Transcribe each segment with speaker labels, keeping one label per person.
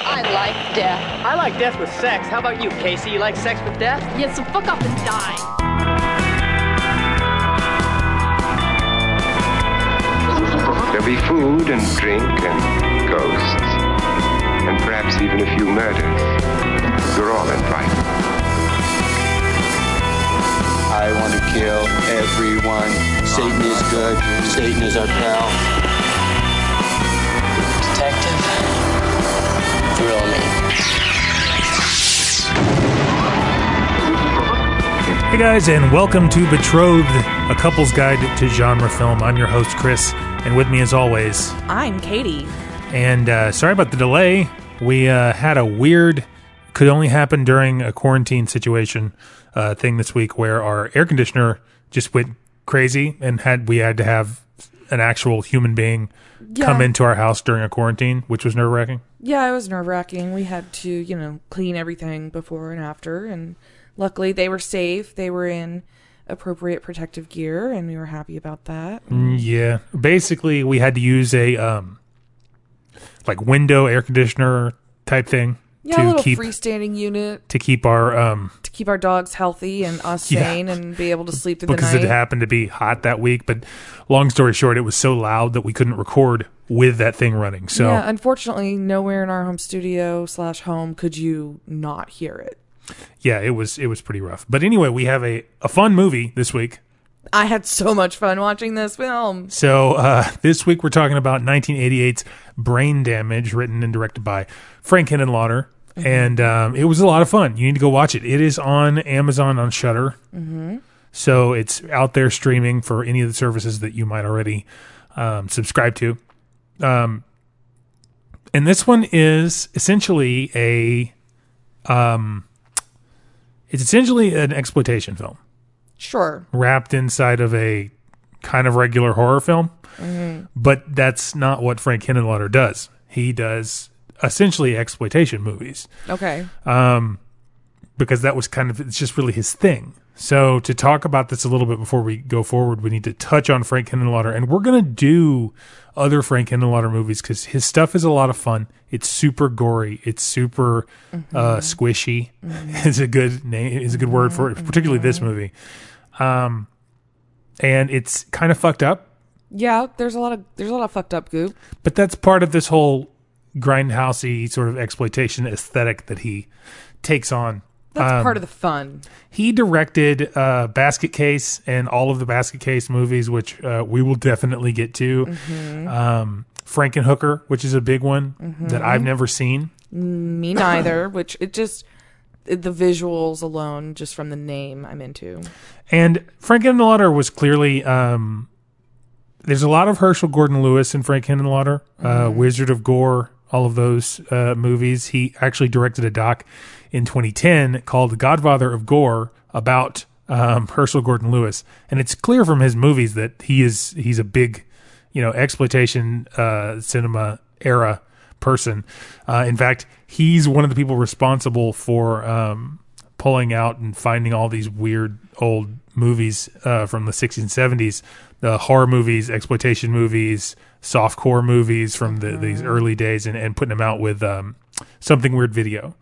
Speaker 1: I like death.
Speaker 2: I like death with sex. How about you, Casey? You like sex with death?
Speaker 1: Yeah, so fuck up and die.
Speaker 3: There'll be food and drink and ghosts, and perhaps even a few murders. You're all invited.
Speaker 4: I want to kill everyone. Satan is good. Satan is our pal.
Speaker 5: Detective, thrill me.
Speaker 6: Hey guys, and welcome to Betrothed, a couple's guide to genre film. I'm your host, Chris, and with me as always.
Speaker 7: I'm Katie.
Speaker 6: And uh, sorry about the delay. We uh, had a weird, could only happen during a quarantine situation uh, thing this week where our air conditioner just went crazy and had we had to have an actual human being come
Speaker 7: Yeah.
Speaker 6: into our house during a quarantine, which was nerve wracking.
Speaker 7: Yeah, it was nerve wracking. We had to, you know, clean everything before and after. And luckily, they were safe. They were in appropriate protective gear, and we were happy about that.
Speaker 6: Mm. Yeah. Basically, we had to use a um, like window air conditioner type thing
Speaker 7: Yeah, a
Speaker 6: to
Speaker 7: little
Speaker 6: keep
Speaker 7: freestanding unit
Speaker 6: to keep our um
Speaker 7: to keep our dogs healthy and us
Speaker 6: Yeah.
Speaker 7: sane and be able to sleep through
Speaker 6: because
Speaker 7: the
Speaker 6: it
Speaker 7: night.
Speaker 6: happened to be hot that week. But long story short, it was so loud that we couldn't record with that thing running. So
Speaker 7: Yeah, unfortunately, nowhere in our home studio slash home could you not hear it.
Speaker 6: yeah, it was it was pretty rough. But anyway, we have a a fun movie this week.
Speaker 7: I had so much fun watching this film.
Speaker 6: So uh, this week we're talking about 1988's Brain Damage, written and directed by Frank Henenlotter, and um, it was a lot of fun. You need to go watch it. It is on Amazon on Shutter, so it's out there streaming for any of the services that you might already um, subscribe to. Um, and this one is essentially a, um, it's essentially an exploitation film
Speaker 7: Sure.
Speaker 6: wrapped inside of a kind of regular horror film. But that's not what Frank Henenlotter does. He does essentially exploitation movies
Speaker 7: Okay.
Speaker 6: because that was kind of it's just really his thing. So to talk about this a little bit before we go forward, we need to touch on Frank Henenlotter, and we're gonna do other Frank Henenlotter movies because his stuff is a lot of fun. It's super gory. It's super uh, squishy. is a good name. Is a good word for it, particularly this movie. Um, and it's kind of fucked up,
Speaker 7: Yeah, there's a lot of there's a lot of fucked up goop.
Speaker 6: but that's part of this whole grindhousey sort of exploitation aesthetic that he takes on.
Speaker 7: That's
Speaker 6: Um,
Speaker 7: part of the fun.
Speaker 6: he directed uh, Basket Case and all of the Basket Case movies, which uh, we will definitely get to. Um, Frankenhooker, which is a big one that I've never seen.
Speaker 7: Me neither, which it just the visuals alone just from the name I'm into.
Speaker 6: And Frank Henenlotter was clearly um, there's a lot of Herschel Gordon Lewis and Frank Henenlotter, uh, Wizard of Gore, all of those uh, movies. He actually directed a doc in 2010 called The Godfather of Gore about um, Herschel Gordon Lewis, and it's clear from his movies that he is he's a big you know exploitation uh, cinema era person. Uh, in fact, he's one of the people responsible for um, pulling out and finding all these weird old movies uh, from the 60s and 70s, the horror movies, exploitation movies, softcore movies from the, these early days, and, and putting them out with um, something weird video.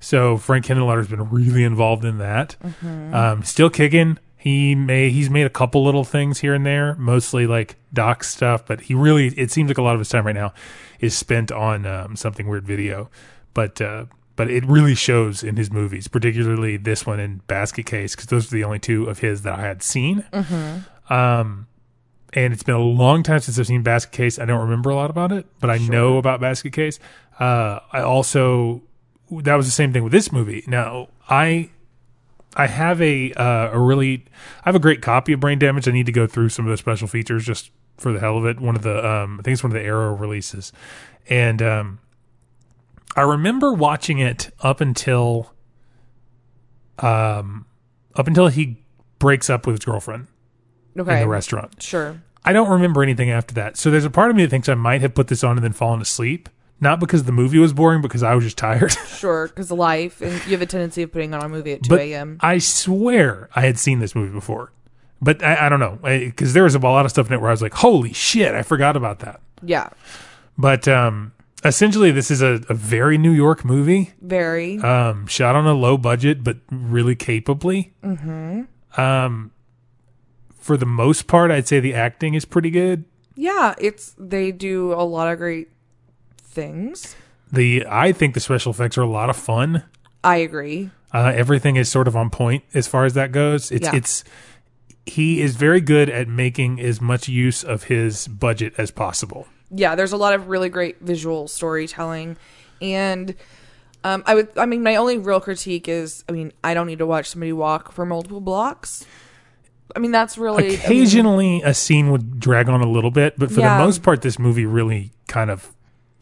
Speaker 6: So Frank Henenlotter's been really involved in that. Um, still kicking. He may he's made a couple little things here and there, mostly like doc stuff, but he really it seems like a lot of his time right now is spent on um, something weird video. But uh, but it really shows in his movies, particularly this one in Basket Case, because those are the only two of his that I had seen. Um, and it's been a long time since I've seen Basket Case. I don't remember a lot about it, but I know about Basket Case. Uh, I also that was the same thing with this movie. Now I I have a uh, a really I have a great copy of Brain Damage. I need to go through some of the special features just for the hell of it. One of the um, I think it's one of the Arrow releases, and um, I remember watching it up until um up until he breaks up with his girlfriend
Speaker 7: Okay.
Speaker 6: in the restaurant.
Speaker 7: Sure.
Speaker 6: I don't remember anything after that. So there's a part of me that thinks I might have put this on and then fallen asleep. Not because the movie was boring, because I was just tired.
Speaker 7: Sure, because life, and you have a tendency of putting on a movie at 2
Speaker 6: But
Speaker 7: a.m.
Speaker 6: I swear I had seen this movie before, but I, I don't know because there was a lot of stuff in it where I was like, "Holy shit, I forgot about that."
Speaker 7: Yeah.
Speaker 6: But um, essentially, this is a, a very New York movie,
Speaker 7: Very.
Speaker 6: um, shot on a low budget but really capably. Mm-hmm. Um, for the most part, I'd say the acting is pretty good.
Speaker 7: yeah, it's they do a lot of great things.
Speaker 6: The I think the special effects are a lot of fun.
Speaker 7: I agree.
Speaker 6: Uh, everything is sort of on point as far as that goes. It's
Speaker 7: Yeah.
Speaker 6: it's he is very good at making as much use of his budget as possible.
Speaker 7: yeah, there's a lot of really great visual storytelling, and um, I would, I mean, my only real critique is, I mean, I don't need to watch somebody walk for multiple blocks. I mean, that's really I mean,
Speaker 6: Occasionally, a scene would drag on a little bit, but for
Speaker 7: Yeah.
Speaker 6: the most part, this movie really kind of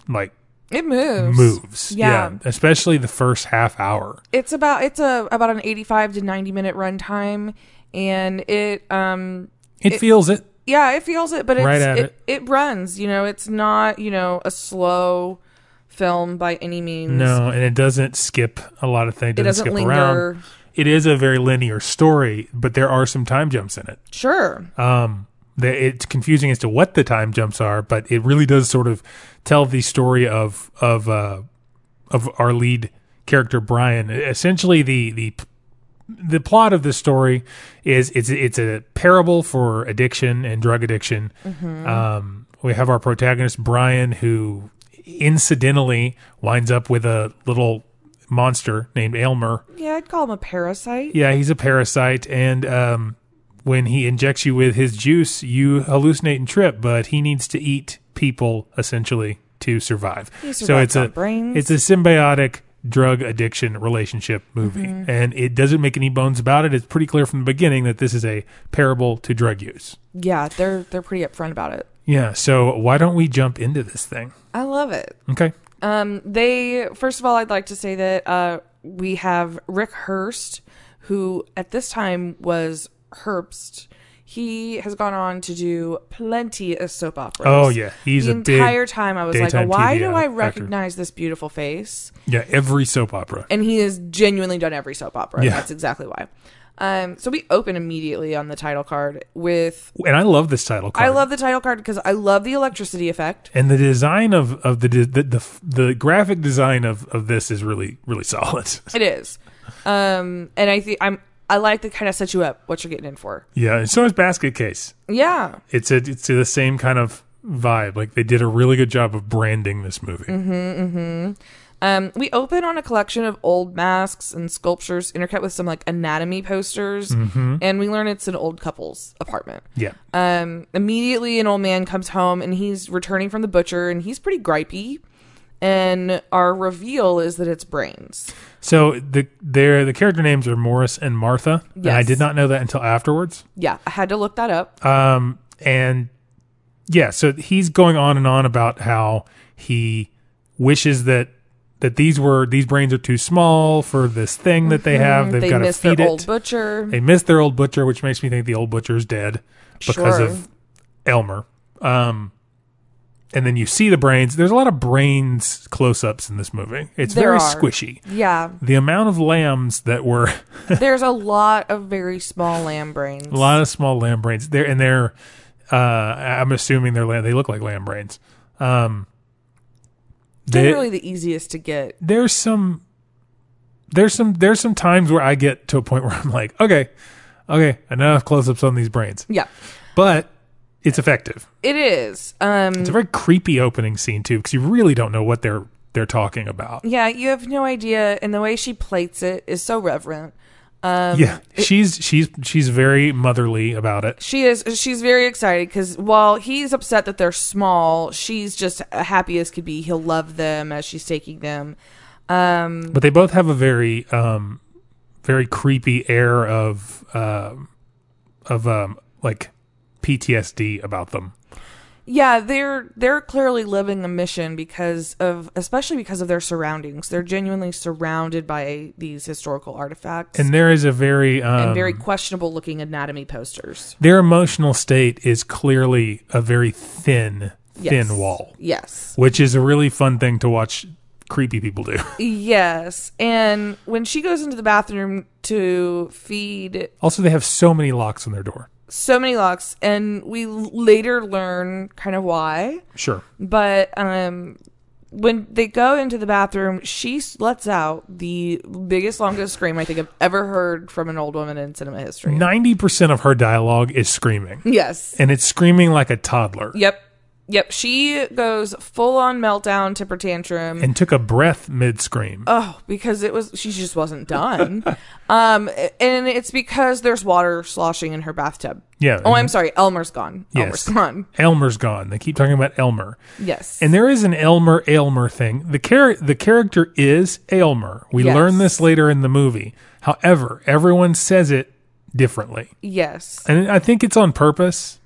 Speaker 6: like
Speaker 7: it moves.
Speaker 6: moves.
Speaker 7: Yeah.
Speaker 6: especially the first half hour.
Speaker 7: It's about it's a about an 85 to 90 minute runtime, and it um
Speaker 6: It, feels it.
Speaker 7: yeah, it feels it, but it's,
Speaker 6: Right at
Speaker 7: it, it runs. You know, it's not you know a slow film by any means.
Speaker 6: No, and it doesn't skip a lot of things.
Speaker 7: it doesn't
Speaker 6: skip
Speaker 7: linger.
Speaker 6: around. It is a very linear story, but there are some time jumps in it.
Speaker 7: Sure.
Speaker 6: Um, the, it's confusing as to what the time jumps are, but it really does sort of tell the story of of uh, of our lead character Brian. Essentially, the the the plot of this story is it's it's a parable for addiction and drug addiction. Um, we have our protagonist Brian, who incidentally winds up with a little monster named Aylmer.
Speaker 7: yeah, I'd call him a parasite.
Speaker 6: Yeah, he's a parasite, and um, when he injects you with his juice, you hallucinate and trip. But he needs to eat people essentially to survive. So
Speaker 7: survives
Speaker 6: it's a
Speaker 7: on brains.
Speaker 6: it's a symbiotic drug addiction relationship movie,
Speaker 7: Mm-hmm.
Speaker 6: and it doesn't make any bones about it. It's pretty clear from the beginning that this is a parable to drug use.
Speaker 7: yeah, they're they're pretty upfront about it.
Speaker 6: Yeah. So why don't we jump into this thing?
Speaker 7: I love it.
Speaker 6: Okay.
Speaker 7: Um, they first of all, I'd like to say that uh, we have Rick Hurst, who at this time was Herbst. He has gone on to do plenty of soap operas.
Speaker 6: Oh, yeah. He's
Speaker 7: the
Speaker 6: a big
Speaker 7: entire time I was like,
Speaker 6: daytime
Speaker 7: why
Speaker 6: TV
Speaker 7: do I
Speaker 6: actor.
Speaker 7: recognize this beautiful face?
Speaker 6: Yeah. Every soap opera.
Speaker 7: And he has genuinely done every soap opera.
Speaker 6: Yeah.
Speaker 7: That's exactly why. Um, so we open immediately on the title card with
Speaker 6: And I love this title card.
Speaker 7: I love the title card because I love the electricity effect.
Speaker 6: and the design of of the de- the the, the graphic design of, of this is really really solid.
Speaker 7: It is. Um, and I think I'm I like to kind of set you up what you're getting in for.
Speaker 6: Yeah, and so is Basket Case.
Speaker 7: Yeah.
Speaker 6: It's a it's the same kind of vibe. Like they did a really good job of branding this movie.
Speaker 7: Mm-hmm. Um, we open on a collection of old masks and sculptures intercut with some like anatomy posters
Speaker 6: Mm-hmm.
Speaker 7: and we learn it's an old couple's apartment.
Speaker 6: Yeah,
Speaker 7: Um, immediately an old man comes home and he's returning from the butcher and he's pretty gripey and our reveal is that it's brains.
Speaker 6: So the their the character names are Morris and Martha. And I
Speaker 7: Yes.
Speaker 6: did not know that until afterwards.
Speaker 7: Yeah, I had to look that up.
Speaker 6: Um, and yeah, so he's going on and on about how he wishes that that these were these brains are too small for this thing that they have. They've
Speaker 7: Mm-hmm. they
Speaker 6: got to
Speaker 7: missed their
Speaker 6: feed it.
Speaker 7: old butcher.
Speaker 6: They missed their old butcher, which makes me think the old butcher is dead because
Speaker 7: Sure.
Speaker 6: of Elmer. Um, and then you see the brains. There's a lot of brains close ups in this movie. It's
Speaker 7: There
Speaker 6: very
Speaker 7: are.
Speaker 6: squishy.
Speaker 7: yeah.
Speaker 6: The amount of lambs that were
Speaker 7: There's a lot of very small lamb brains.
Speaker 6: a lot of small lamb brains. They're and they're uh, I'm assuming they're lamb, they look like lamb brains. Um,
Speaker 7: They're
Speaker 6: they-
Speaker 7: really the easiest to get.
Speaker 6: there's some there's some there's some times where I get to a point where I'm like, okay, okay, enough close ups on these brains.
Speaker 7: Yeah,
Speaker 6: But it's effective.
Speaker 7: it is. Um,
Speaker 6: It's a very creepy opening scene too, because you really don't know what they're they're talking about.
Speaker 7: yeah, you have no idea, and the way she plates it is so reverent. Um,
Speaker 6: yeah, she's she's she's very motherly about it.
Speaker 7: She is. She's very excited because while he's upset that they're small, she's just happy as could be. He'll love them as she's taking them. Um,
Speaker 6: But they both have a very um very creepy air of um of um like PTSD about them.
Speaker 7: yeah, they're they're clearly living a mission because of, especially because of their surroundings. They're genuinely surrounded by these historical artifacts
Speaker 6: And there is a very um
Speaker 7: and very questionable looking anatomy posters.
Speaker 6: their emotional state is clearly a very thin
Speaker 7: Yes.
Speaker 6: thin wall,
Speaker 7: Yes.
Speaker 6: which is a really fun thing to watch creepy people do.
Speaker 7: Yes. And when she goes into the bathroom to feed
Speaker 6: also, they have so many locks on their door.
Speaker 7: so many locks, and we l- later learn kind of why,
Speaker 6: Sure.
Speaker 7: but um, when they go into the bathroom, she s- lets out the biggest, longest scream I think I've ever heard from an old woman in cinema history.
Speaker 6: Ninety percent of her dialogue is screaming,
Speaker 7: yes.
Speaker 6: and it's screaming like a toddler.
Speaker 7: Yep. Yep. She goes full on meltdown, temper tantrum.
Speaker 6: And took a breath mid scream.
Speaker 7: Oh, because it was she just wasn't done. um, and it's because there's water sloshing in her bathtub.
Speaker 6: Yeah.
Speaker 7: Oh, I'm sorry. Elmer's gone.
Speaker 6: Yes.
Speaker 7: Elmer's gone.
Speaker 6: Elmer's gone. They keep talking about Elmer.
Speaker 7: Yes.
Speaker 6: And there is an Elmer Aylmer thing. The char- the character is Aylmer. We
Speaker 7: Yes.
Speaker 6: learn this later in the movie. However, everyone says it differently.
Speaker 7: yes.
Speaker 6: And I think it's on purpose.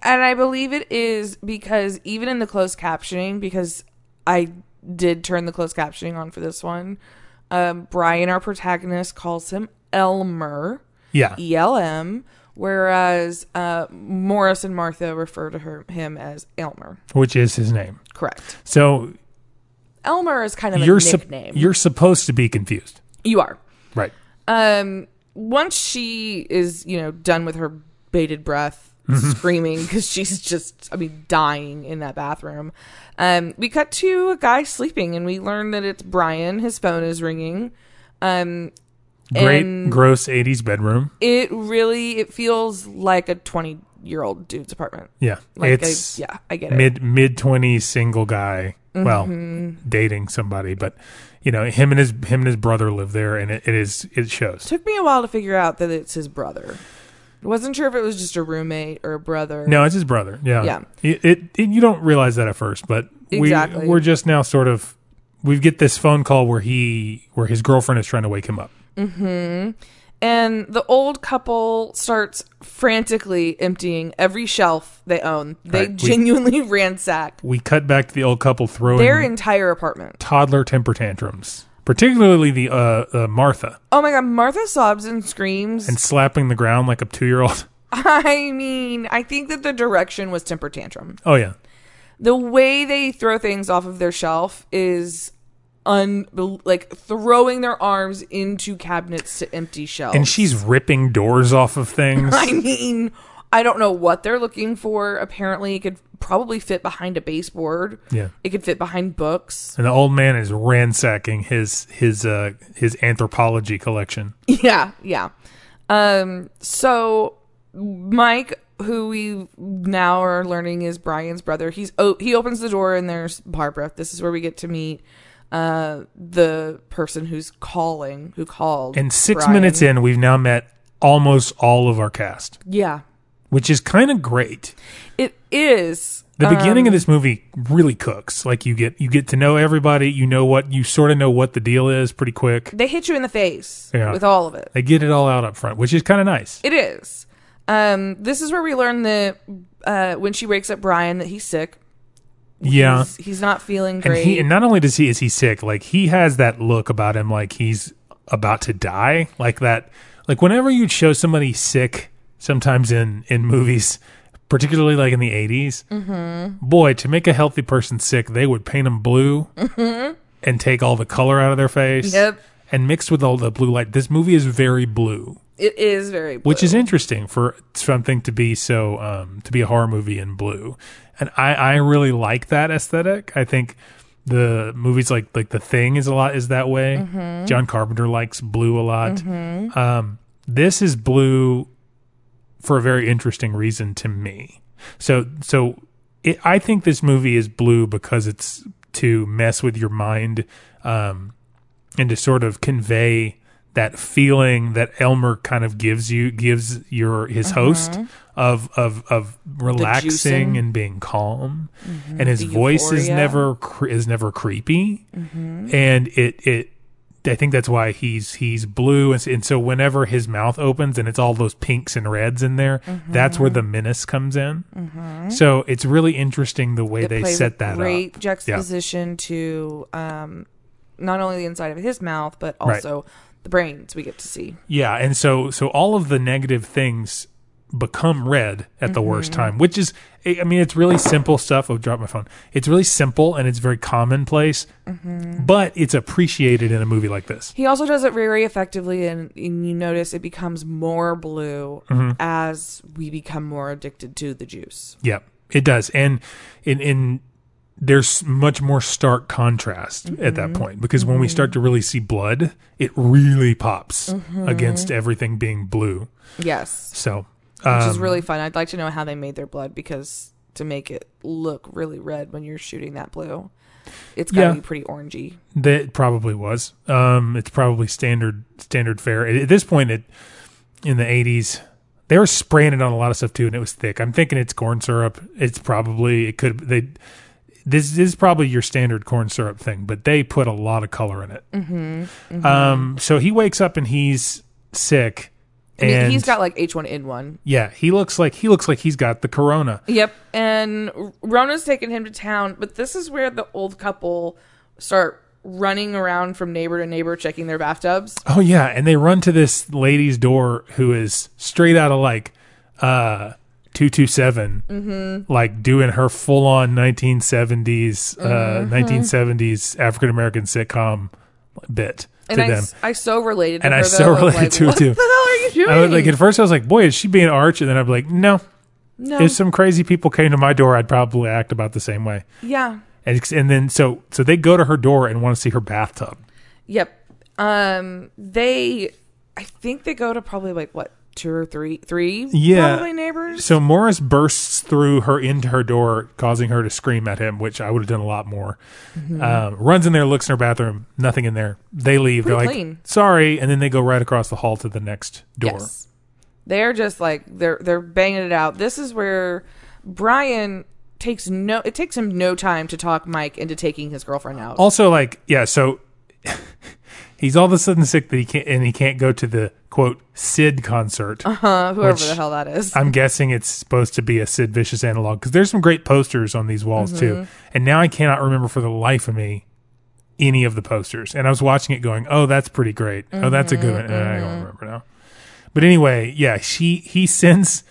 Speaker 7: And I believe it is because even in the closed captioning, because I did turn the closed captioning on for this one, um, Brian, our protagonist, calls him Elmer,
Speaker 6: Yeah.
Speaker 7: E L M, whereas uh, Morris and Martha refer to her him as Elmer.
Speaker 6: Which is his name.
Speaker 7: Correct.
Speaker 6: So
Speaker 7: Elmer is kind of
Speaker 6: you're
Speaker 7: a
Speaker 6: sup-
Speaker 7: nickname.
Speaker 6: you're supposed to be confused.
Speaker 7: you are.
Speaker 6: Right.
Speaker 7: um once she is you know done with her bated breath screaming because she's just i mean dying in that bathroom um we cut to a guy sleeping and we learn that it's brian his phone is ringing um
Speaker 6: Great
Speaker 7: And-
Speaker 6: gross 80s bedroom.
Speaker 7: it really it feels like a 20 year old dude's apartment
Speaker 6: Yeah.
Speaker 7: like
Speaker 6: it's
Speaker 7: I, yeah i get it
Speaker 6: mid mid 20s single guy. Well,
Speaker 7: Mm-hmm.
Speaker 6: dating somebody, but you know, him and his him and his brother live there and it, it is it shows.
Speaker 7: took me a while to figure out that it's his brother wasn't sure if it was just a roommate or a brother
Speaker 6: No, it's his brother. Yeah.
Speaker 7: Yeah.
Speaker 6: It, it, it- you don't realize that at first, but
Speaker 7: Exactly.
Speaker 6: we we're just now sort of we get this phone call where he where his girlfriend is trying to wake him up.
Speaker 7: and the old couple starts frantically emptying every shelf they own. They
Speaker 6: Right, we-
Speaker 7: genuinely ransack
Speaker 6: We cut back to the old couple throwing
Speaker 7: their entire apartment.
Speaker 6: toddler temper tantrums, particularly the uh, uh, Martha
Speaker 7: Oh my god, Martha sobs and screams.
Speaker 6: and slapping the ground like a 2-year-old.
Speaker 7: I mean, I think that the direction was temper tantrum.
Speaker 6: Oh yeah.
Speaker 7: The way they throw things off of their shelf is un like throwing their arms into cabinets to empty shelves.
Speaker 6: And she's ripping doors off of things.
Speaker 7: I mean, I don't know what they're looking for. Apparently, it could probably fit behind a baseboard.
Speaker 6: Yeah.
Speaker 7: It could fit behind books.
Speaker 6: And the old man is ransacking his his uh his anthropology collection.
Speaker 7: Yeah, yeah. Um, so Mike, who we now are learning is Brian's brother, he's oh, he opens the door and there's Barbara. This is where we get to meet uh the person who's calling, who called.
Speaker 6: And 6
Speaker 7: Brian.
Speaker 6: minutes in, we've now met almost all of our cast,
Speaker 7: Yeah.
Speaker 6: which is kind of great.
Speaker 7: It is.
Speaker 6: The beginning of this movie really cooks. Like you get you get to know everybody, you know what you sort of know what the deal is pretty quick.
Speaker 7: They hit you in the face
Speaker 6: Yeah.
Speaker 7: with all of it.
Speaker 6: They get it all out up front, which is kind of nice.
Speaker 7: It is. Um, this is where we learn that uh, when she wakes up Brian that he's sick.
Speaker 6: yeah.
Speaker 7: He's, he's not feeling
Speaker 6: Uh-huh. And
Speaker 7: great.
Speaker 6: he and not only does he is he sick, like he has that look about him like he's about to die, like that like whenever you show somebody sick sometimes in in movies particularly like in the 80s
Speaker 7: Mm-hmm.
Speaker 6: boy to make a healthy person sick they would paint them blue and take all the color out of their face
Speaker 7: Mm-hmm. Yep.
Speaker 6: and mixed with all the blue light this movie is very blue
Speaker 7: it is very blue.
Speaker 6: which is interesting for something to be so um, to be a horror movie in blue and I, I really like that aesthetic i think the movies like like the thing is a lot is that way john carpenter likes blue a lot um, this is blue for a very interesting reason to me so so it, i think this movie is blue because it's to mess with your mind um, and to sort of convey that feeling that Elmer kind of gives you gives your his host of of of relaxing
Speaker 7: Mm-hmm. juicing. Mm-hmm.
Speaker 6: and being calm and his
Speaker 7: The
Speaker 6: voice is
Speaker 7: euphoria. Mm-hmm.
Speaker 6: never cre- is never creepy and it it I think that's why he's he's blue and, s- and so whenever his mouth opens and it's all those pinks and reds in there that's where the menace comes in so it's really interesting the way
Speaker 7: It
Speaker 6: they
Speaker 7: plays a
Speaker 6: set that
Speaker 7: great
Speaker 6: up
Speaker 7: juxtaposition to um, not only the inside of his mouth but
Speaker 6: Right.
Speaker 7: also the brains we get to see.
Speaker 6: Yeah, and so so all of the negative things become red at the worst time, which is I I mean it's really simple stuff. Oh, drop my phone. It's really simple and it's very commonplace, but it's appreciated in a movie like this.
Speaker 7: He also does it very effectively, and, and you notice it becomes more blue
Speaker 6: Mm-hmm.
Speaker 7: as we become more addicted to the juice.
Speaker 6: Yeah, it does. And in in there's much more stark contrast at
Speaker 7: Mm-hmm.
Speaker 6: that point because when we start to really see blood, it really pops
Speaker 7: Mm-hmm.
Speaker 6: against everything being blue.
Speaker 7: Yes.
Speaker 6: So,
Speaker 7: Which
Speaker 6: um,
Speaker 7: is really fun. I'd like to know how they made their blood because to make it look really red when you're shooting that blue, it's got to
Speaker 6: Yeah.
Speaker 7: be pretty orangey.
Speaker 6: that probably was. Um, it's probably standard standard fare at, at this point. It in the eighties, they were spraying it on a lot of stuff too, and it was thick. I'm thinking it's corn syrup. It's probably it could they. This is probably your standard corn syrup thing, but they put a lot of color in it. Mm-hmm, Um, so he wakes up and he's sick,
Speaker 7: I mean,
Speaker 6: and
Speaker 7: he's got like H1N1.
Speaker 6: yeah, he looks like he looks like he's got the corona.
Speaker 7: Yep. And Rona's taking him to town, but this is where the old couple start running around from neighbor to neighbor checking their bathtubs.
Speaker 6: Oh yeah, and they run to this lady's door who is straight out of like uh 227
Speaker 7: Mm-hmm.
Speaker 6: like doing her full on 1970s uh
Speaker 7: Mm-hmm.
Speaker 6: 1970s African American sitcom bit
Speaker 7: And
Speaker 6: to
Speaker 7: I,
Speaker 6: them.
Speaker 7: s- I so related to
Speaker 6: And
Speaker 7: her,
Speaker 6: I
Speaker 7: though,
Speaker 6: so
Speaker 7: of,
Speaker 6: related
Speaker 7: like,
Speaker 6: to it,
Speaker 7: what
Speaker 6: too.
Speaker 7: the hell are you doing?
Speaker 6: I was like at first I was like, "Boy, is she being arch?" And then I'm like, "No.
Speaker 7: no.
Speaker 6: If some crazy people came to my door, I'd probably act about the same way."
Speaker 7: yeah.
Speaker 6: And and then so so they go to her door and want to see her bathtub.
Speaker 7: Yep. Um they I think they go to probably like what two or three three
Speaker 6: Yeah.
Speaker 7: probably neighbors.
Speaker 6: So Morris bursts through her into her door, causing her to scream at him, which I would have done a lot more.
Speaker 7: Mm-hmm.
Speaker 6: Um, runs in there, looks in her bathroom, nothing in there. They leave.
Speaker 7: Pretty
Speaker 6: They're
Speaker 7: clean.
Speaker 6: like, "Sorry," and then they go right across the hall to the next door.
Speaker 7: Yes. They're just like they're they're banging it out. This is where Brian takes no it takes him no time to talk Mike into taking his girlfriend out.
Speaker 6: Also, like, yeah, so he's all of a sudden sick that he can't and he can't go to the quote Sid concert.
Speaker 7: Uh, whoever
Speaker 6: which-
Speaker 7: the hell that is.
Speaker 6: I'm guessing it's supposed to be a Sid Vicious analog because there's some great posters on these walls too. And now I cannot remember for the life of me any of the posters. And I was watching it going, "Oh, that's pretty great. Oh, that's a good one." And I don't remember now. But anyway, yeah, she he sends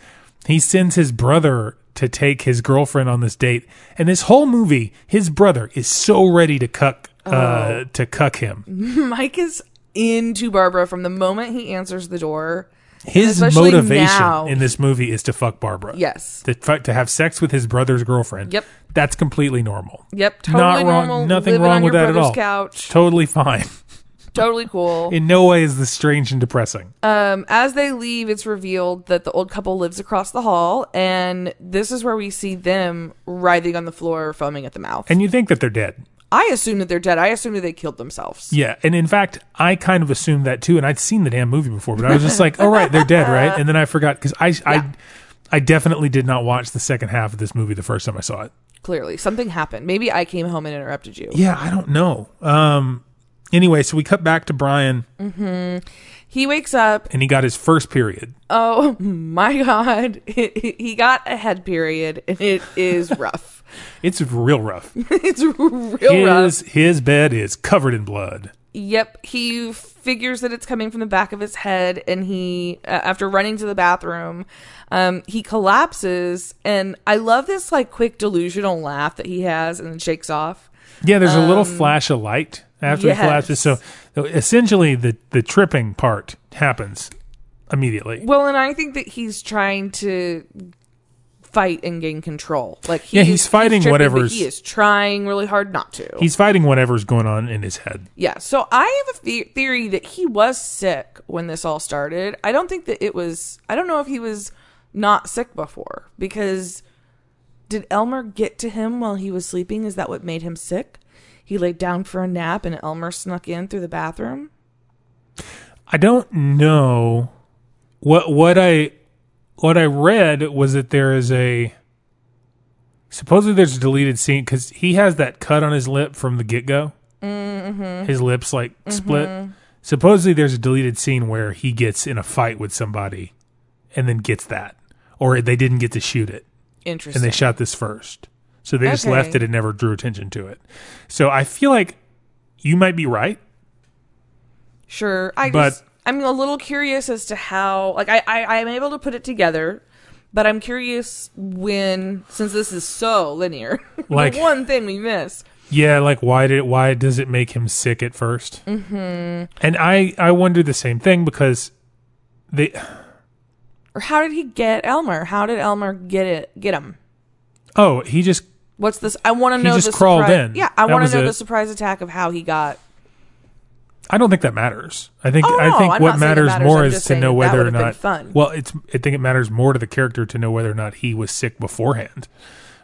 Speaker 6: he sends his brother to take his girlfriend on this date. And this whole movie, his brother is so ready to cuck uh, to cuck him.
Speaker 7: Mike is into Barbara from the moment he answers the door.
Speaker 6: His
Speaker 7: especially
Speaker 6: motivation
Speaker 7: now.
Speaker 6: in this movie is to fuck Barbara.
Speaker 7: Yes.
Speaker 6: to fu- to have sex with his brother's girlfriend.
Speaker 7: Yep.
Speaker 6: that's completely normal.
Speaker 7: Yep, totally
Speaker 6: Not wrong.
Speaker 7: normal,
Speaker 6: Nothing
Speaker 7: living
Speaker 6: wrong
Speaker 7: on
Speaker 6: with
Speaker 7: your
Speaker 6: that at
Speaker 7: brother's
Speaker 6: all.
Speaker 7: couch.
Speaker 6: Totally fine.
Speaker 7: Totally cool.
Speaker 6: In no way is this strange and depressing.
Speaker 7: Um, as they leave, it's revealed that the old couple lives across the hall, and this is where we see them writhing on the floor, foaming at the mouth.
Speaker 6: and you think that they're dead.
Speaker 7: I assume that they're dead. I assume that they killed themselves.
Speaker 6: Yeah, and in fact, I kind of assumed that too. And I'd seen the damn movie before, but I was just like, "Oh right, they're dead, right?" And then I forgot because I I I definitely did not watch the second half of this movie the first time I saw it.
Speaker 7: Clearly, something happened. Maybe I came home and interrupted you.
Speaker 6: Yeah, I don't know. Um. Anyway, so we cut back to Brian,
Speaker 7: He wakes up.
Speaker 6: and he got his first period.
Speaker 7: Oh my god, he got a head period, and it is rough.
Speaker 6: It's real rough.
Speaker 7: it's real rough.
Speaker 6: His his bed is covered in blood.
Speaker 7: Yep, he figures that it's coming from the back of his head, and he, uh, after running to the bathroom, um, he collapses. And I love this like quick delusional laugh that he has, and then shakes off.
Speaker 6: Yeah, there's a little flash of light after
Speaker 7: Um, yes.
Speaker 6: it collapses. So so essentially, the the tripping part happens immediately.
Speaker 7: Well, and I think that he's trying to fight and gain control. Like he
Speaker 6: Yeah,
Speaker 7: is-
Speaker 6: he's fighting
Speaker 7: tripping, but
Speaker 6: whatever's-
Speaker 7: he is trying really hard not to.
Speaker 6: He's fighting whatever's going on in his head.
Speaker 7: Yeah. So I have a the- theory that he was sick when this all started. I don't think that it was. I don't know if he was not sick before because did Elmer get to him while he was sleeping? Is that what made him sick? He laid down for a nap and Elmer snuck in through the bathroom.
Speaker 6: I don't know what what I what I read was that there is a supposedly there's a deleted scene because he has that cut on his lip from the get go. Mm-hmm. His lips like split. Supposedly there's a deleted scene where he gets in a fight with somebody and then gets that, or they didn't get to shoot it and
Speaker 7: Interesting.
Speaker 6: they shot this first. So they just
Speaker 7: Okay.
Speaker 6: left it and never drew attention to it. So I feel like you might be right.
Speaker 7: sure. I
Speaker 6: But-
Speaker 7: just I'm a little curious as to how like I, I I'm able to put it together. But I'm curious when, since this is so linear,
Speaker 6: Like-
Speaker 7: the one thing we missed.
Speaker 6: Yeah, like why did it, why does it make him sick at 1st Mm-hmm. And I I wonder the same thing because they
Speaker 7: or how did he get Elmer? How did Elmer get it? Get him?
Speaker 6: oh he just
Speaker 7: What's this? I want to
Speaker 6: He
Speaker 7: know.
Speaker 6: just
Speaker 7: the
Speaker 6: crawled
Speaker 7: surpri-
Speaker 6: in.
Speaker 7: Yeah, I
Speaker 6: That
Speaker 7: want
Speaker 6: was
Speaker 7: to know
Speaker 6: it.
Speaker 7: the surprise attack of how he got.
Speaker 6: I don't think that matters. I think
Speaker 7: Oh,
Speaker 6: I
Speaker 7: no,
Speaker 6: think
Speaker 7: I'm
Speaker 6: what
Speaker 7: not saying it
Speaker 6: matters
Speaker 7: matters.
Speaker 6: more
Speaker 7: I'm
Speaker 6: is
Speaker 7: just
Speaker 6: to
Speaker 7: saying
Speaker 6: know
Speaker 7: that
Speaker 6: whether or
Speaker 7: would've been
Speaker 6: not.
Speaker 7: fun.
Speaker 6: Well, it's I think it matters more to the character to know whether or not he was sick beforehand,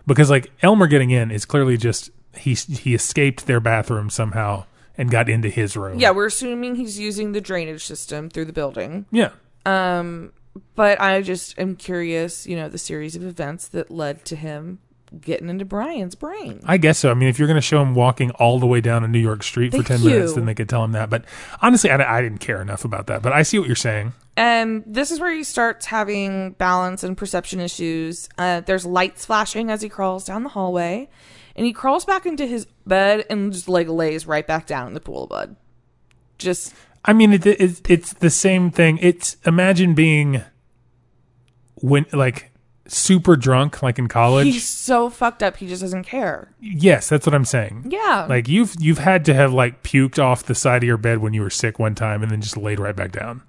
Speaker 6: because like Elmer getting in is clearly just he he escaped their bathroom somehow and got into his room.
Speaker 7: Yeah, we're assuming he's using the drainage system through the building.
Speaker 6: yeah.
Speaker 7: But I just am curious, you know, the series of events that led to him getting into Brian's brain.
Speaker 6: I guess so. I mean, if you're going to show him walking all the way down a New York street
Speaker 7: Thank
Speaker 6: for ten minutes,
Speaker 7: you.
Speaker 6: then they could tell him that. But honestly, I, I didn't care enough about that. But I see what you're saying.
Speaker 7: And this is where he starts having balance and perception issues. Uh, there's lights flashing as he crawls down the hallway, and he crawls back into his bed and just like lays right back down in the pool of blood. Just
Speaker 6: I mean, it, it, it's the same thing. It's imagine being when like super drunk, like in college.
Speaker 7: he's so fucked up, he just doesn't care.
Speaker 6: yes, that's what I'm saying.
Speaker 7: Yeah,
Speaker 6: Like you've you've had to have like puked off the side of your bed when you were sick one time, and then just laid right back down.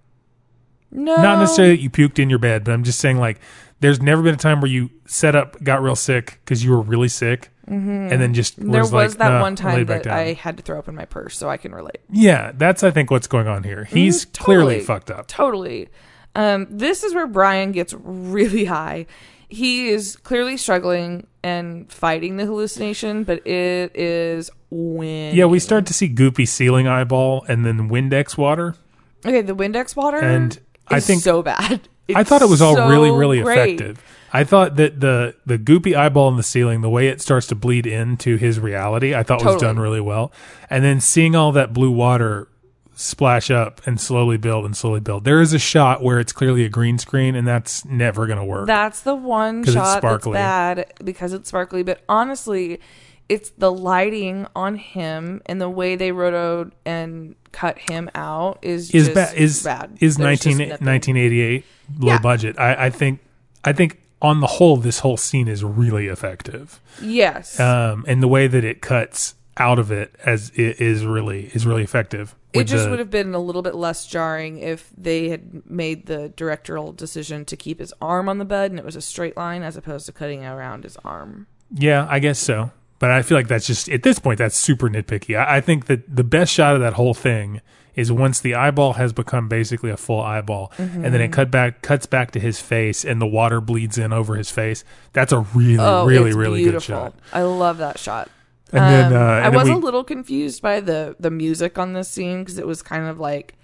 Speaker 7: no,
Speaker 6: Not necessarily that you puked in your bed, but I'm just saying like there's never been a time where you set up, got real sick because you were really sick, and then just
Speaker 7: Mm-hmm. There was
Speaker 6: like,
Speaker 7: that
Speaker 6: "Nah,
Speaker 7: one time
Speaker 6: laid back
Speaker 7: that
Speaker 6: down."
Speaker 7: I had to throw up in my purse, so I can relate.
Speaker 6: yeah, that's I think what's going on here. He's clearly
Speaker 7: Mm, Totally.
Speaker 6: fucked up.
Speaker 7: Totally. Um, this is where Brian gets really high. He is clearly struggling and fighting the hallucination, but it is when
Speaker 6: Yeah, we start to see goopy ceiling eyeball and then Windex water.
Speaker 7: okay the Windex water
Speaker 6: And I
Speaker 7: is
Speaker 6: think-
Speaker 7: so bad.
Speaker 6: I
Speaker 7: It's
Speaker 6: thought it was all
Speaker 7: so
Speaker 6: really, really
Speaker 7: great.
Speaker 6: effective. I thought that the the goopy eyeball in the ceiling, the way it starts to bleed into his reality, I thought was
Speaker 7: Totally.
Speaker 6: done really well. And then seeing all that blue water splash up and slowly build and slowly build. There is a shot where it's clearly a green screen, and that's never going to work.
Speaker 7: That's the one
Speaker 6: 'Cause it's
Speaker 7: shot that's
Speaker 6: sparkly.
Speaker 7: bad because it's sparkly. But honestly, it's the lighting on him and the way they rotoed and cut him out is
Speaker 6: is
Speaker 7: just
Speaker 6: bad is
Speaker 7: bad.
Speaker 6: is
Speaker 7: There's
Speaker 6: 19,
Speaker 7: just nothing.
Speaker 6: 1988 low
Speaker 7: Yeah.
Speaker 6: budget. I, I think I think on the whole, this whole scene is really effective.
Speaker 7: Yes.
Speaker 6: um, and the way that it cuts out of it as it is really is really effective.
Speaker 7: it
Speaker 6: with
Speaker 7: just
Speaker 6: the-
Speaker 7: would have been a little bit less jarring if they had made the directorial decision to keep his arm on the bed and it was a straight line as opposed to cutting around his arm.
Speaker 6: yeah, I guess so. But I feel like that's just at this point that's super nitpicky. I, I think that the best shot of that whole thing is once the eyeball has become basically a full eyeball,
Speaker 7: Mm-hmm.
Speaker 6: and then it cut back cuts back to his face, and the water bleeds in over his face. That's a really,
Speaker 7: Oh,
Speaker 6: really,
Speaker 7: it's
Speaker 6: really good
Speaker 7: beautiful.
Speaker 6: shot.
Speaker 7: I love that shot.
Speaker 6: And then uh,
Speaker 7: Um, I
Speaker 6: and then
Speaker 7: was a
Speaker 6: we-
Speaker 7: little confused by the the music on this scene because it was kind of like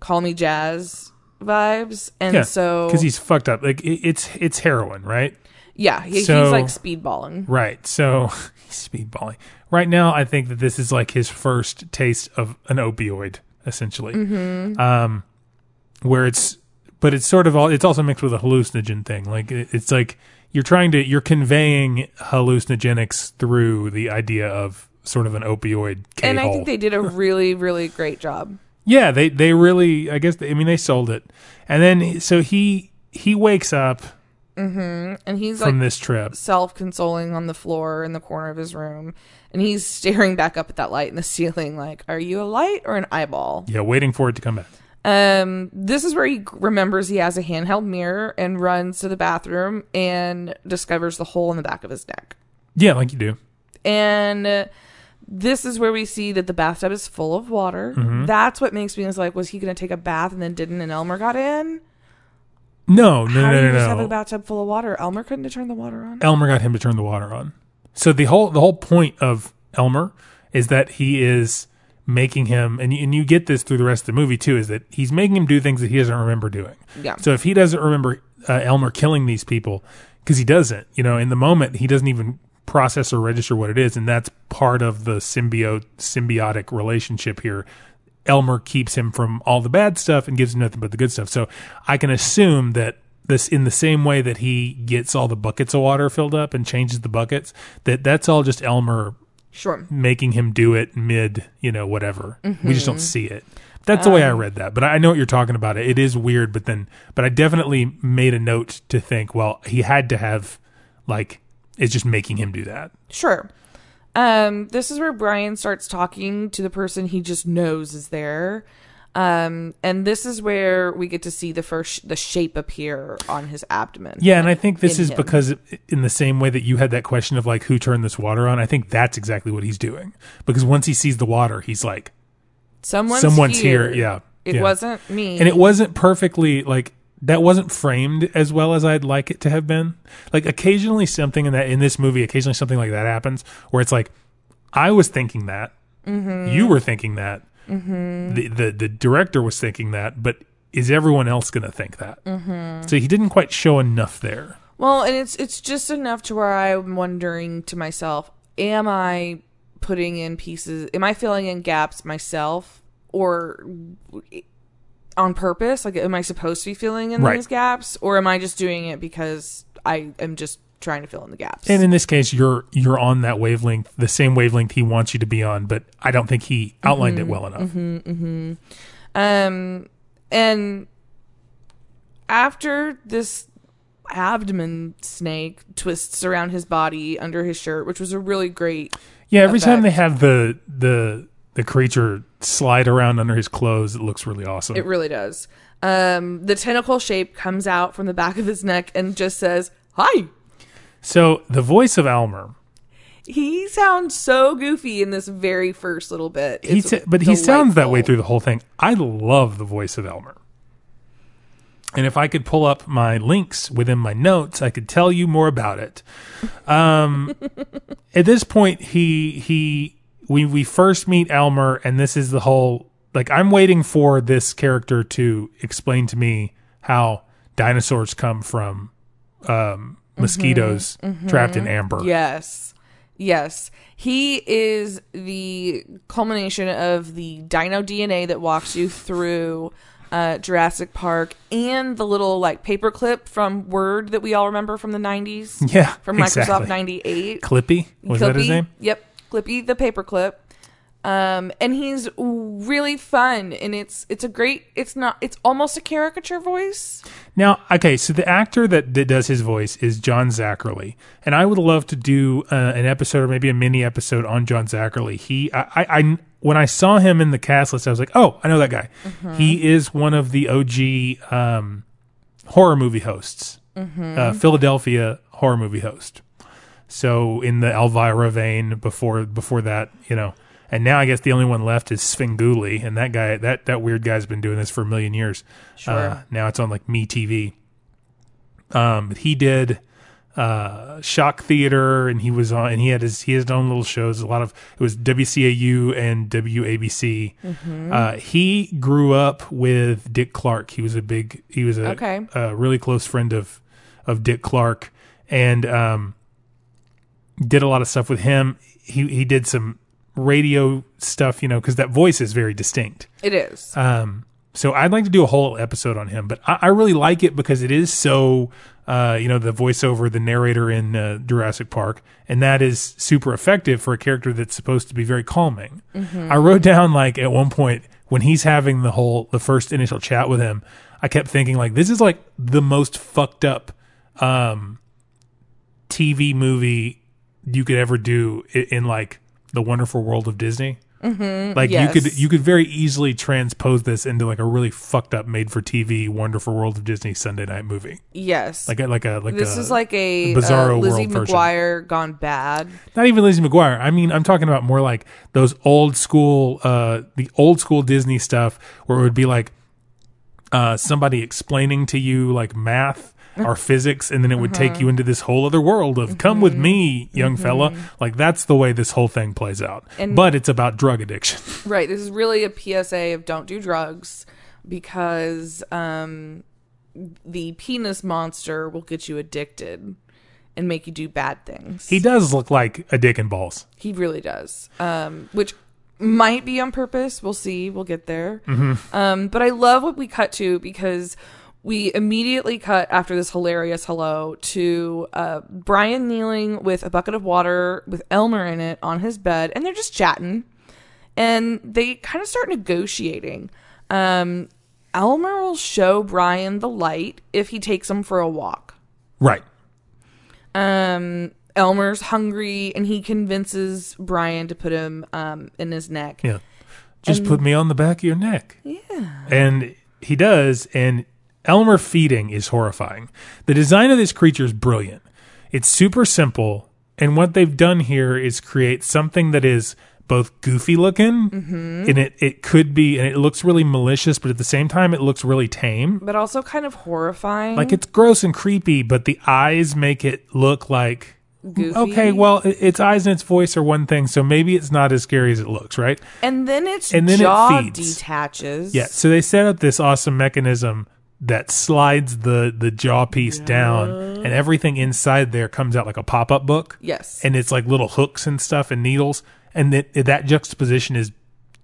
Speaker 7: "Call Me Jazz" vibes, and so
Speaker 6: because he's fucked up. Like it, it's it's heroin, right?
Speaker 7: yeah, he,
Speaker 6: so-
Speaker 7: he's like speedballing.
Speaker 6: Right. So speedballing. Right now, I think that this is like his first taste of an opioid, essentially. Um,
Speaker 7: Mm-hmm.
Speaker 6: where it's, but it's sort of all. It's also mixed with a hallucinogen thing. Like it, it's like you're trying to you're conveying hallucinogenics through the idea of sort of an opioid.
Speaker 7: And I
Speaker 6: K-hole.
Speaker 7: think they did a really really great job.
Speaker 6: Yeah, they they really I guess they, I mean they sold it. And then so he he wakes up
Speaker 7: And he's
Speaker 6: from
Speaker 7: like
Speaker 6: this trip.
Speaker 7: self consoling on the floor in the corner of his room, and he's staring back up at that light in the ceiling, like, "Are you a light or an eyeball?"
Speaker 6: Yeah, waiting for it to come back.
Speaker 7: Um, this is where he g- remembers he has a handheld mirror and runs to the bathroom and discovers the hole in the back of his neck.
Speaker 6: Yeah, like you do.
Speaker 7: and uh, this is where we see that the bathtub is full of water.
Speaker 6: Mm-hmm.
Speaker 7: That's what makes me was like, was he going to take a bath and then didn't, and Elmer got in?
Speaker 6: No, no,
Speaker 7: How
Speaker 6: no,
Speaker 7: do
Speaker 6: no,
Speaker 7: you
Speaker 6: no.
Speaker 7: just have a bathtub full of water? Elmer couldn't have turned the water on.
Speaker 6: Elmer got him to turn the water on. So the whole the whole point of Elmer is that he is making him and you, and you get this through the rest of the movie too is that he's making him do things that he doesn't remember doing.
Speaker 7: Yeah.
Speaker 6: So if he doesn't remember uh, Elmer killing these people cuz he doesn't, you know, in the moment he doesn't even process or register what it is and that's part of the symbiote symbiotic relationship here. Elmer keeps him from all the bad stuff and gives him nothing but the good stuff. So I can assume that this in the same way that he gets all the buckets of water filled up and changes the buckets, that that's all just Elmer
Speaker 7: Sure.
Speaker 6: making him do it mid, you know, whatever. We just don't see it. That's the way I read that. But I I know what you're talking about. It is weird, but then but I definitely made a note to think, well, he had to have like it's just making him do that.
Speaker 7: Sure. Um, this is where Brian starts talking to the person he just knows is there. Um, and this is where we get to see the first the shape appear on his abdomen.
Speaker 6: Yeah, and I think this
Speaker 7: in
Speaker 6: is
Speaker 7: him.
Speaker 6: because in the same way that you had that question of like who turned this water on, I think that's exactly what he's doing. Because once he sees the water, he's like
Speaker 7: someone's
Speaker 6: someone's here, yeah,
Speaker 7: it
Speaker 6: yeah.
Speaker 7: wasn't me.
Speaker 6: and it wasn't perfectly like that wasn't framed as well as I'd like it to have been. Like occasionally something in that in this movie, occasionally something like that happens where it's like I was thinking that, you were thinking that, the, the the director was thinking that, but is everyone else going to think that? So he didn't quite show enough there.
Speaker 7: Well, and it's it's just enough to where I'm wondering to myself, am I putting in pieces? Am I filling in gaps myself or on purpose? Like am I supposed to be filling in
Speaker 6: Right.
Speaker 7: these gaps or am I just doing it because I am just trying to fill in the gaps?
Speaker 6: And in this case, you're you're on that wavelength, the same wavelength he wants you to be on, but I don't think he outlined it well enough.
Speaker 7: Um, and after this abdomen snake twists around his body under his shirt, which was a really great.
Speaker 6: Yeah, every time they have the the the creature slide around under his clothes, it looks really awesome.
Speaker 7: It really does. Um, the tentacle shape comes out from the back of his neck and just says, "Hi."
Speaker 6: so the voice of Almer,
Speaker 7: He sounds so goofy in this very first little bit.
Speaker 6: he
Speaker 7: It's
Speaker 6: sa- but he sounds that way
Speaker 7: delightful.
Speaker 6: through the whole thing. I love the voice of Elmer. And if I could pull up my links within my notes, I could tell you more about it. Um, at this point, he he we we first meet Elmer, and this is the whole like I'm waiting for this character to explain to me how dinosaurs come from um, mosquitoes
Speaker 7: Mm-hmm.
Speaker 6: trapped in amber.
Speaker 7: Yes. Yes. He is the culmination of the dino DNA that walks you through uh, Jurassic Park and the little like paperclip from Word that we all remember from the 90s.
Speaker 6: Yeah,
Speaker 7: From Microsoft
Speaker 6: exactly.
Speaker 7: 98.
Speaker 6: Clippy was that his
Speaker 7: Clippy.
Speaker 6: name?
Speaker 7: E. Yep, Clippy the paperclip. Um, and he's really fun, and it's it's a great. It's not. It's almost a caricature voice.
Speaker 6: Now, okay, so the actor that, that does his voice is John Zachary, and I would love to do uh, an episode or maybe a mini episode on John Zachary. He, I, I, I- when I saw him in the cast list, I was like, oh, I know that guy. He is one of the OG um, horror movie hosts, uh, Philadelphia horror movie host. So in the Elvira vein, before before that, you know, and now I guess the only one left is Svengoolie, and that guy, that that weird guy's been doing this for a million years. Sure. now it's on like Me TV. Um, but he did uh, shock theater, and he was on, and he had his he had his own little shows. A lot of it was WCAU and WABC. Uh, he grew up with Dick Clark. He was a big, he was a,
Speaker 7: Okay.
Speaker 6: a really close friend of of Dick Clark, and um, did a lot of stuff with him. He he did some radio stuff, you know, because that voice is very distinct.
Speaker 7: It is.
Speaker 6: Um, so I'd like to do a whole episode on him, but I, I really like it because it is so, uh, you know, the voiceover, the narrator in uh, Jurassic Park, and that is super effective for a character that's supposed to be very calming. I wrote down like at one point when he's having the whole the first initial chat with him, I kept thinking like this is like the most fucked up um, TV movie you could ever do in, in like the Wonderful World of Disney. Like
Speaker 7: Mm-hmm. yes.
Speaker 6: you could you could very easily transpose this into like a really fucked up made for TV Wonderful World of Disney Sunday night movie.
Speaker 7: yes.
Speaker 6: Like a, like a like
Speaker 7: this
Speaker 6: a,
Speaker 7: is like a
Speaker 6: Bizarro
Speaker 7: uh, Lizzie
Speaker 6: World version.
Speaker 7: McGuire gone bad.
Speaker 6: not even Lizzie McGuire. I mean, I'm talking about more like those old school uh the old school Disney stuff where it would be like uh somebody explaining to you like math or physics and then it would take you into this whole other world of come with me young fella like that's the way this whole thing plays out
Speaker 7: And-
Speaker 6: but it's about drug addiction
Speaker 7: Right. This is really a PSA of don't do drugs because um, the penis monster will get you addicted and make you do bad things.
Speaker 6: he does look like a dick and balls
Speaker 7: He really does. Um, which might be on purpose. We'll see. We'll get there. Um, but I love what we cut to because we immediately cut after this hilarious hello to uh, Brian kneeling with a bucket of water with Elmer in it on his bed, and they're just chatting. And they kind of start negotiating. Um, Elmer will show Brian the light if he takes him for a walk
Speaker 6: right
Speaker 7: um Elmer's hungry and he convinces Brian to put him um in his neck.
Speaker 6: yeah just put me on the back of your neck
Speaker 7: Yeah.
Speaker 6: and he does. And Elmer feeding is horrifying. The design of this creature is brilliant. It's super simple, and what they've done here is create something that is both goofy looking,
Speaker 7: Mm-hmm.
Speaker 6: and it it could be, and it looks really malicious, but at the same time, it looks really tame.
Speaker 7: but also kind of horrifying.
Speaker 6: Like it's gross and creepy, but the eyes make it look like
Speaker 7: Goofy.
Speaker 6: okay. Well, i- its eyes and its voice are one thing, so maybe it's not as scary as it looks, right?
Speaker 7: and then its
Speaker 6: and then it
Speaker 7: jaw
Speaker 6: feeds.
Speaker 7: detaches.
Speaker 6: Yeah. So they set up this awesome mechanism that slides the the jaw piece down, and everything inside there comes out like a pop up book.
Speaker 7: Yes.
Speaker 6: And it's like little hooks and stuff and needles, and that that juxtaposition is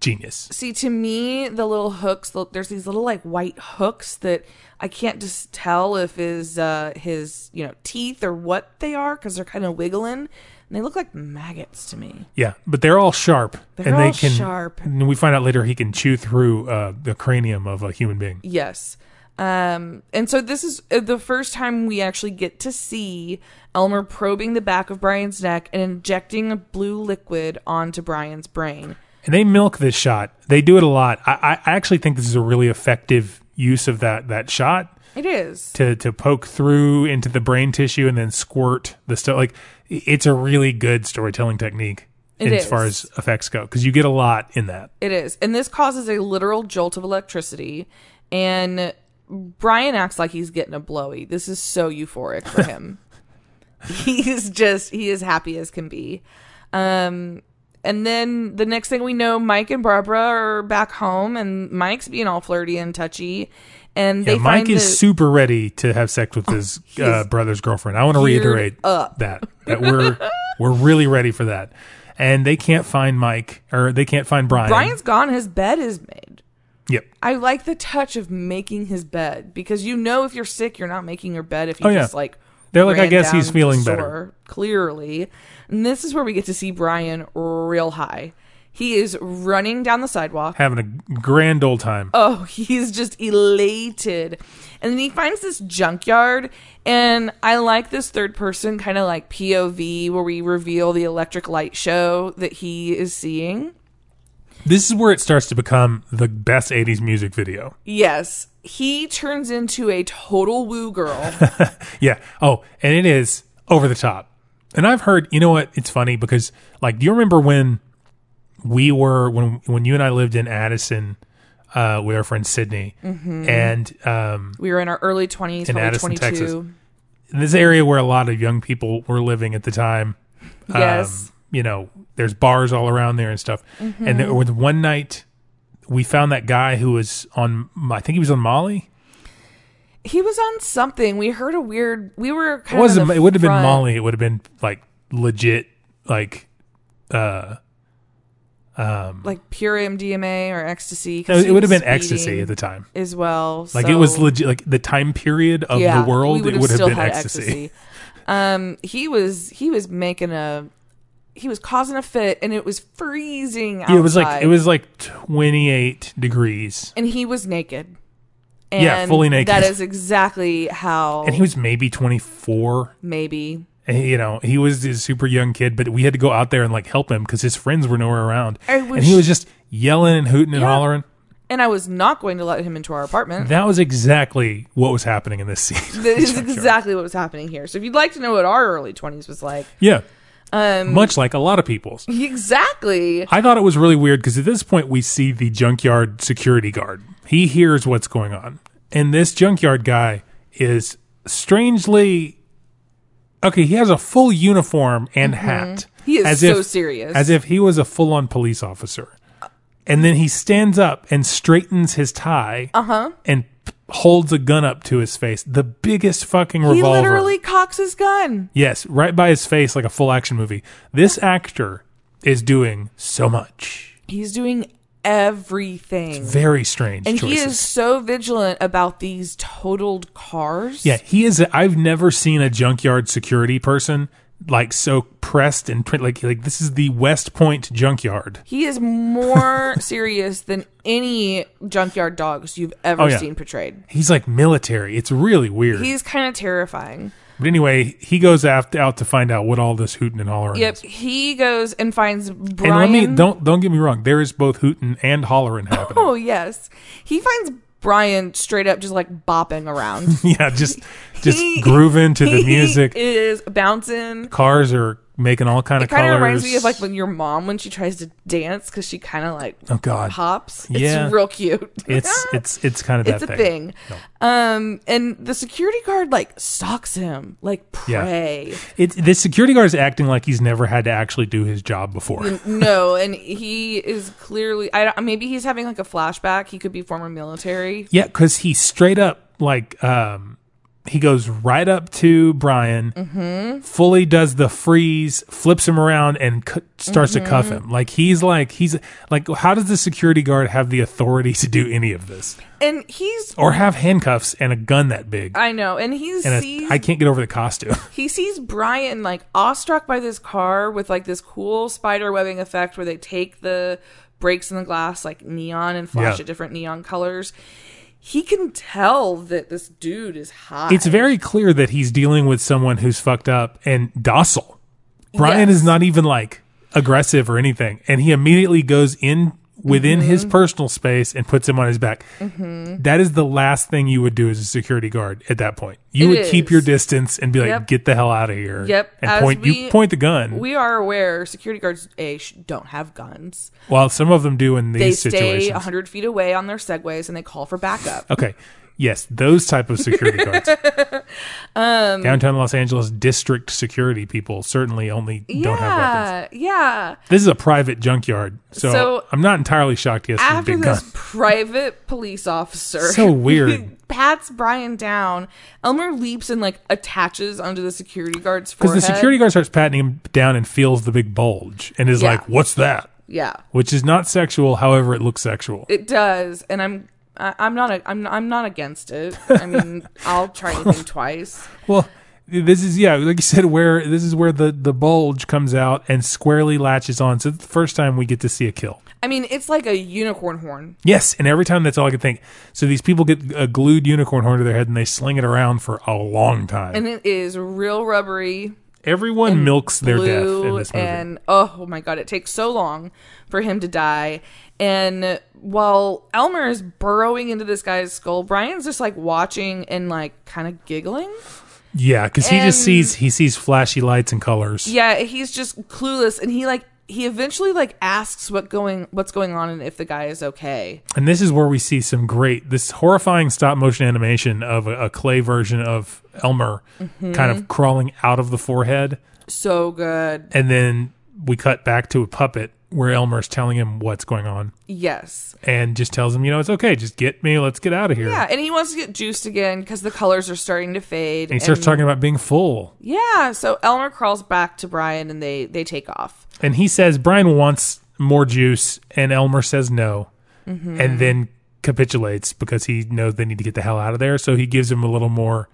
Speaker 6: genius.
Speaker 7: See, to me, the little hooks. Look, there's these little like white hooks that I can't just tell if is uh, his you know teeth or what they are because they're kind of wiggling and they look like maggots to me.
Speaker 6: Yeah, but they're all sharp,
Speaker 7: They're
Speaker 6: and they
Speaker 7: all
Speaker 6: can.
Speaker 7: sharp.
Speaker 6: And we find out later he can chew through uh, the cranium of a human being.
Speaker 7: Yes. Um, and so this is uh, the first time we actually get to see Elmer probing the back of Brian's neck and injecting a blue liquid onto Brian's brain.
Speaker 6: And they milk this shot. They do it a lot. I, I I actually think this is a really effective use of that that shot
Speaker 7: It is.
Speaker 6: to to poke through into the brain tissue and then squirt the stuff. Like it's a really good storytelling technique
Speaker 7: It
Speaker 6: as far
Speaker 7: is.
Speaker 6: as effects go because you get a lot in that.
Speaker 7: It is. And this causes a literal jolt of electricity. And Brian acts like he's getting a blowy. This is so euphoric for him. he's just, he is happy as can be. Um, and then the next thing we know, Mike and Barbara are back home, and Mike's being all flirty and touchy. And they
Speaker 6: Yeah, Mike
Speaker 7: find
Speaker 6: is
Speaker 7: the- Oh,
Speaker 6: super ready to have sex with his uh, brother's girlfriend. I want to
Speaker 7: geared
Speaker 6: reiterate
Speaker 7: up.
Speaker 6: that that we're we're really ready for that. And they can't find Mike or they can't find Brian.
Speaker 7: Brian's gone. His bed is made.
Speaker 6: yep.
Speaker 7: I like the touch of making his bed because you know if you're sick, you're not making your bed if you
Speaker 6: Oh, yeah.
Speaker 7: just like.
Speaker 6: They're like, I
Speaker 7: ran
Speaker 6: guess
Speaker 7: down
Speaker 6: he's
Speaker 7: to
Speaker 6: feeling
Speaker 7: the
Speaker 6: better.
Speaker 7: store, Clearly, and this is where we get to see Brian real high. He is running down the sidewalk.
Speaker 6: Having a grand old time.
Speaker 7: Oh, he's just elated. And then he finds this junkyard. And I like this third person kind of like POV where we reveal the electric light show that he is seeing.
Speaker 6: This is where it starts to become the best 80s music video.
Speaker 7: Yes, he turns into a total woo girl.
Speaker 6: Yeah. Oh, and it is over the top. And I've heard, you know what? It's funny because like do you remember when we were when when you and I lived in Addison uh, with our friend Sydney
Speaker 7: Mm-hmm.
Speaker 6: and um
Speaker 7: we were in our early 20s,
Speaker 6: In
Speaker 7: probably
Speaker 6: Addison,
Speaker 7: 22.
Speaker 6: Texas. Um, this area where a lot of young people were living at the time.
Speaker 7: Yes.
Speaker 6: Um, you know, there's bars all around there and stuff. And
Speaker 7: Mm-hmm.
Speaker 6: there was one night we found that guy who was on, I think he was on Molly.
Speaker 7: He was on something. We heard a weird. We were
Speaker 6: It
Speaker 7: kind of. on
Speaker 6: wasn't,
Speaker 7: the
Speaker 6: it would have been
Speaker 7: front.
Speaker 6: Molly. It would have been like legit, like, uh,
Speaker 7: Like pure MDMA or ecstasy.
Speaker 6: no,
Speaker 7: 'cause
Speaker 6: it
Speaker 7: he
Speaker 6: would have
Speaker 7: was
Speaker 6: been ecstasy
Speaker 7: speeding
Speaker 6: at the time.
Speaker 7: As well.
Speaker 6: Like it was
Speaker 7: so-
Speaker 6: legit, like the time period of
Speaker 7: yeah,
Speaker 6: the world,
Speaker 7: we
Speaker 6: it would have
Speaker 7: still
Speaker 6: been
Speaker 7: had
Speaker 6: ecstasy.
Speaker 7: Um, he was he was making a he was causing a fit, and it was freezing outside.
Speaker 6: It was like, it was like 28 degrees.
Speaker 7: and he was naked. And
Speaker 6: Yeah, fully naked.
Speaker 7: That is exactly how
Speaker 6: And he was maybe 24.
Speaker 7: maybe
Speaker 6: And, you know he was a super young kid but we had to go out there and like help him because his friends were nowhere around
Speaker 7: I wish-
Speaker 6: and he was just yelling and hooting and hollering
Speaker 7: and I was not going to let him into our apartment.
Speaker 6: that was exactly what was happening in this scene
Speaker 7: That is exactly what was happening here. So if you'd like to know what our early twenties was like,
Speaker 6: yeah um, much like a lot of people's
Speaker 7: exactly.
Speaker 6: i thought it was really weird because at this point we see the junkyard security guard he hears what's going on and this junkyard guy is strangely okay he has a full uniform and hat
Speaker 7: Mm-hmm. He is
Speaker 6: as
Speaker 7: so
Speaker 6: if-
Speaker 7: serious.
Speaker 6: as if he was a full on police officer. And then he stands up and straightens his tie
Speaker 7: Uh-huh.
Speaker 6: and p- holds a gun up to his face. The biggest fucking
Speaker 7: he
Speaker 6: revolver.
Speaker 7: literally cocks his gun.
Speaker 6: yes, right by his face like a full action movie. This actor is doing so much.
Speaker 7: He's doing everything.
Speaker 6: Very strange
Speaker 7: and
Speaker 6: choices.
Speaker 7: he is so vigilant about these totaled cars.
Speaker 6: yeah, he is i I've never seen a junkyard security person like so pressed and print like like this is the West Point junkyard.
Speaker 7: He is more serious than any junkyard dogs you've ever
Speaker 6: Oh, yeah.
Speaker 7: seen portrayed.
Speaker 6: He's like military. It's really weird.
Speaker 7: He's kind of terrifying.
Speaker 6: But anyway, he goes out, out to find out what all this hooting and hollering
Speaker 7: Yep,
Speaker 6: is.
Speaker 7: he goes and finds Brian.
Speaker 6: And let me don't don't get me wrong. There is both hooting and hollering happening.
Speaker 7: Oh yes, he finds Brian straight up just like bopping around,
Speaker 6: yeah, just just
Speaker 7: He-
Speaker 6: grooving to the
Speaker 7: he
Speaker 6: music.
Speaker 7: Is bouncing.
Speaker 6: Cars are making all kind
Speaker 7: It
Speaker 6: of colors.
Speaker 7: kind of reminds me of like when your mom when she tries to dance because she kind of like
Speaker 6: oh god,
Speaker 7: pops.
Speaker 6: Yeah.
Speaker 7: It's real cute.
Speaker 6: it's it's it's kind of that
Speaker 7: it's a thing. Um, and the security guard like stalks him like
Speaker 6: Yeah.
Speaker 7: prey.
Speaker 6: It, the security guard is acting like he's never had to actually do his job before.
Speaker 7: no, and he is clearly. I don't, maybe he's having like a flashback. He could be former military.
Speaker 6: Yeah, because he straight up like um he goes right up to Brian, fully does the freeze, flips him around, and cu- starts to cuff him. Like he's like he's like, how does the security guard have the authority to do any of this,
Speaker 7: And he's.
Speaker 6: or have handcuffs and a gun that big?
Speaker 7: I know, and he
Speaker 6: and a,
Speaker 7: sees
Speaker 6: I can't get over the costume.
Speaker 7: he sees Brian like awestruck by this car with like this cool spider webbing effect where they take the breaks in the glass like neon and flash
Speaker 6: Yeah.
Speaker 7: it different neon colors. He can tell that this dude is hot.
Speaker 6: it's very clear that he's dealing with someone who's fucked up and docile. Brian
Speaker 7: Yes.
Speaker 6: is not even like aggressive or anything, and he immediately goes in within his
Speaker 7: Mm-hmm.
Speaker 6: personal space and puts him on his back. That is the last thing you would do as a security guard at that point. You
Speaker 7: It
Speaker 6: would keep
Speaker 7: is.
Speaker 6: your distance and be like,
Speaker 7: Yep.
Speaker 6: "Get the hell out of here!"
Speaker 7: Yep,
Speaker 6: and
Speaker 7: as
Speaker 6: point
Speaker 7: we-
Speaker 6: you point the gun.
Speaker 7: we are aware security guards a sh- don't have guns.
Speaker 6: while some of them do in
Speaker 7: They
Speaker 6: these
Speaker 7: stay
Speaker 6: situations.
Speaker 7: a hundred feet away on their segways and they call for backup.
Speaker 6: Okay. Yes, those type of security guards.
Speaker 7: Um,
Speaker 6: Downtown Los Angeles district security people certainly only don't have weapons.
Speaker 7: yeah, yeah.
Speaker 6: This is a private junkyard, so,
Speaker 7: So-
Speaker 6: I'm not entirely shocked. Yes, has
Speaker 7: After
Speaker 6: big
Speaker 7: this
Speaker 6: gun.
Speaker 7: private police officer,
Speaker 6: So weird.
Speaker 7: pats Brian down. Elmer leaps and like attaches onto the security guard's
Speaker 6: because
Speaker 7: forehead.
Speaker 6: the security guard starts patting him down and feels the big bulge and is
Speaker 7: Yeah.
Speaker 6: like, "What's that?"
Speaker 7: yeah,
Speaker 6: Which is not sexual, however, it looks sexual.
Speaker 7: it does, and I'm. I- I'm not. A, I'm. I'm not against it. I mean, I'll try anything twice.
Speaker 6: well, this is yeah, like you said, where this is where the the bulge comes out and squarely latches on. So it's the first time we get to see a kill.
Speaker 7: I mean, it's like a unicorn horn.
Speaker 6: Yes, and every time that's all I could think. So these people get a glued unicorn horn to their head and they sling it around for a long time.
Speaker 7: and it is real rubbery
Speaker 6: Everyone milks their death in
Speaker 7: blue
Speaker 6: this movie.
Speaker 7: and oh, oh my god it takes so long for him to die and while elmer is burrowing into this guy's skull brian's just like watching and like kind of giggling
Speaker 6: yeah, because he just
Speaker 7: and-
Speaker 6: sees he sees flashy lights and colors.
Speaker 7: yeah he's just clueless and he like he eventually like asks what going what's going on and if the guy is okay
Speaker 6: And this is where we see some great, this horrifying stop motion animation of a, a clay version of Elmer
Speaker 7: Mm-hmm.
Speaker 6: kind of crawling out of the forehead.
Speaker 7: so good
Speaker 6: And then we cut back to a puppet where Elmer's telling him what's going on
Speaker 7: yes
Speaker 6: and just tells him, you know, it's okay. Just get me. Let's get out of here.
Speaker 7: yeah and he wants to get juiced again because the colors are starting to fade
Speaker 6: And he starts talking about being full.
Speaker 7: yeah so elmer crawls back to brian and they they take off
Speaker 6: And he says, Brian wants more juice. And Elmer says no. And then capitulates because he knows they need to get the hell out of there. So he gives him a little more.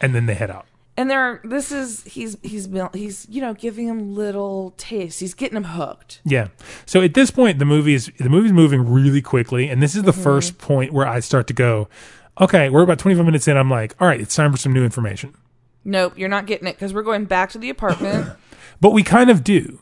Speaker 6: And then they head out.
Speaker 7: and there this is he's he's mil- he's you know giving him little tastes he's getting him hooked
Speaker 6: Yeah. So at this point, the movie is the movie's moving really quickly, and this is the first point where I start to go, okay, we're about 25 minutes in. I'm like, all right, it's time for some new information.
Speaker 7: nope you're not getting it because we're going back to the apartment
Speaker 6: But we kind of do.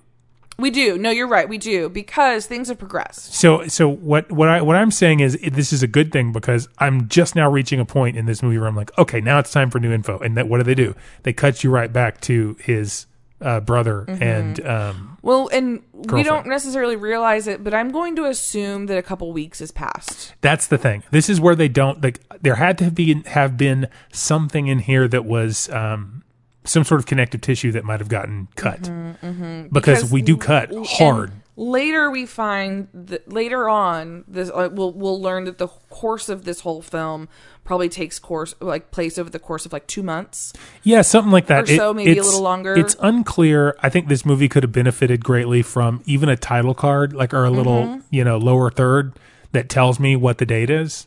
Speaker 7: we do no you're right we do because things have progressed
Speaker 6: So so what what I what I'm saying is it, this is a good thing because I'm just now reaching a point in this movie where I'm like, okay, now it's time for new info. And that, what do they do? They cut you right back to his uh, brother and um,
Speaker 7: well and we don't
Speaker 6: Girlfriend.
Speaker 7: necessarily realize it but i'm going to assume that a couple weeks has passed
Speaker 6: That's the thing. This is where they don't like. There had to be have been something in here that was um, some sort of connective tissue that might have gotten cut Mm-hmm. Because, we do cut hard.
Speaker 7: And later we find that later on this uh, we'll we'll learn that the course of this whole film probably takes course like place over the course of like two months
Speaker 6: yeah, something like that.
Speaker 7: or so, maybe a
Speaker 6: it's-
Speaker 7: little longer.
Speaker 6: It's unclear. I think this movie could have benefited greatly from even a title card, like or a little
Speaker 7: Mm-hmm.
Speaker 6: you know lower third that tells me what the date is.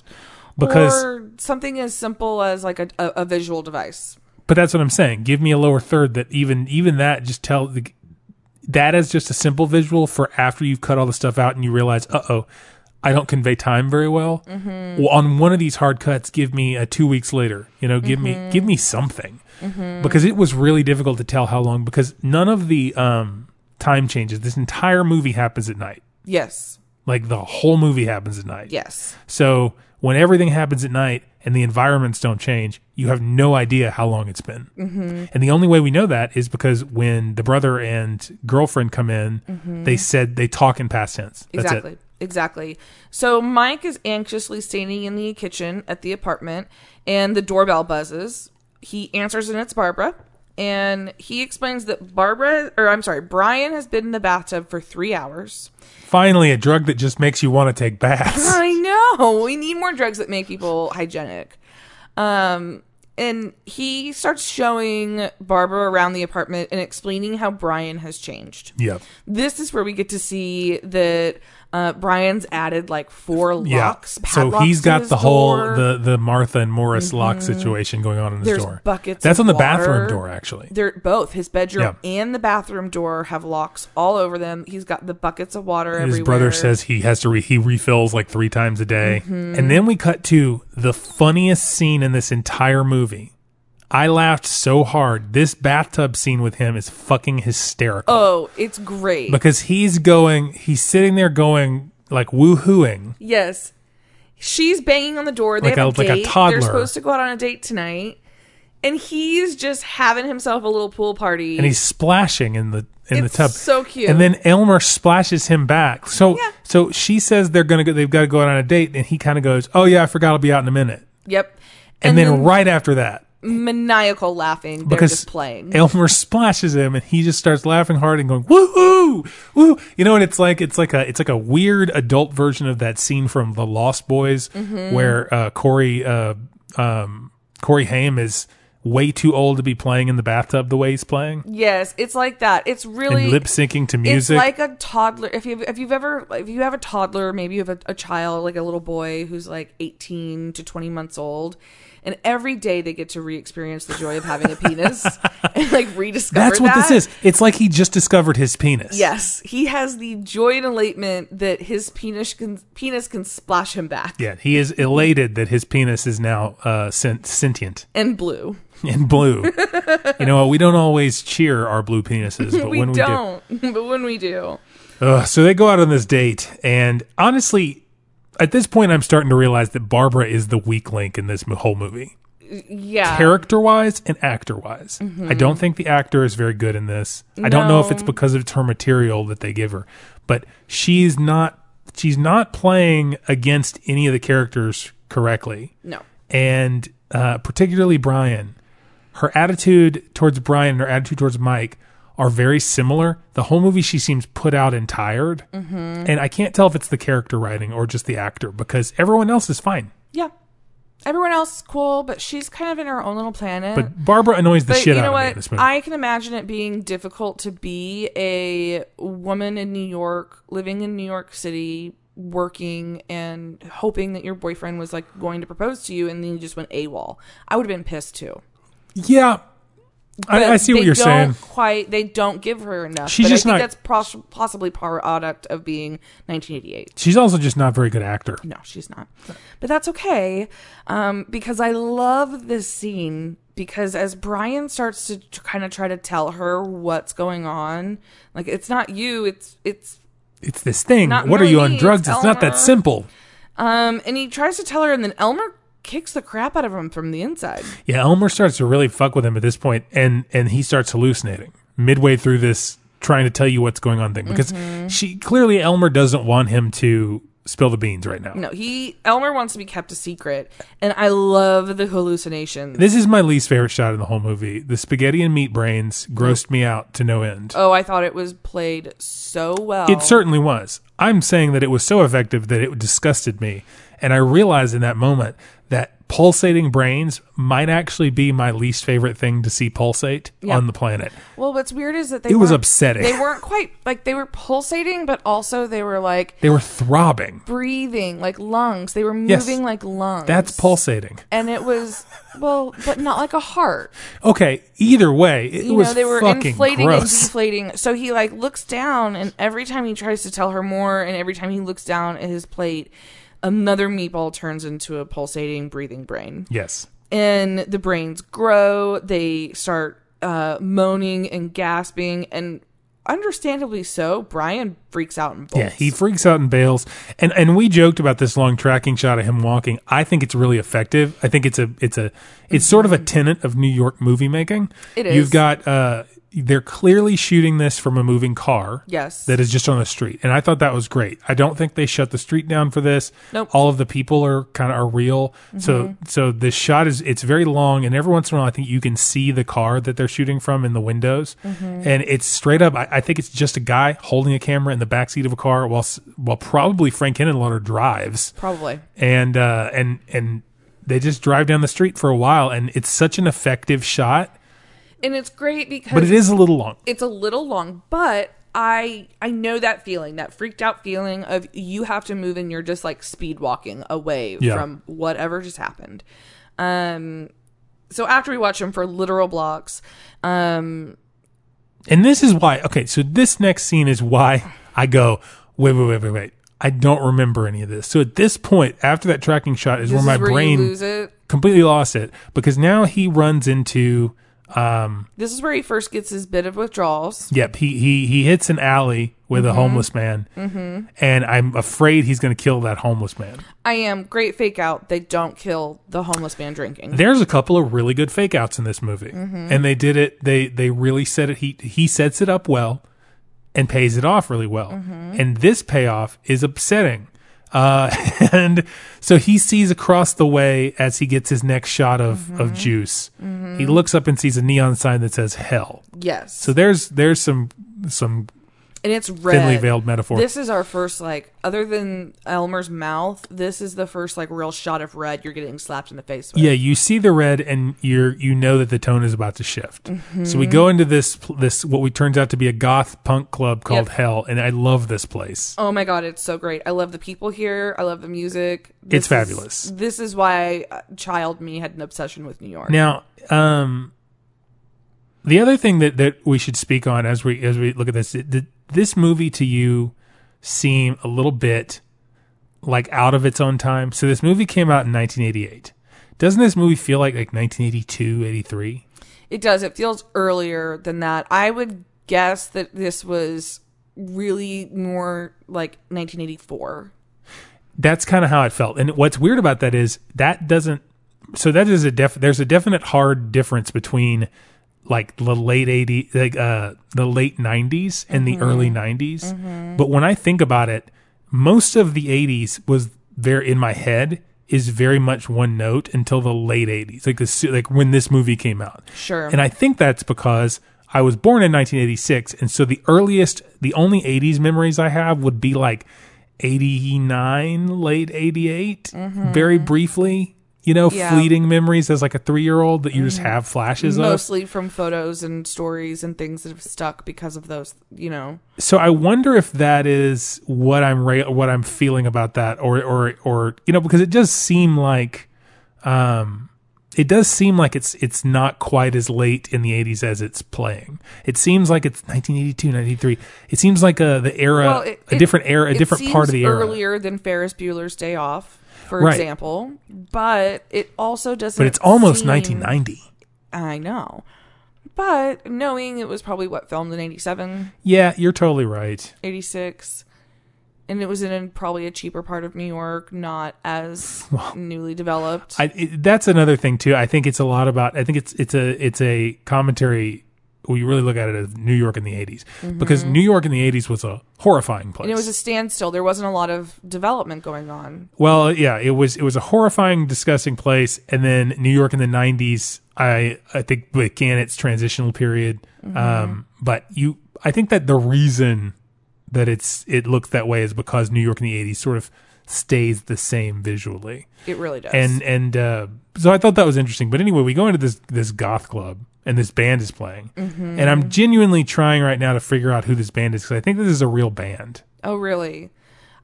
Speaker 6: Because,
Speaker 7: or something as simple as like a, a, a visual device.
Speaker 6: but that's what I'm saying. Give me a lower third that even even that just tell the that is just a simple visual for after you've cut all the stuff out and you realize, uh oh, I don't convey time very well. Well, on one of these hard cuts, give me a two weeks later. You know, give me give me something because it was really difficult to tell how long because none of the um, time changes. This entire movie happens at night.
Speaker 7: Yes.
Speaker 6: Like the whole movie happens at night.
Speaker 7: Yes.
Speaker 6: So when everything happens at night and the environments don't change, you have no idea how long it's been. Mm-hmm. And the only way we know that is because when the brother and girlfriend come in, they said they talk in past tense. That's
Speaker 7: Mm-hmm. Exactly.
Speaker 6: it.
Speaker 7: Exactly. So Mike is anxiously standing in the kitchen at the apartment, and the doorbell buzzes. He answers, and it's Barbara. And he explains that Barbara, or I'm sorry, Brian has been in the bathtub for three hours.
Speaker 6: Finally, a drug that just makes you want to take baths.
Speaker 7: I know. We need more drugs that make people hygienic. Um, and he starts showing Barbara around the apartment and explaining how Brian has changed.
Speaker 6: yep.
Speaker 7: This is where we get to see that uh, Brian's added like four
Speaker 6: Yeah.
Speaker 7: locks.
Speaker 6: So
Speaker 7: padlocks
Speaker 6: he's
Speaker 7: to
Speaker 6: got
Speaker 7: his
Speaker 6: the whole
Speaker 7: door. Mm-hmm.
Speaker 6: the the Martha and Morris lock situation going on in his
Speaker 7: There's
Speaker 6: door.
Speaker 7: buckets
Speaker 6: That's
Speaker 7: of
Speaker 6: on the
Speaker 7: water.
Speaker 6: bathroom door actually.
Speaker 7: They're both his bedroom
Speaker 6: Yeah.
Speaker 7: and the bathroom door have locks all over them. He's got the buckets of water
Speaker 6: His
Speaker 7: everywhere.
Speaker 6: brother says he has to re- he refills like three times a day,
Speaker 7: Mm-hmm.
Speaker 6: and then we cut to the funniest scene in this entire movie. I laughed so hard. This bathtub scene with him is fucking hysterical
Speaker 7: "Oh, it's great."
Speaker 6: because he's going, he's sitting there going like woohooing.
Speaker 7: Yes. She's banging on the door. They
Speaker 6: Like
Speaker 7: have
Speaker 6: a-
Speaker 7: a,
Speaker 6: like a
Speaker 7: date.
Speaker 6: toddler.
Speaker 7: They're supposed to go out on a date tonight. And he's just having himself a little pool party.
Speaker 6: and he's splashing in the in
Speaker 7: It's
Speaker 6: the tub.
Speaker 7: so cute.
Speaker 6: And then Elmer splashes him back. So
Speaker 7: Yeah.
Speaker 6: so she says they're gonna go, they've got to go out on a date, and he kind of goes, "Oh yeah, I forgot I'll be out in a minute."
Speaker 7: Yep.
Speaker 6: And, then, right after that,
Speaker 7: maniacal laughing. They're
Speaker 6: because
Speaker 7: just playing.
Speaker 6: Elmer splashes him, and he just starts laughing hard and going, "Woohoo, woo!" You know, and it's like it's like a it's like a weird adult version of that scene from The Lost Boys
Speaker 7: Mm-hmm.
Speaker 6: where uh, Corey uh, um, Corey Haim is way too old to be playing in the bathtub the way he's playing.
Speaker 7: yes, it's like that. It's really
Speaker 6: and lip syncing to music.
Speaker 7: It's like a toddler. If you if you've ever if you have a toddler, maybe you have a, a child like a little boy who's like eighteen to twenty months old, and every day they get to re-experience the joy of having a penis and like rediscover.
Speaker 6: That's what
Speaker 7: that.
Speaker 6: this is. It's like he just discovered his penis.
Speaker 7: Yes, he has the joy and elatement that his penis can penis can splash him back
Speaker 6: Yeah. He is elated that his penis is now uh, sen- sentient
Speaker 7: and blue.
Speaker 6: and blue. you know, we don't always cheer our blue penises, but
Speaker 7: We
Speaker 6: when we
Speaker 7: don't, but when we do,
Speaker 6: do. Ugh, Uh, so they go out on this date. And honestly, at this point, I'm starting to realize that Barbara is the weak link in this mo- whole movie.
Speaker 7: yeah,
Speaker 6: character wise and actor wise. I don't think the actor is very good in this. I don't know if it's because of her material that they give her, but she's not she's not playing against any of the characters correctly.
Speaker 7: no,
Speaker 6: And uh, particularly Brian, her attitude towards Brian and her attitude towards Mike are very similar. The whole movie she seems put out and tired.
Speaker 7: Mm-hmm.
Speaker 6: And I can't tell if it's the character writing or just the actor because everyone else is fine.
Speaker 7: yeah. Everyone else is cool, but she's kind of in her own little planet.
Speaker 6: But Barbara annoys the
Speaker 7: But
Speaker 6: shit
Speaker 7: you
Speaker 6: out of me
Speaker 7: know what?
Speaker 6: in this movie.
Speaker 7: I can imagine it being difficult to be a woman in New York, living in New York City, working and hoping that your boyfriend was like going to propose to you and then you just went AWOL. I would have been pissed too.
Speaker 6: Yeah. I, I
Speaker 7: But
Speaker 6: see what
Speaker 7: they
Speaker 6: you're
Speaker 7: don't
Speaker 6: saying.
Speaker 7: Quite, they don't give her enough.
Speaker 6: She's
Speaker 7: She's but
Speaker 6: just
Speaker 7: I think
Speaker 6: not-
Speaker 7: that's pos- possibly product of being 1988.
Speaker 6: She's also just not a very good actor.
Speaker 7: No, she's not. But that's okay um, because I love this scene because as Brian starts to kind of try to tell her what's going on, like it's not you, it's it's
Speaker 6: It's this thing.
Speaker 7: Not
Speaker 6: what are you
Speaker 7: really,
Speaker 6: on drugs?
Speaker 7: it's
Speaker 6: It's not that
Speaker 7: Elmer.
Speaker 6: simple.
Speaker 7: um and he tries to tell her and then Elmer kicks the crap out of him from the inside.
Speaker 6: Yeah, Elmer starts to really fuck with him at this point, and and he starts hallucinating midway through this trying to tell you what's going on thing because she clearly Elmer doesn't want him to spill the beans right now.
Speaker 7: No, he Elmer wants to be kept a secret and I love the hallucinations.
Speaker 6: This is my least favorite shot in the whole movie. The spaghetti and meat brains grossed me out to no end.
Speaker 7: oh, I thought it was played so well.
Speaker 6: It certainly was. I'm saying that it was so effective that it disgusted me. And I realized in that moment that pulsating brains might actually be my least favorite thing to see pulsate
Speaker 7: Yeah.
Speaker 6: on the planet.
Speaker 7: Well, what's weird is that they
Speaker 6: It was
Speaker 7: weren't-
Speaker 6: upsetting.
Speaker 7: They weren't quite like they were pulsating, but also they were like
Speaker 6: They were throbbing.
Speaker 7: breathing like lungs. They were moving
Speaker 6: Yes.
Speaker 7: like lungs.
Speaker 6: That's pulsating.
Speaker 7: And it was well, but not like a heart.
Speaker 6: Okay, either way, it
Speaker 7: You
Speaker 6: was
Speaker 7: know, they were
Speaker 6: fucking
Speaker 7: inflating and
Speaker 6: gross.
Speaker 7: deflating. So he like looks down, and every time he tries to tell her more, and every time he looks down at his plate, another meatball turns into a pulsating, breathing brain.
Speaker 6: yes.
Speaker 7: and the brains grow. They start uh, moaning and gasping, and understandably so. Brian freaks out and bolts.
Speaker 6: Yeah, he freaks out and bails. And and we joked about this long tracking shot of him walking. I think it's really effective. I think it's a it's a it's sort of a tenet of New York movie making.
Speaker 7: It is.
Speaker 6: You've got uh they're clearly shooting this from a moving car.
Speaker 7: Yes.
Speaker 6: That is just on the street. And I thought that was great. I don't think they shut the street down for this.
Speaker 7: Nope.
Speaker 6: All of the people are kind of are real. So so the shot is it's very long and every once in a while I think you can see the car that they're shooting from in the windows. And it's straight up I, I think it's just a guy holding a camera in the backseat of a car while s- while probably Frank Henenlotter drives
Speaker 7: probably.
Speaker 6: and uh and and they just drive down the street for a while and it's such an effective shot,
Speaker 7: And it's great because
Speaker 6: but it is a little long.
Speaker 7: it's a little long, but I I know that feeling, that freaked out feeling of you have to move and you're just like speed walking away
Speaker 6: Yeah.
Speaker 7: from whatever just happened. Um so after we watch him for literal blocks, um
Speaker 6: And this is why, okay, so this next scene is why I go, wait, wait, wait, wait, wait. I don't remember any of this. So at this point, after that tracking shot, is
Speaker 7: this
Speaker 6: where my
Speaker 7: is where
Speaker 6: brain
Speaker 7: you lose it.
Speaker 6: completely lost it because now he runs into, um,
Speaker 7: This is where he first gets his bit of withdrawals.
Speaker 6: yep, he he he hits an alley with
Speaker 7: Mm-hmm.
Speaker 6: a homeless man, and I'm afraid he's going to kill that homeless man.
Speaker 7: I am great fake out. They don't kill the homeless man drinking.
Speaker 6: There's a couple of really good fake outs in this movie, and they did it. They they really set it. He he sets it up well, and pays it off really well. And this payoff is upsetting. Uh, and so he sees across the way as he gets his next shot of of juice. He looks up and sees a neon sign that says hell.
Speaker 7: yes.
Speaker 6: So there's there's some some
Speaker 7: and it's red.
Speaker 6: veiled metaphor.
Speaker 7: This is our first like, other than Elmer's mouth, this is the first like real shot of red you're getting slapped in the face with.
Speaker 6: yeah, you see the red and you're you know that the tone is about to shift. So we go into this pl- this what we turns out to be a goth punk club called
Speaker 7: Yep.
Speaker 6: Hell and I love this place.
Speaker 7: Oh my god, it's so great! I love the people here. I love the music. This
Speaker 6: It's
Speaker 7: is-
Speaker 6: fabulous.
Speaker 7: this is why uh, child me had an obsession with New York.
Speaker 6: Now, um, the other thing that, that we should speak on as we as we look at this, did this movie to you seem a little bit like out of its own time? So this movie came out in 1988. Doesn't this movie feel like like 1982, 83?
Speaker 7: It does. It feels earlier than that. I would guess that this was really more like 1984.
Speaker 6: That's kind of how it felt. And what's weird about that is that doesn't. So that is a def. There's a definite hard difference between like the late 80s, like uh, the late 90s and the early 90s. But when I think about it, most of the 80s was there in my head is very much one note until the late 80s, like the su- like when this movie came out.
Speaker 7: Sure.
Speaker 6: And I think that's because I was born in 1986, and so the earliest, the only 80s memories I have would be like 89, late 88, very briefly. You know,
Speaker 7: Mm-hmm. Yeah. Mm-hmm.
Speaker 6: fleeting memories as like a three year old that you just have flashes of.
Speaker 7: mostly from photos and stories and things that have stuck because of those you know
Speaker 6: so I wonder if that is what I'm ra- what I'm feeling about that, or or or you know, because it does seem like, um, it does seem like it's it's not quite as late in the '80s as it's playing. It seems like it's 1982, 93. It seems like a the era,
Speaker 7: it-
Speaker 6: Uh, a
Speaker 7: it-
Speaker 6: different era, a
Speaker 7: it
Speaker 6: different part of
Speaker 7: seems
Speaker 6: the era.
Speaker 7: earlier than ferris bueller's day off for
Speaker 6: Right.
Speaker 7: example but it also doesn't
Speaker 6: but it's almost
Speaker 7: seem-
Speaker 6: 1990.
Speaker 7: i know but knowing it was probably what filmed in 87
Speaker 6: Yeah, you're totally right.
Speaker 7: 86 and it was in probably a cheaper part of new york not as newly developed
Speaker 6: I, it, that's another thing too. I think it's a lot about. I think it's it's a it's a commentary. We really look at it as New York in the '80s because New York in the '80s was a horrifying place.
Speaker 7: Mm-hmm. and it was a standstill there wasn't a lot of development going on
Speaker 6: well, yeah, it was it was a horrifying, disgusting place. And then New York in the '90s, I I think began its transitional period.
Speaker 7: Mm-hmm.
Speaker 6: Um, but you, I think that the reason that it's it looked that way is because New York in the '80s sort of stays the same visually.
Speaker 7: It really does.
Speaker 6: And and uh, so I thought that was interesting. But anyway, we go into this this goth club and this band is playing,
Speaker 7: Mm-hmm.
Speaker 6: and I'm genuinely trying right now to figure out who this band is because I think this is a real band.
Speaker 7: Oh, really?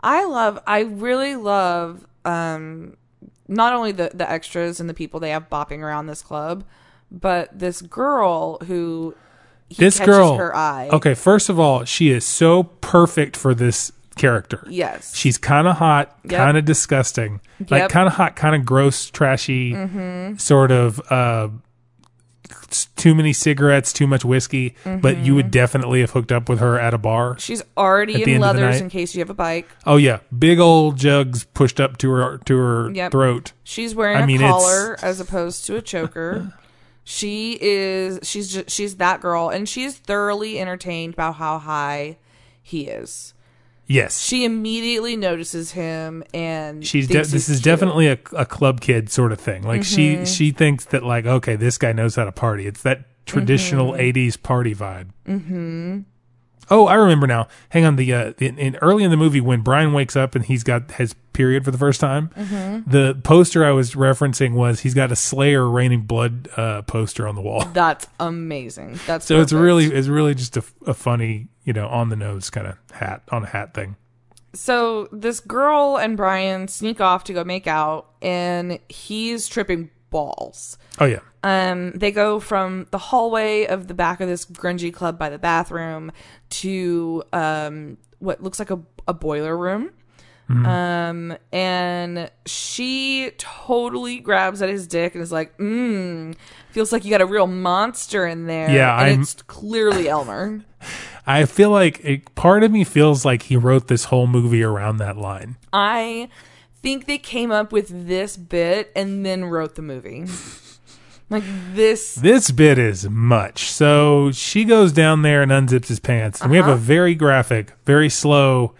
Speaker 7: I love. I really love. Um, not only the the extras and the people they have bopping around this club, but this girl who he
Speaker 6: this
Speaker 7: catches
Speaker 6: girl,
Speaker 7: her eye.
Speaker 6: okay. First of all, she is so perfect for this character.
Speaker 7: Yes.
Speaker 6: She's kind of hot,
Speaker 7: Yep.
Speaker 6: kind of disgusting, like
Speaker 7: Yep. Mm-hmm.
Speaker 6: kind of hot, kind of gross, trashy, sort of uh, s- too many cigarettes, too much whiskey. But you
Speaker 7: Mm-hmm.
Speaker 6: would definitely have hooked up with her at a bar.
Speaker 7: She's
Speaker 6: At
Speaker 7: already
Speaker 6: the
Speaker 7: in
Speaker 6: end of the
Speaker 7: leathers
Speaker 6: night.
Speaker 7: in case you have a bike.
Speaker 6: Oh yeah, big old jugs pushed up to her to her
Speaker 7: Yep.
Speaker 6: throat.
Speaker 7: She's wearing
Speaker 6: I
Speaker 7: a
Speaker 6: mean, it's-
Speaker 7: collar as opposed to a choker. she is she's just, she's that girl and she's thoroughly entertained by how high he is.
Speaker 6: Yes,
Speaker 7: She immediately notices him and
Speaker 6: she's de-
Speaker 7: thinks Mm-hmm.
Speaker 6: this
Speaker 7: he's
Speaker 6: is
Speaker 7: cute.
Speaker 6: definitely a, a club kid sort of thing like she she thinks that like okay this guy knows how to party it's that traditional
Speaker 7: Mm-hmm.
Speaker 6: 80s party vibe mm-hmm. oh i remember now hang on the uh in, in early in the movie when brian wakes up and he's got his period for the first time
Speaker 7: Mm-hmm.
Speaker 6: the poster i was referencing was he's got a slayer raining blood uh poster on the wall
Speaker 7: That's amazing. That's
Speaker 6: so it's
Speaker 7: perfect.
Speaker 6: really it's really just a, a funny you know on the nose kind of hat on a hat thing
Speaker 7: so this girl and Brian sneak off to go make out and he's tripping balls.
Speaker 6: oh yeah
Speaker 7: Um, they go from the hallway of the back of this grungy club by the bathroom to um, what looks like a, a boiler room.
Speaker 6: Mm-hmm.
Speaker 7: Um, and she totally grabs at his dick and is like, mmm, feels like you got a real monster in there.
Speaker 6: Yeah,
Speaker 7: and
Speaker 6: I'm-
Speaker 7: it's clearly Elmer.
Speaker 6: I feel like it, part of me feels like he wrote this whole movie around that line.
Speaker 7: I think they came up with this bit and then wrote the movie. like this
Speaker 6: This bit is much. So she goes down there and unzips his pants, and we
Speaker 7: Uh-huh.
Speaker 6: have a very graphic, very slow,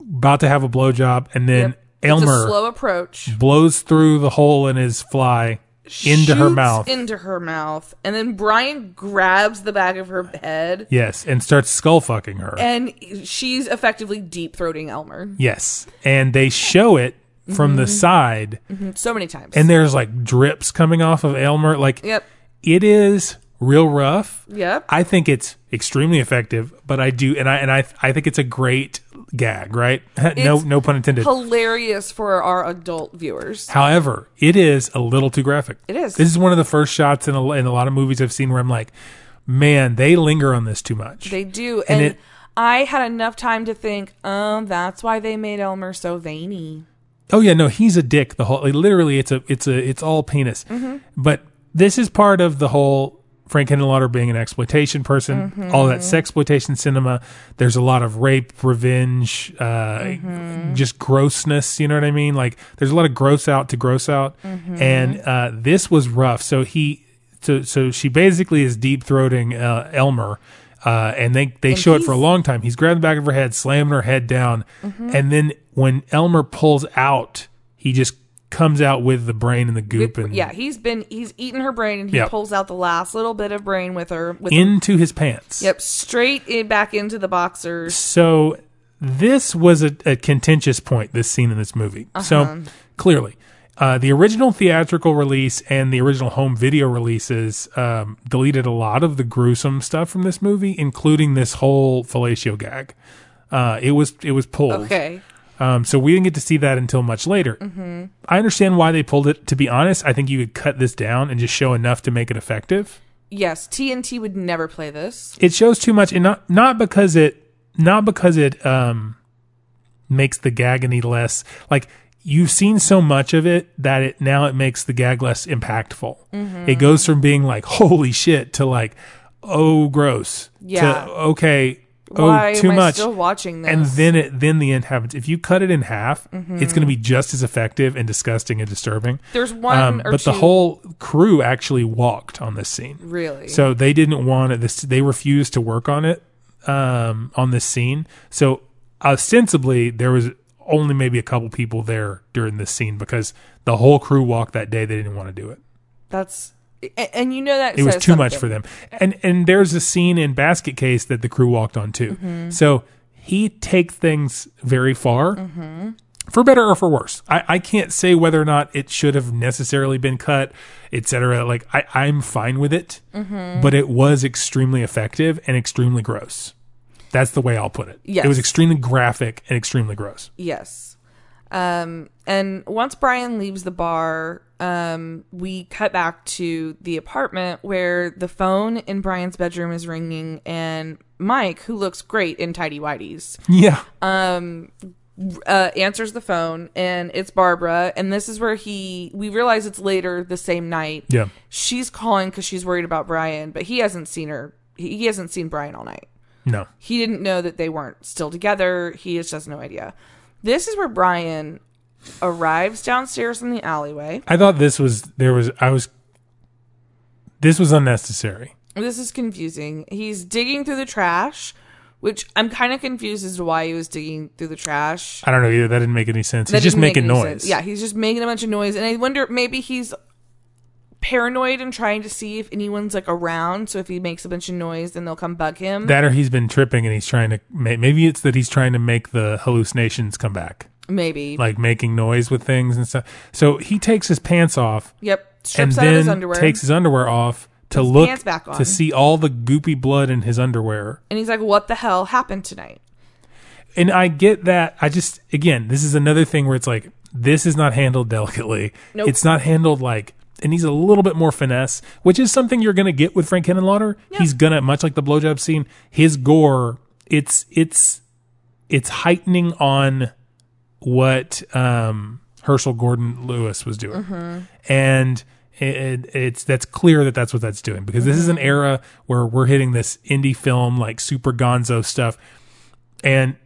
Speaker 6: uh, about to have a blowjob, and then
Speaker 7: Yep. It's a
Speaker 6: Elmer
Speaker 7: slow approach.
Speaker 6: blows through the hole in his fly into her
Speaker 7: shoots
Speaker 6: mouth.
Speaker 7: into her mouth, and then Brian grabs the back of her head,
Speaker 6: yes, and starts skull fucking her.
Speaker 7: and she's effectively deep throating Elmer
Speaker 6: yes, and they show it from
Speaker 7: Mm-hmm.
Speaker 6: the side,
Speaker 7: so many times.
Speaker 6: and there's like drips coming off of Elmer. Like
Speaker 7: yep,
Speaker 6: it is real rough.
Speaker 7: yep,
Speaker 6: I think it's extremely effective, but I do, and I and I I think it's a great gag, right? no,
Speaker 7: It's
Speaker 6: no pun intended.
Speaker 7: hilarious for our adult viewers.
Speaker 6: However, it is a little too graphic.
Speaker 7: It is.
Speaker 6: This is one of the first shots in a, in a lot of movies I've seen where I'm like, man, they linger on this too much.
Speaker 7: They do,
Speaker 6: And
Speaker 7: and,
Speaker 6: it-
Speaker 7: I had enough time to think. Um, that's why they made Elmer so veiny.
Speaker 6: oh yeah, no, he's a dick. The whole like, literally, it's a it's a it's all penis. But this is part of the whole. Frank Henenlotter being an exploitation person, all that sexploitation cinema. There's a lot of rape, revenge, uh, just grossness. You know what I mean? Like there's a lot of gross out to gross out, and uh, this was rough. So he, so so she basically is deep throating uh, Elmer, uh, and they they show it for a long time. He's grabbing the back of her head, slamming her head down, and then when Elmer pulls out, he just comes out with the brain and the goop and
Speaker 7: Yeah, he's been he's eaten her brain, and he
Speaker 6: Yep.
Speaker 7: pulls out the last little bit of brain with her. With
Speaker 6: into his pants.
Speaker 7: yep, straight in, back into the boxers.
Speaker 6: So this was a, a contentious point. This scene in this movie.
Speaker 7: Uh-huh.
Speaker 6: So clearly, uh, the original theatrical release and the original home video releases um, deleted a lot of the gruesome stuff from this movie, including this whole fellatio gag. Uh, it was it was pulled.
Speaker 7: Okay,
Speaker 6: Um, so we didn't get to see that until much later.
Speaker 7: Mm-hmm.
Speaker 6: I understand why they pulled it. To be honest, I think you could cut this down and just show enough to make it effective
Speaker 7: yes, TNT would never play this.
Speaker 6: it shows too much and not not because it not because it um makes the gag any less like you've seen so much of it that it now it makes the gag less impactful
Speaker 7: Mm-hmm.
Speaker 6: it goes from being like holy shit to like oh gross
Speaker 7: Yeah.
Speaker 6: to okay
Speaker 7: Why
Speaker 6: oh too
Speaker 7: am I
Speaker 6: much
Speaker 7: still watching this? Mm-hmm.
Speaker 6: and then it then the end happens if you cut it in half it's going to be just as effective and disgusting and disturbing
Speaker 7: there's one
Speaker 6: um,
Speaker 7: or
Speaker 6: but
Speaker 7: two.
Speaker 6: the whole crew actually walked on this scene
Speaker 7: really.
Speaker 6: so they didn't want it. This they refused to work on it um, on this scene. So ostensibly there was only maybe a couple people there during this scene because the whole crew walked that day. They didn't want to do it.
Speaker 7: that's and, and you know that
Speaker 6: It was
Speaker 7: says
Speaker 6: too much
Speaker 7: something. Mm-hmm.
Speaker 6: for them. And and there's a scene in Basket Case that the crew walked on too. So he takes things very far,
Speaker 7: Mm-hmm.
Speaker 6: for better or for worse. I, I can't say whether or not it should have necessarily been cut, etc. Like I, I'm fine with it,
Speaker 7: Mm-hmm.
Speaker 6: but it was extremely effective and extremely gross. That's the way I'll put it.
Speaker 7: Yes.
Speaker 6: It was extremely graphic and extremely gross.
Speaker 7: Yes. Um, and once Brian leaves the bar, um, we cut back to the apartment where the phone in Brian's bedroom is ringing, and Mike, who looks great in tidy whities,
Speaker 6: Yeah.
Speaker 7: uh, answers the phone, and it's Barbara. And this is where he we realize it's later the same night.
Speaker 6: Yeah.
Speaker 7: she's calling because she's worried about Brian, but he hasn't seen her. He he hasn't seen Brian all night.
Speaker 6: no.
Speaker 7: He didn't know that they weren't still together. He just has no idea. This is where Brian arrives downstairs in the alleyway.
Speaker 6: I thought this was there was I was this was unnecessary.
Speaker 7: This is confusing. He's digging through the trash, which I'm kind of confused as to why he was digging through the trash.
Speaker 6: I don't know either. That didn't make any sense.
Speaker 7: That
Speaker 6: He's just
Speaker 7: didn't make
Speaker 6: making
Speaker 7: any
Speaker 6: noise.
Speaker 7: sense. Yeah, he's just making a bunch of noise, and I wonder maybe he's paranoid and trying to see if anyone's like around. So if he makes a bunch of noise, then they'll come bug him.
Speaker 6: That or he's been tripping and he's trying to ma- maybe it's that he's trying to make the hallucinations come back,
Speaker 7: maybe.
Speaker 6: like making noise with things and stuff. So he takes his pants off
Speaker 7: yep.
Speaker 6: and
Speaker 7: Strips out
Speaker 6: then
Speaker 7: of his underwear,
Speaker 6: takes his underwear off to look
Speaker 7: pants back on.
Speaker 6: to see all the goopy blood in his underwear.
Speaker 7: and he's like, "What the hell happened tonight?"
Speaker 6: And I get that. I just again, this is another thing where it's like this is not handled delicately.
Speaker 7: Nope.
Speaker 6: It's not handled like it needs a little bit more finesse, which is something you're going to get with Frank Henenlotter. He's gonna much like the blowjob scene. His gore, it's it's it's heightening on what um, Herschel Gordon Lewis was doing, and it, it's that's clear that that's what that's doing because this is an era where we're hitting this indie film like super gonzo stuff, and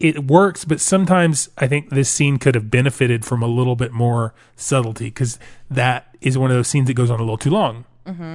Speaker 6: it works. But sometimes I think this scene could have benefited from a little bit more subtlety because that is one of those scenes that goes on a little too long.
Speaker 7: Mm-hmm.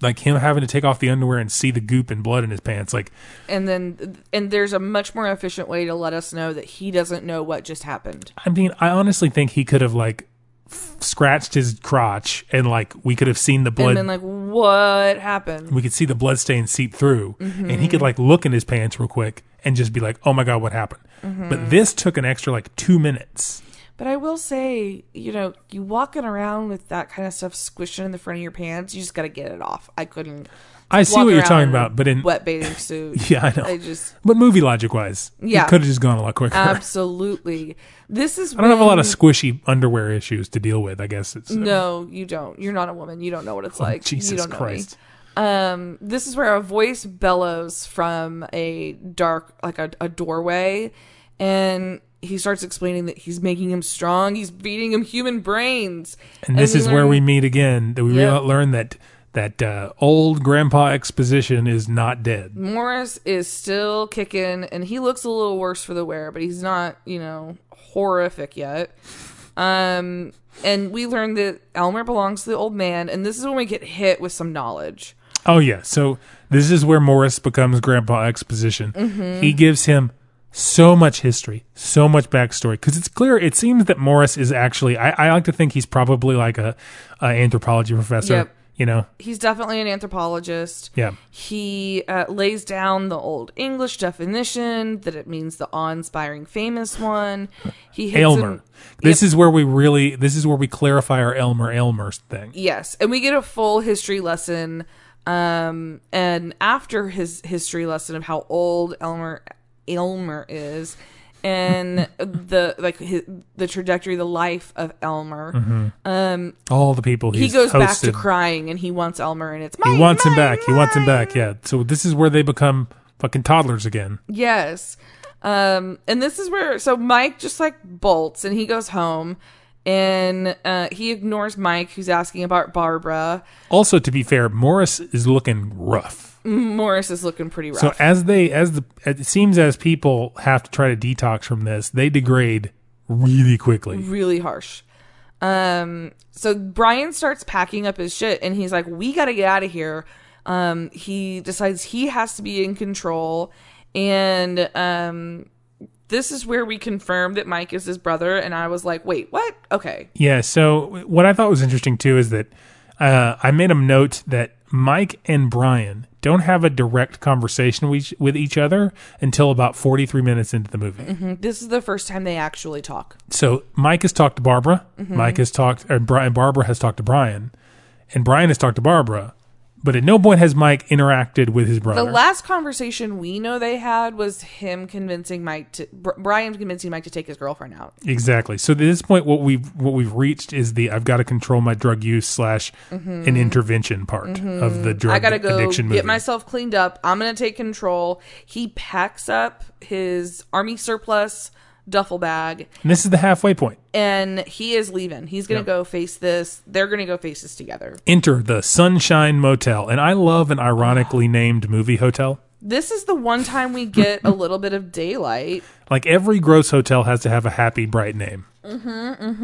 Speaker 6: Like him having to take off the underwear and see the goop and blood in his pants, like
Speaker 7: and then and there's a much more efficient way to let us know that he doesn't know what just happened.
Speaker 6: I mean, I honestly think he could have like f- scratched his crotch and like we could have seen the blood.
Speaker 7: And then like, what happened?
Speaker 6: we could see the blood stain seep through, and
Speaker 7: Mm-hmm.
Speaker 6: he could like look in his pants real quick and just be like, "Oh my god, what happened?"
Speaker 7: Mm-hmm.
Speaker 6: But this took an extra like two minutes.
Speaker 7: But I will say, you know, you walking around with that kind of stuff squishing in the front of your pants, you just got to get it off. I couldn't.
Speaker 6: I see
Speaker 7: walk
Speaker 6: what you're
Speaker 7: around
Speaker 6: talking
Speaker 7: in a
Speaker 6: about, but in
Speaker 7: wet bathing suit.
Speaker 6: yeah, I know.
Speaker 7: I just
Speaker 6: but movie logic wise,
Speaker 7: Yeah.
Speaker 6: it could have just gone a lot quicker.
Speaker 7: absolutely. This is.
Speaker 6: I don't have a lot of squishy underwear issues to deal with. I guess it's uh,
Speaker 7: No, you don't. You're not a woman. You don't know what it's like. you
Speaker 6: Oh, Jesus
Speaker 7: don't know me.
Speaker 6: Christ.
Speaker 7: Um, this is where a voice bellows from a dark, like a, a doorway, and he starts explaining that he's making him strong. He's feeding him human brains.
Speaker 6: And this
Speaker 7: we
Speaker 6: is where
Speaker 7: learn-
Speaker 6: we meet again. That we
Speaker 7: Yeah.
Speaker 6: real learn that that uh, old grandpa exposition is not
Speaker 7: Mm-hmm.
Speaker 6: dead.
Speaker 7: Morris is still kicking, and he looks a little worse for the wear, but he's not, you know, horrific yet. Um, and we learn that Elmer belongs to the old man, and this is when we get hit with some knowledge.
Speaker 6: Oh yeah, so this is where Morris becomes Grandpa Exposition.
Speaker 7: Mm-hmm.
Speaker 6: He gives him so much history, so much backstory, because it's clear. It seems that Morris is actually. I, I like to think he's probably like a, a anthropology professor.
Speaker 7: Yep.
Speaker 6: You know,
Speaker 7: He's definitely an anthropologist.
Speaker 6: Yeah.
Speaker 7: He uh, lays down the old English definition that it means the awe-inspiring famous one. He hits
Speaker 6: Aylmer.
Speaker 7: him-
Speaker 6: This is where we really. This is where we clarify our Elmer Elmer thing.
Speaker 7: Yes, and we get a full history lesson. Um, and after his history lesson of how old Elmer Elmer is, and the like his, the trajectory, the life of Elmer, um,
Speaker 6: All the people
Speaker 7: he
Speaker 6: Mm-hmm. he's
Speaker 7: goes back to
Speaker 6: hosted.
Speaker 7: crying, and he wants Elmer, and it's
Speaker 6: He
Speaker 7: mine,
Speaker 6: wants him
Speaker 7: mine,
Speaker 6: back. He wants him
Speaker 7: mine.
Speaker 6: back. Yeah. So this is where they become fucking toddlers again.
Speaker 7: Yes. Um, and this is where so Mike just like bolts and he goes home and uh, he ignores Mike who's asking about Barbara.
Speaker 6: Also, to be fair, Morris is looking rough.
Speaker 7: Morris is looking pretty rough.
Speaker 6: So as they as the it seems as people have to try to detox from this, they degrade really quickly.
Speaker 7: really harsh. Um, so Brian starts packing up his shit and he's like, we got to get out of here. Um, he decides he has to be in control. And um, this is where we confirm that Mike is his brother. And I was like, wait, what? Okay.
Speaker 6: Yeah. So what I thought was interesting too is that uh, I made a note that Mike and Brian don't have a direct conversation with each- with each other until about 43 minutes into the movie.
Speaker 7: This is the first time they actually talk.
Speaker 6: So Mike has talked to Barbara.
Speaker 7: Mm-hmm.
Speaker 6: Mike has talked, and Brian, Barbara has talked to Brian, and Brian has talked to Barbara. But at no point has Mike interacted with his brother.
Speaker 7: The last conversation we know they had was him convincing Mike to Br- Brian convincing Mike to take his girlfriend out.
Speaker 6: exactly. So at this point, what we've what we've reached is the I've got to control my drug use slash an intervention part of the drug
Speaker 7: Mm-hmm. I gotta go
Speaker 6: addiction movie.
Speaker 7: get myself cleaned up. I'm gonna take control. He packs up his army surplus duffel bag
Speaker 6: and this is the halfway point.
Speaker 7: and he is leaving. He's gonna go face this. They're gonna go face this together.
Speaker 6: Enter the Sunshine Motel, and I love an ironically named movie hotel.
Speaker 7: This is the one time we get a little bit of daylight.
Speaker 6: Like every gross hotel has to have a happy, bright name.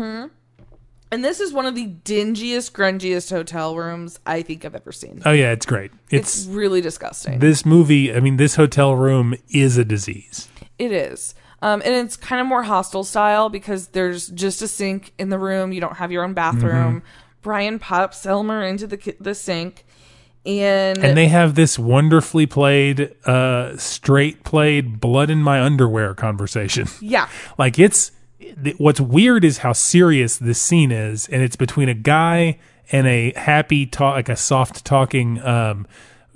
Speaker 7: And this is one of the dingiest, grungiest hotel rooms I think I've ever seen.
Speaker 6: Oh yeah, it's great. It's,
Speaker 7: It's really disgusting.
Speaker 6: this movie. I mean, this hotel room is a disease.
Speaker 7: It is. Um, and it's kind of more hostel style because there's just a sink in the room. You don't have your own bathroom.
Speaker 6: Mm-hmm.
Speaker 7: Brian pops Elmer into the ki- the sink, and,
Speaker 6: and they have this wonderfully played uh straight played blood in my underwear conversation
Speaker 7: yeah,
Speaker 6: like it's th- what's weird is how serious this scene is and it's between a guy and a happy talk like a soft talking um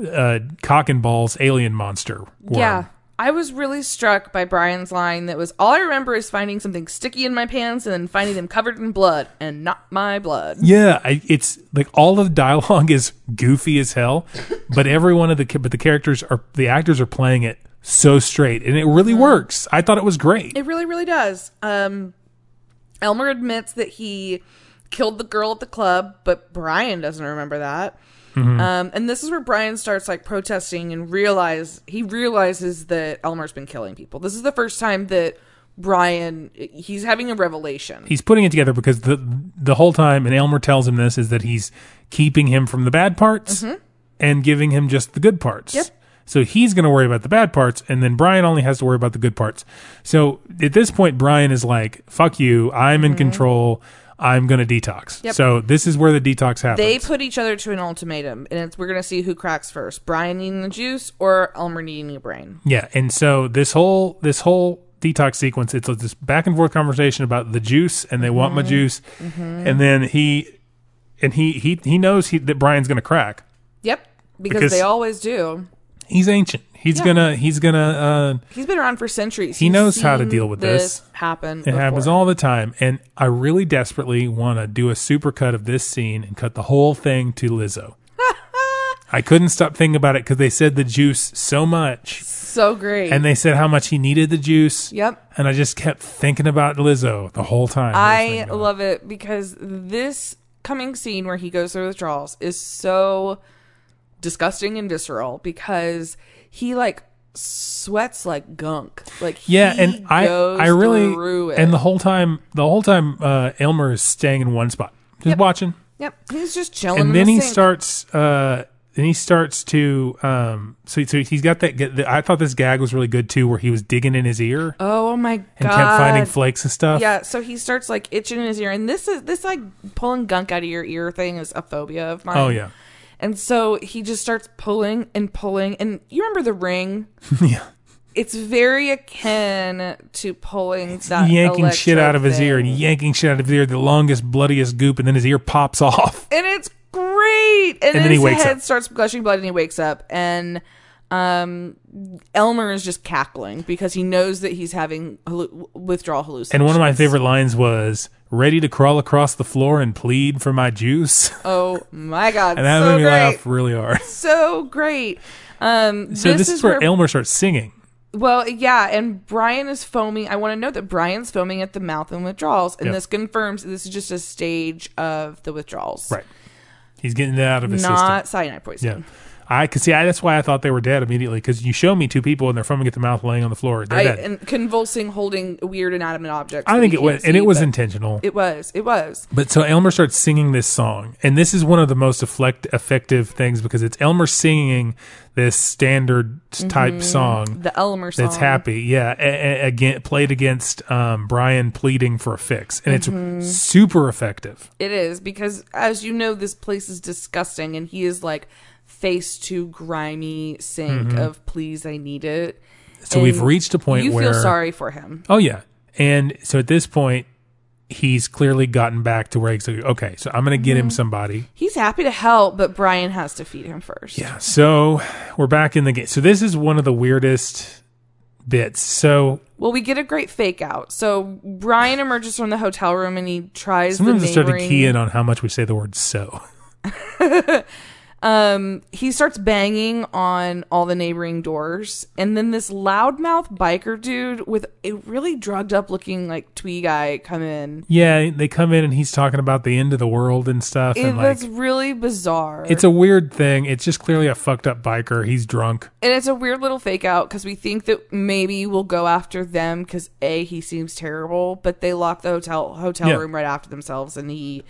Speaker 6: uh cock and balls alien monster worm.
Speaker 7: yeah. I was really struck by Brian's line that was all I remember is finding something sticky in my pants and then finding them covered in blood and not my blood.
Speaker 6: Yeah, I, it's like all of the dialogue is goofy as hell, but every one of the ca- but the characters are the actors are playing it so straight, and it really works. I thought it was great.
Speaker 7: It really, really does. Um, Elmer admits that he killed the girl at the club, but Brian doesn't remember that.
Speaker 6: Mm-hmm.
Speaker 7: Um, and this is where Brian starts like protesting and realize he realizes that Elmer's been killing people. This is the first time that Brian he's having a revelation.
Speaker 6: He's putting it together because the the whole time, and Elmer tells him this is that he's keeping him from the bad parts and giving him just the good parts.
Speaker 7: Mm-hmm. Yep.
Speaker 6: So he's going to worry about the bad parts, and then Brian only has to worry about the good parts. So at this point, Brian is like, "Fuck you! I'm in control. I'm going to detox."
Speaker 7: Mm-hmm. Yep.
Speaker 6: So this is where the detox happens.
Speaker 7: They put each other to an ultimatum, and it's we're gonna see who cracks first: Brian needing the juice or Elmer needing a brain.
Speaker 6: Yeah, and so this whole this whole detox sequence, it's this back and forth conversation about the juice, and they want my
Speaker 7: Mm-hmm.
Speaker 6: juice, and then he and he he he knows he, that Brian's gonna crack.
Speaker 7: Yep, because,
Speaker 6: Because-
Speaker 7: they always do.
Speaker 6: He's ancient. He's gonna he's gonna uh,
Speaker 7: He's been around for centuries.
Speaker 6: He
Speaker 7: He's
Speaker 6: knows how to
Speaker 7: seen
Speaker 6: deal with this.
Speaker 7: happen.
Speaker 6: it happens
Speaker 7: before.
Speaker 6: all the time, and I really desperately want to do a super cut of this scene and cut the whole thing to Lizzo. I couldn't stop thinking about it because they said the juice so much,
Speaker 7: So great.
Speaker 6: and they said how much he needed the juice.
Speaker 7: Yep.
Speaker 6: And I just kept thinking about Lizzo the whole time.
Speaker 7: I
Speaker 6: was thinking about
Speaker 7: love it because this coming scene where he goes through withdrawals is so disgusting and visceral because he like sweats like gunk. Like
Speaker 6: Yeah,
Speaker 7: he
Speaker 6: and I
Speaker 7: goes
Speaker 6: I
Speaker 7: through
Speaker 6: really
Speaker 7: it.
Speaker 6: and the whole time the whole time uh, Elmer is staying in one spot, just watching,
Speaker 7: yep he's just chilling.
Speaker 6: and
Speaker 7: in
Speaker 6: then
Speaker 7: the
Speaker 6: he
Speaker 7: sink.
Speaker 6: starts. Uh, then he starts to. Um, so so he's got that. g- The, I thought this gag was really good too, where he was digging in his ear
Speaker 7: Oh my god!
Speaker 6: and kept finding flakes of stuff.
Speaker 7: Yeah, so he starts like itching in his ear, and this is this like pulling gunk out of your ear thing is a phobia of mine.
Speaker 6: Oh, yeah.
Speaker 7: And so he just starts pulling and pulling, and you remember the ring?
Speaker 6: yeah.
Speaker 7: It's very akin to pulling that
Speaker 6: Yanking shit
Speaker 7: Uh, electric
Speaker 6: out of his ear and
Speaker 7: thing.
Speaker 6: yanking shit out of his ear, the longest, bloodiest goop, and then his ear pops off.
Speaker 7: and it's great. And, then,
Speaker 6: then he
Speaker 7: his
Speaker 6: wakes
Speaker 7: head
Speaker 6: up.
Speaker 7: starts gushing blood, and he wakes up, and um, Elmer is just cackling because he knows that he's having hallu- withdrawal hallucinations.
Speaker 6: And one of my favorite lines was, "Ready to crawl across the floor and plead for my juice,"
Speaker 7: oh my god,
Speaker 6: and that
Speaker 7: so
Speaker 6: made me
Speaker 7: great.
Speaker 6: laugh really hard.
Speaker 7: so great. Um,
Speaker 6: So this, is, where Elmer starts singing.
Speaker 7: well, yeah, and Brian is foaming. I want to note that Brian's foaming at the mouth and withdrawals, and
Speaker 6: Yep.
Speaker 7: this confirms that this is just a stage of the withdrawals,
Speaker 6: Right. He's getting that out of his
Speaker 7: Not cyanide poison.
Speaker 6: system. Yeah. I could see. I, that's why I thought they were dead immediately because you show me two people and they're foaming at the mouth, laying on the floor. They're
Speaker 7: I,
Speaker 6: dead.
Speaker 7: and convulsing, holding weird inanimate objects.
Speaker 6: I
Speaker 7: that
Speaker 6: think
Speaker 7: we
Speaker 6: it
Speaker 7: can't
Speaker 6: was, and it
Speaker 7: see,
Speaker 6: was
Speaker 7: but
Speaker 6: intentional.
Speaker 7: It was. It was.
Speaker 6: but so Elmer starts singing this song, and this is one of the most effect, effective things because it's Elmer singing this standard type song
Speaker 7: The Elmer Mm-hmm. song.
Speaker 6: that's happy. Yeah, a- a- again, played against um, Brian pleading for a fix, and
Speaker 7: Mm-hmm.
Speaker 6: it's super effective.
Speaker 7: It is because, as you know, this place is disgusting, and he is like face to grimy sink of please I need it.
Speaker 6: Mm-hmm. So we've reached a point
Speaker 7: you
Speaker 6: where-
Speaker 7: feel sorry for him.
Speaker 6: Oh yeah. And so at this point, he's clearly gotten back to where he's like, okay, so I'm gonna get
Speaker 7: Mm-hmm.
Speaker 6: him somebody.
Speaker 7: He's happy to help, but Brian has to feed him first.
Speaker 6: Yeah. So we're back in the game. So this is one of the weirdest bits. So
Speaker 7: Well, we get a great fake out. So Brian emerges from the hotel room and he tries
Speaker 6: sometimes
Speaker 7: the
Speaker 6: I start
Speaker 7: neighboring.
Speaker 6: to key in on how much we say the word so.
Speaker 7: um, he starts banging on all the neighboring doors, and then this loudmouth biker dude with a really drugged up looking like twee guy come in.
Speaker 6: Yeah, they come in and he's talking about the end of the world and stuff
Speaker 7: It
Speaker 6: and like
Speaker 7: was really bizarre.
Speaker 6: it's a weird thing. It's just clearly a fucked up biker. He's drunk.
Speaker 7: and it's a weird little fake out because we think that maybe we'll go after them because a he seems terrible, but they lock the hotel hotel
Speaker 6: Yeah.
Speaker 7: room right after themselves, and he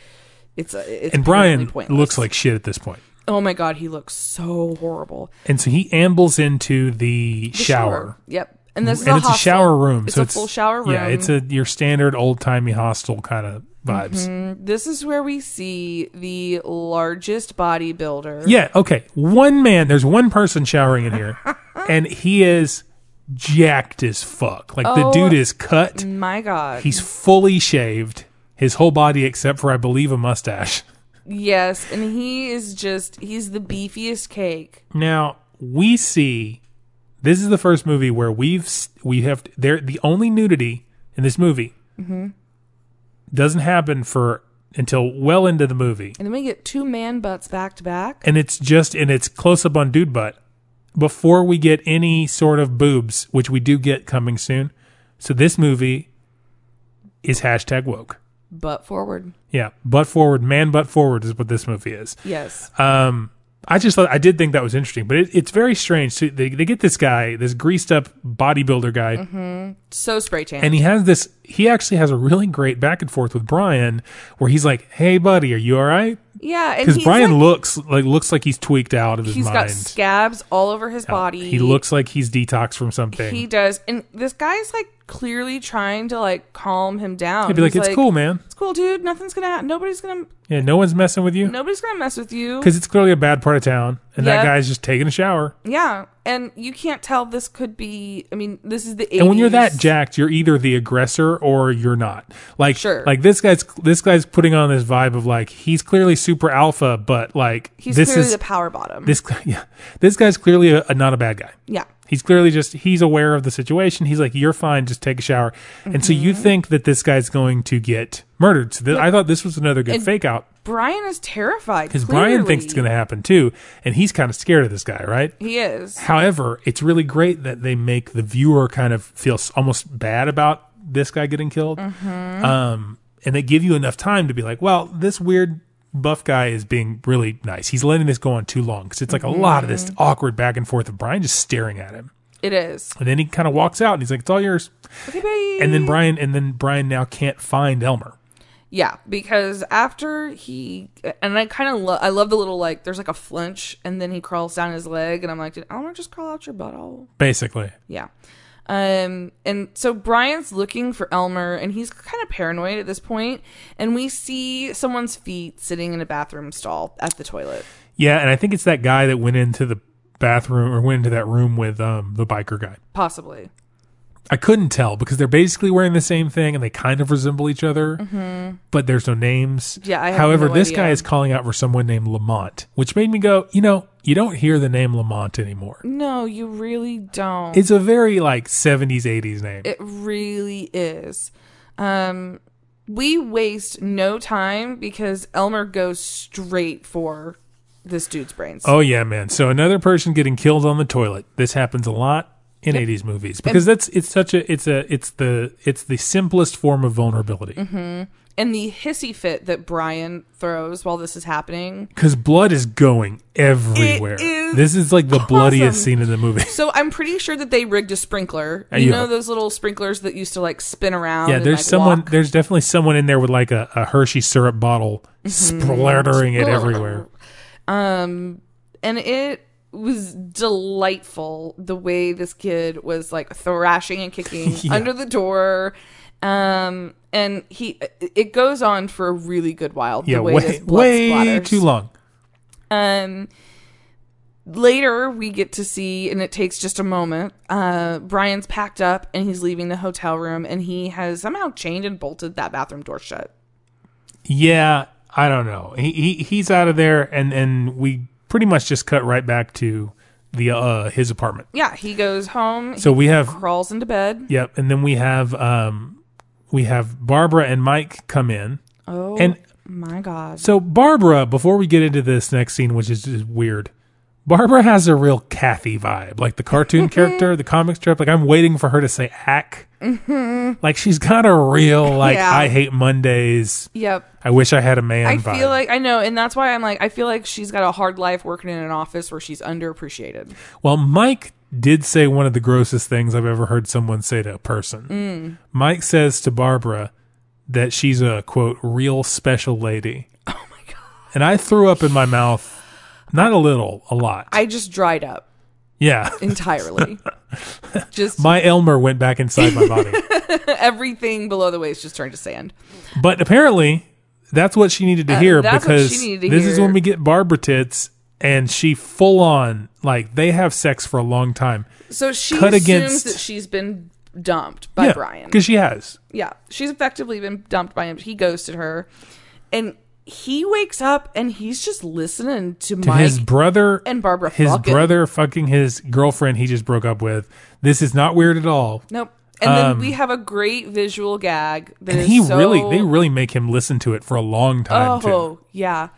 Speaker 7: it's it's
Speaker 6: And Brian
Speaker 7: apparently pointless.
Speaker 6: looks like shit at this point.
Speaker 7: oh my god he looks so horrible.
Speaker 6: And so he ambles into the,
Speaker 7: The
Speaker 6: shower.
Speaker 7: Yep, and this is
Speaker 6: and it's a
Speaker 7: hostel.
Speaker 6: shower room.
Speaker 7: It's
Speaker 6: so
Speaker 7: a full shower room. Mm-hmm.
Speaker 6: Yeah, it's a your standard old timey hostel kind of vibes.
Speaker 7: This is where we see the largest bodybuilder.
Speaker 6: Yeah, okay. One man, there's one person showering in here, and he is jacked as fuck. Like the
Speaker 7: Oh.
Speaker 6: dude is cut.
Speaker 7: My God.
Speaker 6: He's fully shaved, his whole body except for I believe a mustache.
Speaker 7: yes, and he is just—he's the beefiest cake.
Speaker 6: Now we see this is the first movie where we've s- we have there the only nudity in this movie doesn't happen for until well into the movie,
Speaker 7: And then we get two man butts back to back.
Speaker 6: and it's just and it's close up on dude butt before we get any sort of boobs, which we do get coming soon. So this movie is hashtag woke.
Speaker 7: Butt forward.
Speaker 6: Yeah, butt forward, man, butt forward is what this movie is.
Speaker 7: Yes.
Speaker 6: Um, I just thought I did think that was interesting, but it, it's very strange. So they they get this guy, this greased up bodybuilder guy,
Speaker 7: Mm-hmm. So spray tan.
Speaker 6: and he has this. He actually has a really great back and forth with Brian, where he's like, "Hey, buddy, are you all right?"
Speaker 7: yeah, and
Speaker 6: Because
Speaker 7: he's
Speaker 6: Brian
Speaker 7: like,
Speaker 6: looks like looks like he's tweaked out of his
Speaker 7: he's
Speaker 6: mind. Oh,
Speaker 7: got scabs all over his body.
Speaker 6: He looks like he's detoxed from something.
Speaker 7: He
Speaker 6: He'd
Speaker 7: does, and this guy's like clearly trying to like calm him down.
Speaker 6: be like,
Speaker 7: He's
Speaker 6: "It's cool, man.
Speaker 7: It's cool, dude. Nothing's gonna. Ha- nobody's gonna.
Speaker 6: Yeah, no one's messing with you."
Speaker 7: Nobody's gonna mess with you.
Speaker 6: Because it's clearly a bad part of town, and that
Speaker 7: Yeah.
Speaker 6: guy's just taking a shower.
Speaker 7: Yeah, and you can't tell this could be. I mean, this is the 80s.
Speaker 6: And when you're that jacked, you're either the aggressor or you're not. Like,
Speaker 7: Sure.
Speaker 6: like this guy's this guy's putting on this vibe of like he's clearly super alpha, but like
Speaker 7: he's
Speaker 6: this
Speaker 7: clearly
Speaker 6: is
Speaker 7: the power bottom.
Speaker 6: this guy- yeah, this guy's clearly a, a- not a bad guy.
Speaker 7: yeah,
Speaker 6: He's clearly just he's aware of the situation. He's like, you're fine, just take a shower. And so you
Speaker 7: Mm-hmm.
Speaker 6: think that this guy's going to get murdered. So th- I thought this was another good
Speaker 7: And-
Speaker 6: fake out
Speaker 7: Brian is terrified
Speaker 6: because Brian thinks it's going to happen too, and he's kind of scared of this guy, right?
Speaker 7: He is.
Speaker 6: However, it's really great that they make the viewer kind of feel s- almost bad about this guy getting killed.
Speaker 7: Mm-hmm.
Speaker 6: Um, and they give you enough time to be like, well, this weird buff guy is being really nice. He's letting this go on too long because it's like a lot of this
Speaker 7: Mm-hmm.
Speaker 6: awkward back and forth of Brian just staring at him.
Speaker 7: It is.
Speaker 6: And then he kind of walks out and he's like, it's all yours.
Speaker 7: Okay, bye.
Speaker 6: And then Brian, and then Brian now can't find Elmer.
Speaker 7: yeah, because after he and I kind of lo- I love the little like there's like a flinch and then he crawls down his leg and I'm like, did Elmer just crawl out your butthole?
Speaker 6: Basically,
Speaker 7: Yeah. Um, and so Brian's looking for Elmer and he's kind of paranoid at this point, And we see someone's feet sitting in a bathroom stall at the toilet.
Speaker 6: yeah. And I think it's that guy that went into the bathroom or went into that room with um, the biker guy.
Speaker 7: Possibly.
Speaker 6: I couldn't tell because they're basically wearing the same thing and they kind of resemble each other, but there's no names.
Speaker 7: Mm-hmm. Yeah, I have
Speaker 6: However,
Speaker 7: no
Speaker 6: this
Speaker 7: idea.
Speaker 6: guy is calling out for someone named Lamont, which made me go, you know, you don't hear the name Lamont anymore.
Speaker 7: No, you really don't.
Speaker 6: It's a very like 70s, 80s name.
Speaker 7: it really is. Um, we waste no time because Elmer goes straight for this dude's brains.
Speaker 6: oh, yeah, man. So another person getting killed on the toilet. This happens a lot in 80s movies because that's it's such a it's a it's the it's the simplest form of
Speaker 7: Mm-hmm.
Speaker 6: vulnerability
Speaker 7: And the hissy fit that Brian throws while this is happening.
Speaker 6: because blood is going everywhere
Speaker 7: is
Speaker 6: this is like the bloodiest
Speaker 7: awesome.
Speaker 6: scene in the movie
Speaker 7: So I'm pretty sure that they rigged a sprinkler.
Speaker 6: Uh,
Speaker 7: You
Speaker 6: yeah.
Speaker 7: know those little sprinklers that used to like spin around.
Speaker 6: Yeah,
Speaker 7: and,
Speaker 6: there's
Speaker 7: like,
Speaker 6: someone.
Speaker 7: walk?
Speaker 6: There's definitely someone in there with like a, a Hershey syrup bottle
Speaker 7: Mhm.
Speaker 6: splattering it everywhere.
Speaker 7: Um, and it was delightful the way this kid was like thrashing and kicking
Speaker 6: Yeah.
Speaker 7: under the door. Um, and he it goes on for a really good while.
Speaker 6: Yeah,
Speaker 7: the way,
Speaker 6: way
Speaker 7: this blood
Speaker 6: way
Speaker 7: splatters.
Speaker 6: too long.
Speaker 7: Um, Later, we get to see, and it takes just a moment. Uh, Brian's packed up and he's leaving the hotel room, and he has somehow chained and bolted that bathroom door shut.
Speaker 6: Yeah, I don't know. He, he he's out of there, and and we pretty much just cut right back to the uh his apartment.
Speaker 7: Yeah, he goes home.
Speaker 6: So
Speaker 7: he
Speaker 6: we have
Speaker 7: crawls into bed.
Speaker 6: Yep, and then we have um we have Barbara and Mike come in.
Speaker 7: Oh,
Speaker 6: And
Speaker 7: my God.
Speaker 6: so Barbara, before we get into this next scene, which is just weird, Barbara has a real Kathy vibe, like the cartoon
Speaker 7: Mm-hmm.
Speaker 6: character, the comic strip. Like I'm waiting for her to say hack. Like she's got a real like
Speaker 7: Mm-hmm. Yeah.
Speaker 6: I hate Mondays.
Speaker 7: Yep.
Speaker 6: I wish I had a man.
Speaker 7: I
Speaker 6: vibe.
Speaker 7: feel like I know, and that's why I'm like I feel like she's got a hard life working in an office where she's underappreciated.
Speaker 6: Well, Mike did say one of the grossest things I've ever heard someone say to a person.
Speaker 7: Mm.
Speaker 6: Mike says to Barbara that she's a quote real special lady. Oh my god! And I threw up in my mouth, not a little, a lot.
Speaker 7: I just dried up
Speaker 6: yeah,
Speaker 7: entirely. just
Speaker 6: my Elmer went back inside my body.
Speaker 7: everything below the waist just turned to sand.
Speaker 6: but apparently, that's what she needed to hear
Speaker 7: Uh, that's what
Speaker 6: because
Speaker 7: she needed to
Speaker 6: this is
Speaker 7: hear.
Speaker 6: when we get Barbara tits, and she full on like they have sex for a long time.
Speaker 7: So she
Speaker 6: Cut
Speaker 7: assumes
Speaker 6: against-
Speaker 7: that she's been dumped by Brian.
Speaker 6: because she has.
Speaker 7: Yeah, she's effectively been dumped by him. He ghosted her, and he wakes up and he's just listening to,
Speaker 6: to
Speaker 7: Mike.
Speaker 6: his brother
Speaker 7: and Barbara
Speaker 6: His
Speaker 7: fucking-
Speaker 6: brother fucking his girlfriend he just broke up with. This is not weird at all.
Speaker 7: nope. And then we have a great visual gag that
Speaker 6: Um, And
Speaker 7: is
Speaker 6: he
Speaker 7: so-
Speaker 6: really, they really make him listen to it for a long time too.
Speaker 7: Oh yeah,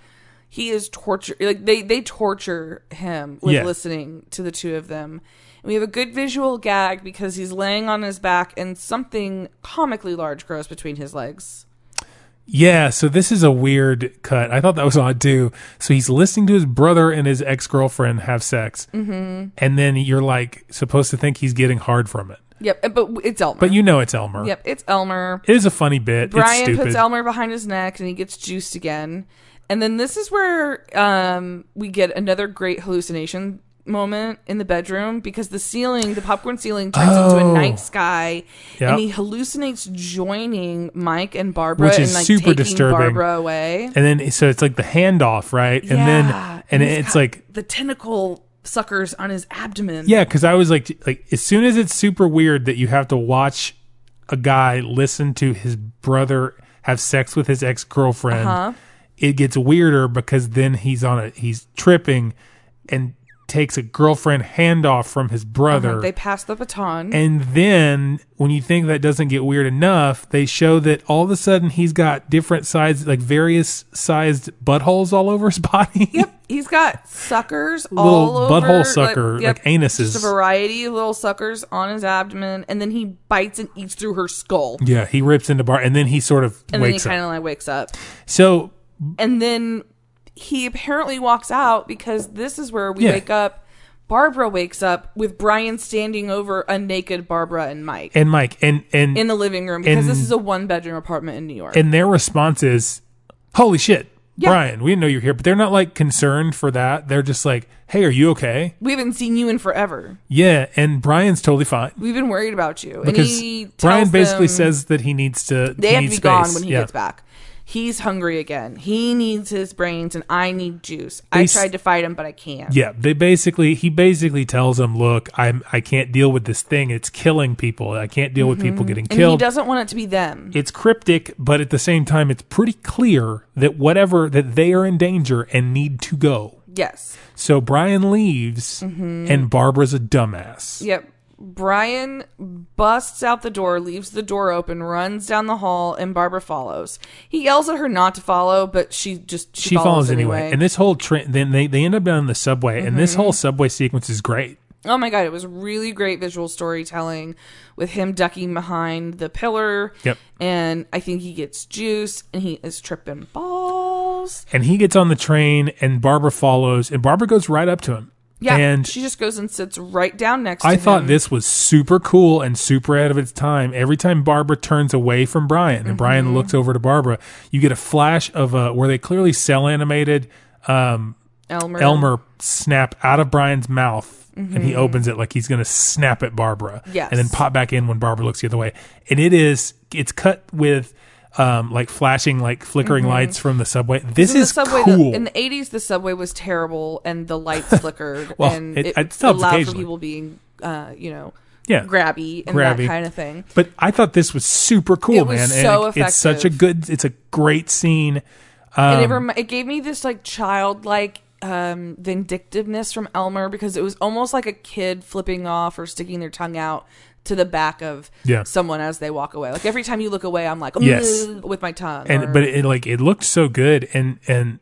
Speaker 7: he is torture. Like they they torture him with
Speaker 6: Yeah.
Speaker 7: listening to the two of them. And we have a good visual gag because he's laying on his back and something comically large grows between his legs.
Speaker 6: Yeah, so this is a weird cut. I thought that was odd too. So he's listening to his brother and his ex girlfriend have sex, mm-hmm. and then you're like supposed to think he's getting hard from it,
Speaker 7: Yep, and- but it's Elmer.
Speaker 6: but you know it's Elmer.
Speaker 7: yep, it's Elmer.
Speaker 6: It is a funny bit. it's
Speaker 7: Brian
Speaker 6: stupid.
Speaker 7: puts Elmer behind his neck and he gets juiced again. And then this is where um, we get another great hallucination moment in the bedroom because the ceiling, the popcorn ceiling, turns into
Speaker 6: Oh.
Speaker 7: a night sky,
Speaker 6: Yep.
Speaker 7: and he hallucinates joining Mike and Barbara,
Speaker 6: Which
Speaker 7: and
Speaker 6: is
Speaker 7: like
Speaker 6: super
Speaker 7: taking
Speaker 6: disturbing.
Speaker 7: Barbara away.
Speaker 6: and then so it's like the handoff, right? And
Speaker 7: Yeah,
Speaker 6: then and
Speaker 7: he's
Speaker 6: it's
Speaker 7: got
Speaker 6: like
Speaker 7: the tentacle suckers on his abdomen.
Speaker 6: Yeah, because I was like, like as soon as it's super weird that you have to watch a guy listen to his brother have sex with his ex girlfriend,
Speaker 7: Uh-huh.
Speaker 6: it gets weirder because then he's on a he's tripping and takes a girlfriend handoff from his brother.
Speaker 7: Uh-huh, they pass the baton.
Speaker 6: and then when you think that doesn't get weird enough, they show that all of a sudden he's got different sized, like various sized buttholes all over his body.
Speaker 7: Yep, he's got suckers all
Speaker 6: Little
Speaker 7: over
Speaker 6: butthole sucker, like anuses.
Speaker 7: just a variety of little suckers on his abdomen, and then he bites and eats through her skull,
Speaker 6: Yeah, he rips into bar, and then he sort of
Speaker 7: and then he
Speaker 6: wakes
Speaker 7: kind
Speaker 6: up.
Speaker 7: of like wakes up,
Speaker 6: So
Speaker 7: and then he apparently walks out because this is where we
Speaker 6: Yeah.
Speaker 7: wake up. Barbara wakes up with Brian standing over a naked Barbara and Mike
Speaker 6: and Mike and and
Speaker 7: in the living room because this
Speaker 6: and-
Speaker 7: is a one bedroom apartment in New York.
Speaker 6: and their response is, "Holy shit, Brian, we didn't know you were here." But they're not like concerned for that. They're just like, "Hey, are you okay?"
Speaker 7: we haven't seen you in forever.
Speaker 6: Yeah, and Brian's totally fine
Speaker 7: We've been worried about you. and
Speaker 6: because
Speaker 7: he tells
Speaker 6: Brian basically
Speaker 7: them-
Speaker 6: says that he needs to.
Speaker 7: they
Speaker 6: he
Speaker 7: have to be
Speaker 6: needs
Speaker 7: gone
Speaker 6: space.
Speaker 7: when he
Speaker 6: Yeah.
Speaker 7: gets back. He's hungry again. He needs his brains, and I need juice.
Speaker 6: They
Speaker 7: I
Speaker 6: s-
Speaker 7: tried to fight him, but I can't.
Speaker 6: Yeah, they basically he basically tells him, "Look, I'm I can't deal with this thing. It's killing people. I can't deal with people getting
Speaker 7: Mm-hmm. and he
Speaker 6: killed."
Speaker 7: doesn't want it to be them.
Speaker 6: it's cryptic, but at the same time, it's pretty clear that whatever that they are in danger and need to go.
Speaker 7: yes.
Speaker 6: So Brian leaves,
Speaker 7: Mm-hmm.
Speaker 6: and Barbara's a dumbass.
Speaker 7: Yep. Brian busts out the door, leaves the door open, runs down the hall, and Barbara follows. He yells at her not to follow, but she just she,
Speaker 6: She follows, anyway. and this whole trend. Then they they end up down the subway, and
Speaker 7: Mm-hmm.
Speaker 6: this whole subway sequence is great.
Speaker 7: oh my god, it was really great visual storytelling with him ducking behind the pillar.
Speaker 6: Yep.
Speaker 7: And I think he gets juice, and he is tripping balls.
Speaker 6: And he gets on the train, and Barbara follows, and Barbara goes right up to him.
Speaker 7: Yeah,
Speaker 6: and
Speaker 7: she just goes and sits right down next to
Speaker 6: I
Speaker 7: him.
Speaker 6: thought this was super cool and super ahead of its time. Every time Barbara turns away from Brian and
Speaker 7: Mm-hmm.
Speaker 6: Brian looks over to Barbara, you get a flash of uh, where they clearly cell animated um,
Speaker 7: Elmer. Mm-hmm.
Speaker 6: Elmer snap out of Brian's mouth and he opens it like he's going to snap at Barbara.
Speaker 7: Yes.
Speaker 6: And then pop back in when Barbara looks the other way. And it is, it's cut with um, like flashing, like flickering lights from the subway. This
Speaker 7: In Mm-hmm. the
Speaker 6: is
Speaker 7: subway, the-
Speaker 6: cool.
Speaker 7: in the eighties, the subway was terrible, and the lights flickered,
Speaker 6: Well,
Speaker 7: and
Speaker 6: it-
Speaker 7: it,
Speaker 6: it stops
Speaker 7: allowed for
Speaker 6: occasionally.
Speaker 7: people being, uh, you know,
Speaker 6: Yeah.
Speaker 7: grabby and
Speaker 6: Grabby.
Speaker 7: that kind of thing.
Speaker 6: But I thought this was super cool,
Speaker 7: It was
Speaker 6: man.
Speaker 7: so
Speaker 6: and it- it's such a
Speaker 7: effective.
Speaker 6: good, it's a great scene.
Speaker 7: and it,
Speaker 6: Um,
Speaker 7: rem- it gave me this like childlike um, vindictiveness from Elmer because it was almost like a kid flipping off or sticking their tongue out to the back of
Speaker 6: Yeah.
Speaker 7: someone as they walk away. Like every time you look away, I'm like
Speaker 6: Yes.
Speaker 7: "Ugh," with my tongue.
Speaker 6: and
Speaker 7: or-
Speaker 6: but it like it looked so good and and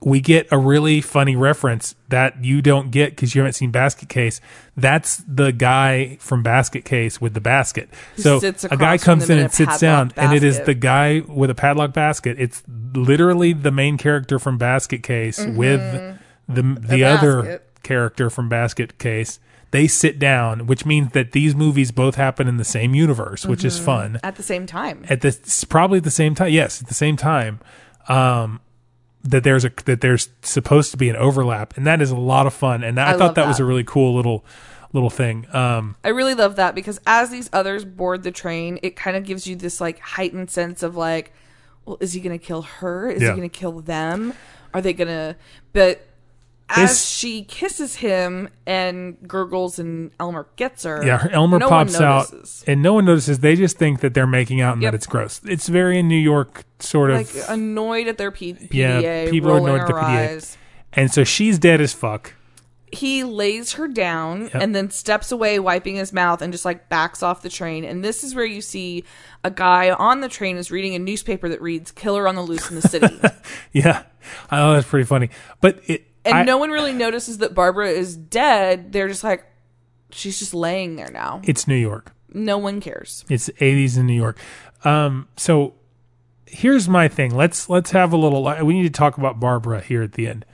Speaker 6: we get a really funny reference that you don't get because you haven't seen Basket Case. That's the guy from Basket Case with the basket. So
Speaker 7: sits
Speaker 6: a guy
Speaker 7: across from
Speaker 6: comes in
Speaker 7: them in
Speaker 6: and
Speaker 7: a
Speaker 6: sits down,
Speaker 7: padlocked
Speaker 6: and it is
Speaker 7: basket.
Speaker 6: the guy with a padlock basket. It's literally the main character from Basket Case with the the, other
Speaker 7: Mm-hmm. basket.
Speaker 6: character from Basket Case. They sit down, which means that these movies both happen in the same universe, which
Speaker 7: Mm-hmm.
Speaker 6: is fun
Speaker 7: at the same time,
Speaker 6: at the probably at the same time. Yes, at the same time. Um, that there's a that there's supposed to be an overlap, and that is a lot of fun. And I,
Speaker 7: I
Speaker 6: thought
Speaker 7: love
Speaker 6: that, was
Speaker 7: that.
Speaker 6: a really cool little little thing. Um,
Speaker 7: I really love that because as these others board the train, it kind of gives you this like heightened sense of like, well, is he going to kill her? Is
Speaker 6: Yeah.
Speaker 7: he going to kill them? Are they going to? But as
Speaker 6: This-
Speaker 7: she kisses him and gurgles, and Elmer gets her.
Speaker 6: yeah, Elmer
Speaker 7: Er, no one
Speaker 6: pops out,
Speaker 7: notices.
Speaker 6: and no one notices. They just think that they're making out and
Speaker 7: Yep.
Speaker 6: that it's gross. It's very in New York sort of.
Speaker 7: like uh, annoyed at their P- PDA.
Speaker 6: Yeah, people are
Speaker 7: rolling
Speaker 6: annoyed at the
Speaker 7: her
Speaker 6: PDA.
Speaker 7: eyes.
Speaker 6: and so she's dead as fuck.
Speaker 7: He lays her down and then steps away, wiping his mouth, and just like backs off the train. And this is where you see a guy on the train is reading a newspaper that reads "Killer on the Loose in the City."
Speaker 6: Yeah, oh, that's pretty funny. But it
Speaker 7: and
Speaker 6: I-
Speaker 7: no one really notices that Barbara is dead. They're just like, she's just laying there now.
Speaker 6: it's New York.
Speaker 7: No one cares.
Speaker 6: It's eighties in New York. Um, so here's my thing. Let's let's have a little. We need to talk about Barbara here at the end.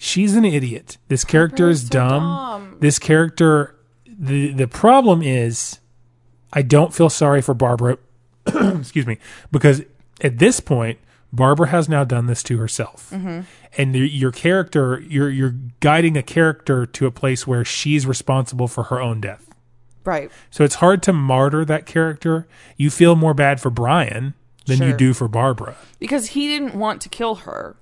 Speaker 6: She's an idiot. This character is
Speaker 7: so
Speaker 6: dumb.
Speaker 7: dumb.
Speaker 6: This character. The the problem is, I don't feel sorry for Barbara. excuse me, because at this point, Barbara has now done this to herself,
Speaker 7: Mm-hmm.
Speaker 6: and the, your character, you're you're guiding a character to a place where she's responsible for her own death.
Speaker 7: Right.
Speaker 6: So it's hard to martyr that character. You feel more bad for Brian than you
Speaker 7: Sure.
Speaker 6: do for Barbara.
Speaker 7: Because he didn't want to kill her.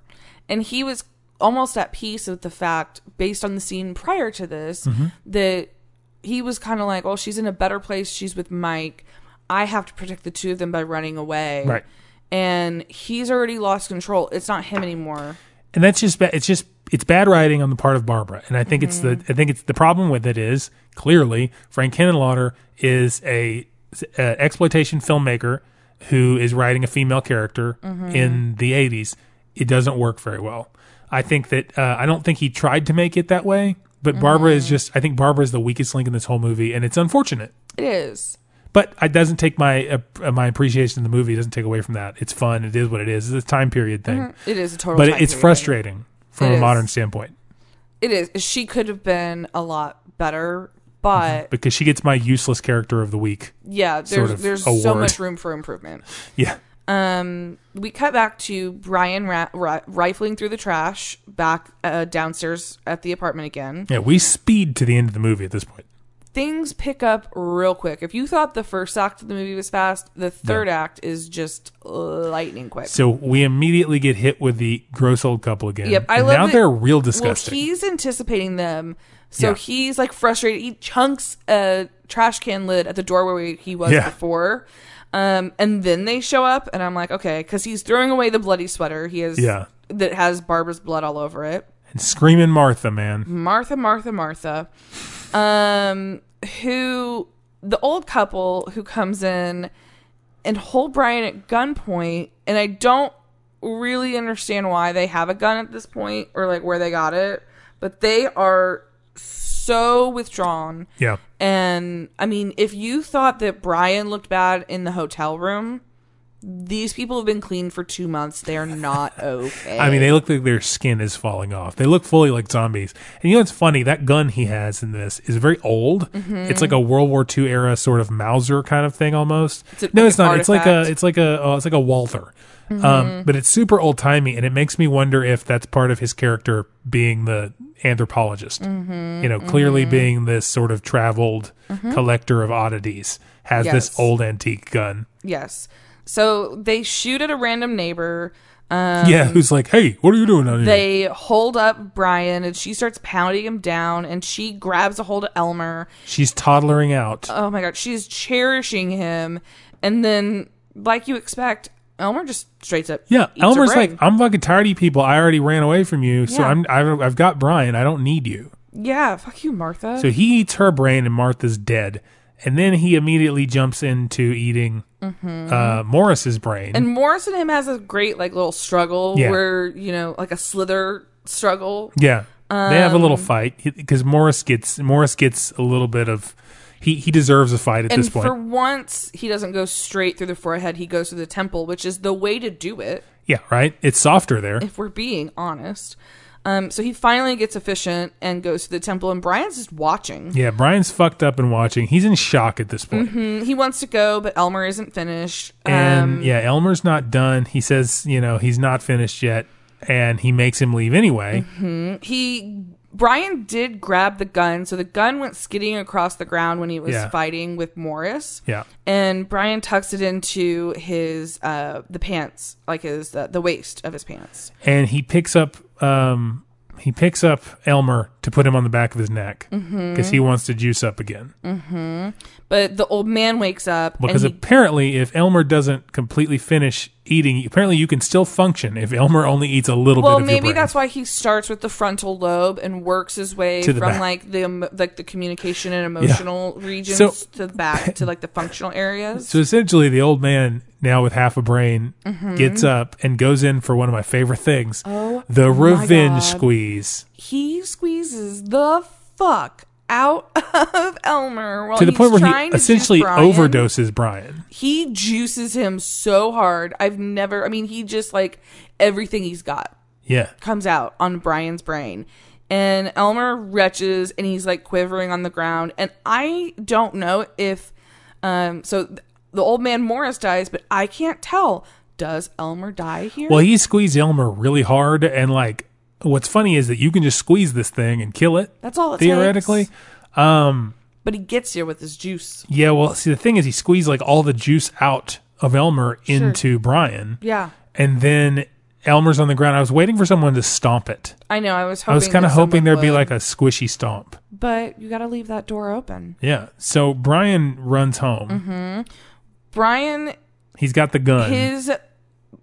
Speaker 7: And he was almost at peace with the fact, based on the scene prior to this,
Speaker 6: Mm-hmm.
Speaker 7: that he was kind of like, well, she's in a better place. She's with Mike. I have to protect the two of them by running away.
Speaker 6: Right.
Speaker 7: And he's already lost control. It's not him anymore.
Speaker 6: And that's just bad. It's just it's bad writing on the part of Barbara. And I think it's the I think it's the problem with it is clearly Frank Henenlotter is a, a exploitation filmmaker who is writing a female character in the 80s. It doesn't work very well. I think that uh, I don't think he tried to make it that way, but Barbara is just I think Barbara is the weakest link in this whole movie and it's unfortunate.
Speaker 7: It is.
Speaker 6: but it doesn't take my uh, my appreciation of the movie. It doesn't take away from that. It's fun. It is what it is. It's a time period thing,
Speaker 7: It is a Mm-hmm. total.
Speaker 6: but
Speaker 7: time
Speaker 6: it's
Speaker 7: period.
Speaker 6: frustrating from
Speaker 7: It
Speaker 6: a
Speaker 7: is.
Speaker 6: modern standpoint
Speaker 7: It is. She could have been a lot better, but
Speaker 6: because she gets my useless character of the week.
Speaker 7: yeah, there's
Speaker 6: of
Speaker 7: there's
Speaker 6: a
Speaker 7: so
Speaker 6: word.
Speaker 7: much room for improvement.
Speaker 6: Yeah,
Speaker 7: Um, we cut back to Brian ra- ra- rifling through the trash back uh, downstairs at the apartment again.
Speaker 6: yeah. We speed to the end of the movie at this point.
Speaker 7: Things pick up real quick. If you thought the first act of the movie was fast, the third act is just lightning quick.
Speaker 6: So we immediately get hit with the gross old couple again.
Speaker 7: Yep, I
Speaker 6: And
Speaker 7: love
Speaker 6: now
Speaker 7: that-
Speaker 6: they're real disgusting.
Speaker 7: Well, he's anticipating them, so
Speaker 6: Yeah.
Speaker 7: he's like frustrated. He chunks a trash can lid at the door where he was
Speaker 6: Yeah.
Speaker 7: before, um, and then they show up, and I'm like, okay, because he's throwing away the bloody sweater he has
Speaker 6: Yeah.
Speaker 7: that has Barbara's blood all over it.
Speaker 6: and screaming Martha, man.
Speaker 7: Martha, Martha, Martha, um, who the old couple who comes in and hold Brian at gunpoint, and I don't really understand why they have a gun at this point or like where they got it, but they are so withdrawn.
Speaker 6: Yeah,
Speaker 7: And I mean, if you thought that Brian looked bad in the hotel room, these people have been clean for two months. They are not okay.
Speaker 6: I mean, they look like their skin is falling off. They look fully like zombies. And you know what's funny? That gun he has in this is very old.
Speaker 7: Mm-hmm.
Speaker 6: It's like a World War II era sort of Mauser kind of thing almost.
Speaker 7: a-
Speaker 6: no,
Speaker 7: like
Speaker 6: it's
Speaker 7: an
Speaker 6: not. It's like a
Speaker 7: artifact. Mm-hmm.
Speaker 6: it's like a oh, it's like a Walther. Um, but it's super old timey, and it makes me wonder if that's part of his character being the anthropologist.
Speaker 7: Mm-hmm.
Speaker 6: You know, clearly being this sort of traveled collector of oddities has
Speaker 7: Yes.
Speaker 6: this old antique gun.
Speaker 7: Yes. So they shoot at a random neighbor.
Speaker 6: yeah, who's like, hey, what are you doing out here?
Speaker 7: Um, They hold up Brian and she starts pounding him down and she grabs a hold of Elmer.
Speaker 6: She's toddlering out.
Speaker 7: Oh my god, she's cherishing him. And then, like you expect, Elmer just straight up.
Speaker 6: yeah,
Speaker 7: eats her
Speaker 6: Elmer's
Speaker 7: brain.
Speaker 6: like, uh, I'm fucking tired of you people. I already ran away from you, so
Speaker 7: Yeah.
Speaker 6: I'm I've, I've got Brian. I don't need you.
Speaker 7: yeah, fuck you, Martha.
Speaker 6: So he eats her brain, and Martha's dead. And then he immediately jumps into eating uh, Morris's brain.
Speaker 7: Mm-hmm. and Morris and him has a great like little struggle
Speaker 6: Yeah.
Speaker 7: where you know like a slither struggle.
Speaker 6: yeah, they have a
Speaker 7: Um,
Speaker 6: little fight because Morris gets Morris gets a little bit of he he deserves a fight at
Speaker 7: And
Speaker 6: this point.
Speaker 7: for once, he doesn't go straight through the forehead. He goes through the temple, which is the way to do it.
Speaker 6: yeah, right. It's softer there.
Speaker 7: if we're being honest. Um, so he finally gets efficient and goes to the temple, and Brian's just watching.
Speaker 6: Yeah, Brian's fucked up and watching. He's in shock at this point.
Speaker 7: He wants to go, but Elmer isn't finished. Uh, Um,
Speaker 6: And yeah, Elmer's not done. He says, you know, he's not finished yet, and he makes him leave anyway.
Speaker 7: Mm-hmm. he Brian did grab the gun, so the gun went skidding across the ground when he was
Speaker 6: Yeah.
Speaker 7: fighting with Morris.
Speaker 6: Yeah.
Speaker 7: and Brian tucks it into his uh the pants, like his uh, the waist of his pants.
Speaker 6: And he picks up um he picks up Elmer to put him on the back of his neck because
Speaker 7: Mm-hmm.
Speaker 6: he wants to juice up again.
Speaker 7: But the old man wakes up
Speaker 6: Because
Speaker 7: Mm-hmm. and he,
Speaker 6: apparently, if Elmer doesn't completely finish eating, apparently you can still function if Elmer only eats a little
Speaker 7: well,
Speaker 6: bit of your
Speaker 7: maybe
Speaker 6: brain.
Speaker 7: that's why he starts with the frontal lobe and works his way
Speaker 6: To
Speaker 7: from
Speaker 6: the back.
Speaker 7: like the em- like the communication and emotional regions
Speaker 6: So-
Speaker 7: to the back to like the functional areas.
Speaker 6: So essentially, the old man, now with half a brain,
Speaker 7: Mm-hmm.
Speaker 6: gets up and goes in for one of my favorite things
Speaker 7: Oh
Speaker 6: the revenge squeeze.
Speaker 7: he squeezes the fuck out of Elmer while
Speaker 6: to the
Speaker 7: Oh, he's
Speaker 6: point where
Speaker 7: trying
Speaker 6: he
Speaker 7: to juice
Speaker 6: essentially
Speaker 7: Brian.
Speaker 6: overdoses Brian.
Speaker 7: He juices him so hard. I've never. I mean, he just like everything he's got
Speaker 6: Yeah.
Speaker 7: comes out on Brian's brain. And Elmer retches and he's like quivering on the ground. And I don't know if, um, so th- the old man Morris dies, but I can't tell. Does Elmer die here?
Speaker 6: Well, he squeezed Elmer really hard, and like, what's funny is that you can just squeeze this thing and kill it.
Speaker 7: That's all it
Speaker 6: theoretically.
Speaker 7: takes. But he gets here with his juice.
Speaker 6: Yeah. Well, see, the thing is, he squeezed like all the juice out of Elmer into Brian,
Speaker 7: Yeah.
Speaker 6: and then Elmer's on the ground. I was waiting for someone to stomp it.
Speaker 7: I know. I was hoping.
Speaker 6: I was kind of
Speaker 7: that
Speaker 6: hoping
Speaker 7: someone
Speaker 6: there'd be
Speaker 7: would.
Speaker 6: like a squishy stomp.
Speaker 7: But you got to leave that door open.
Speaker 6: Yeah. So Brian runs home.
Speaker 7: Mm-hmm. Brian,
Speaker 6: He's got the gun.
Speaker 7: his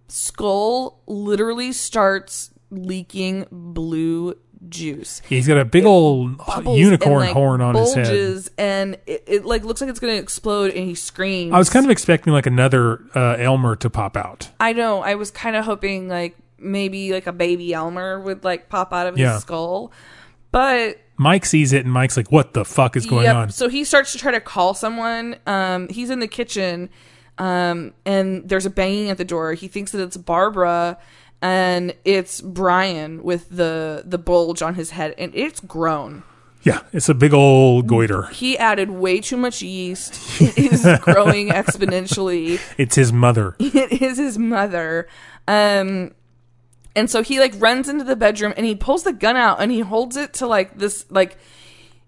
Speaker 7: skull literally starts leaking blue juice.
Speaker 6: He's got a big old
Speaker 7: bubbles
Speaker 6: unicorn
Speaker 7: and, like,
Speaker 6: horn on his head.
Speaker 7: bulges, and it, it like looks like it's gonna explode, and he screams.
Speaker 6: I was kind of expecting like another uh, Elmer to pop out.
Speaker 7: I know. I was kind of hoping like maybe like a baby Elmer would like pop out of
Speaker 6: Yeah.
Speaker 7: his skull, but
Speaker 6: Mike sees it and Mike's like, "What the fuck is going
Speaker 7: yep.
Speaker 6: on?"
Speaker 7: So he starts to try to call someone. Um, he's in the kitchen, um, and there's a banging at the door. He thinks that it's Barbara. And it's Brian with the the bulge on his head, and it's grown.
Speaker 6: Yeah, it's a big old goiter.
Speaker 7: He added way too much yeast. It is growing exponentially.
Speaker 6: It's his mother.
Speaker 7: it is his mother. Um and so he like runs into the bedroom and he pulls the gun out and he holds it to like this like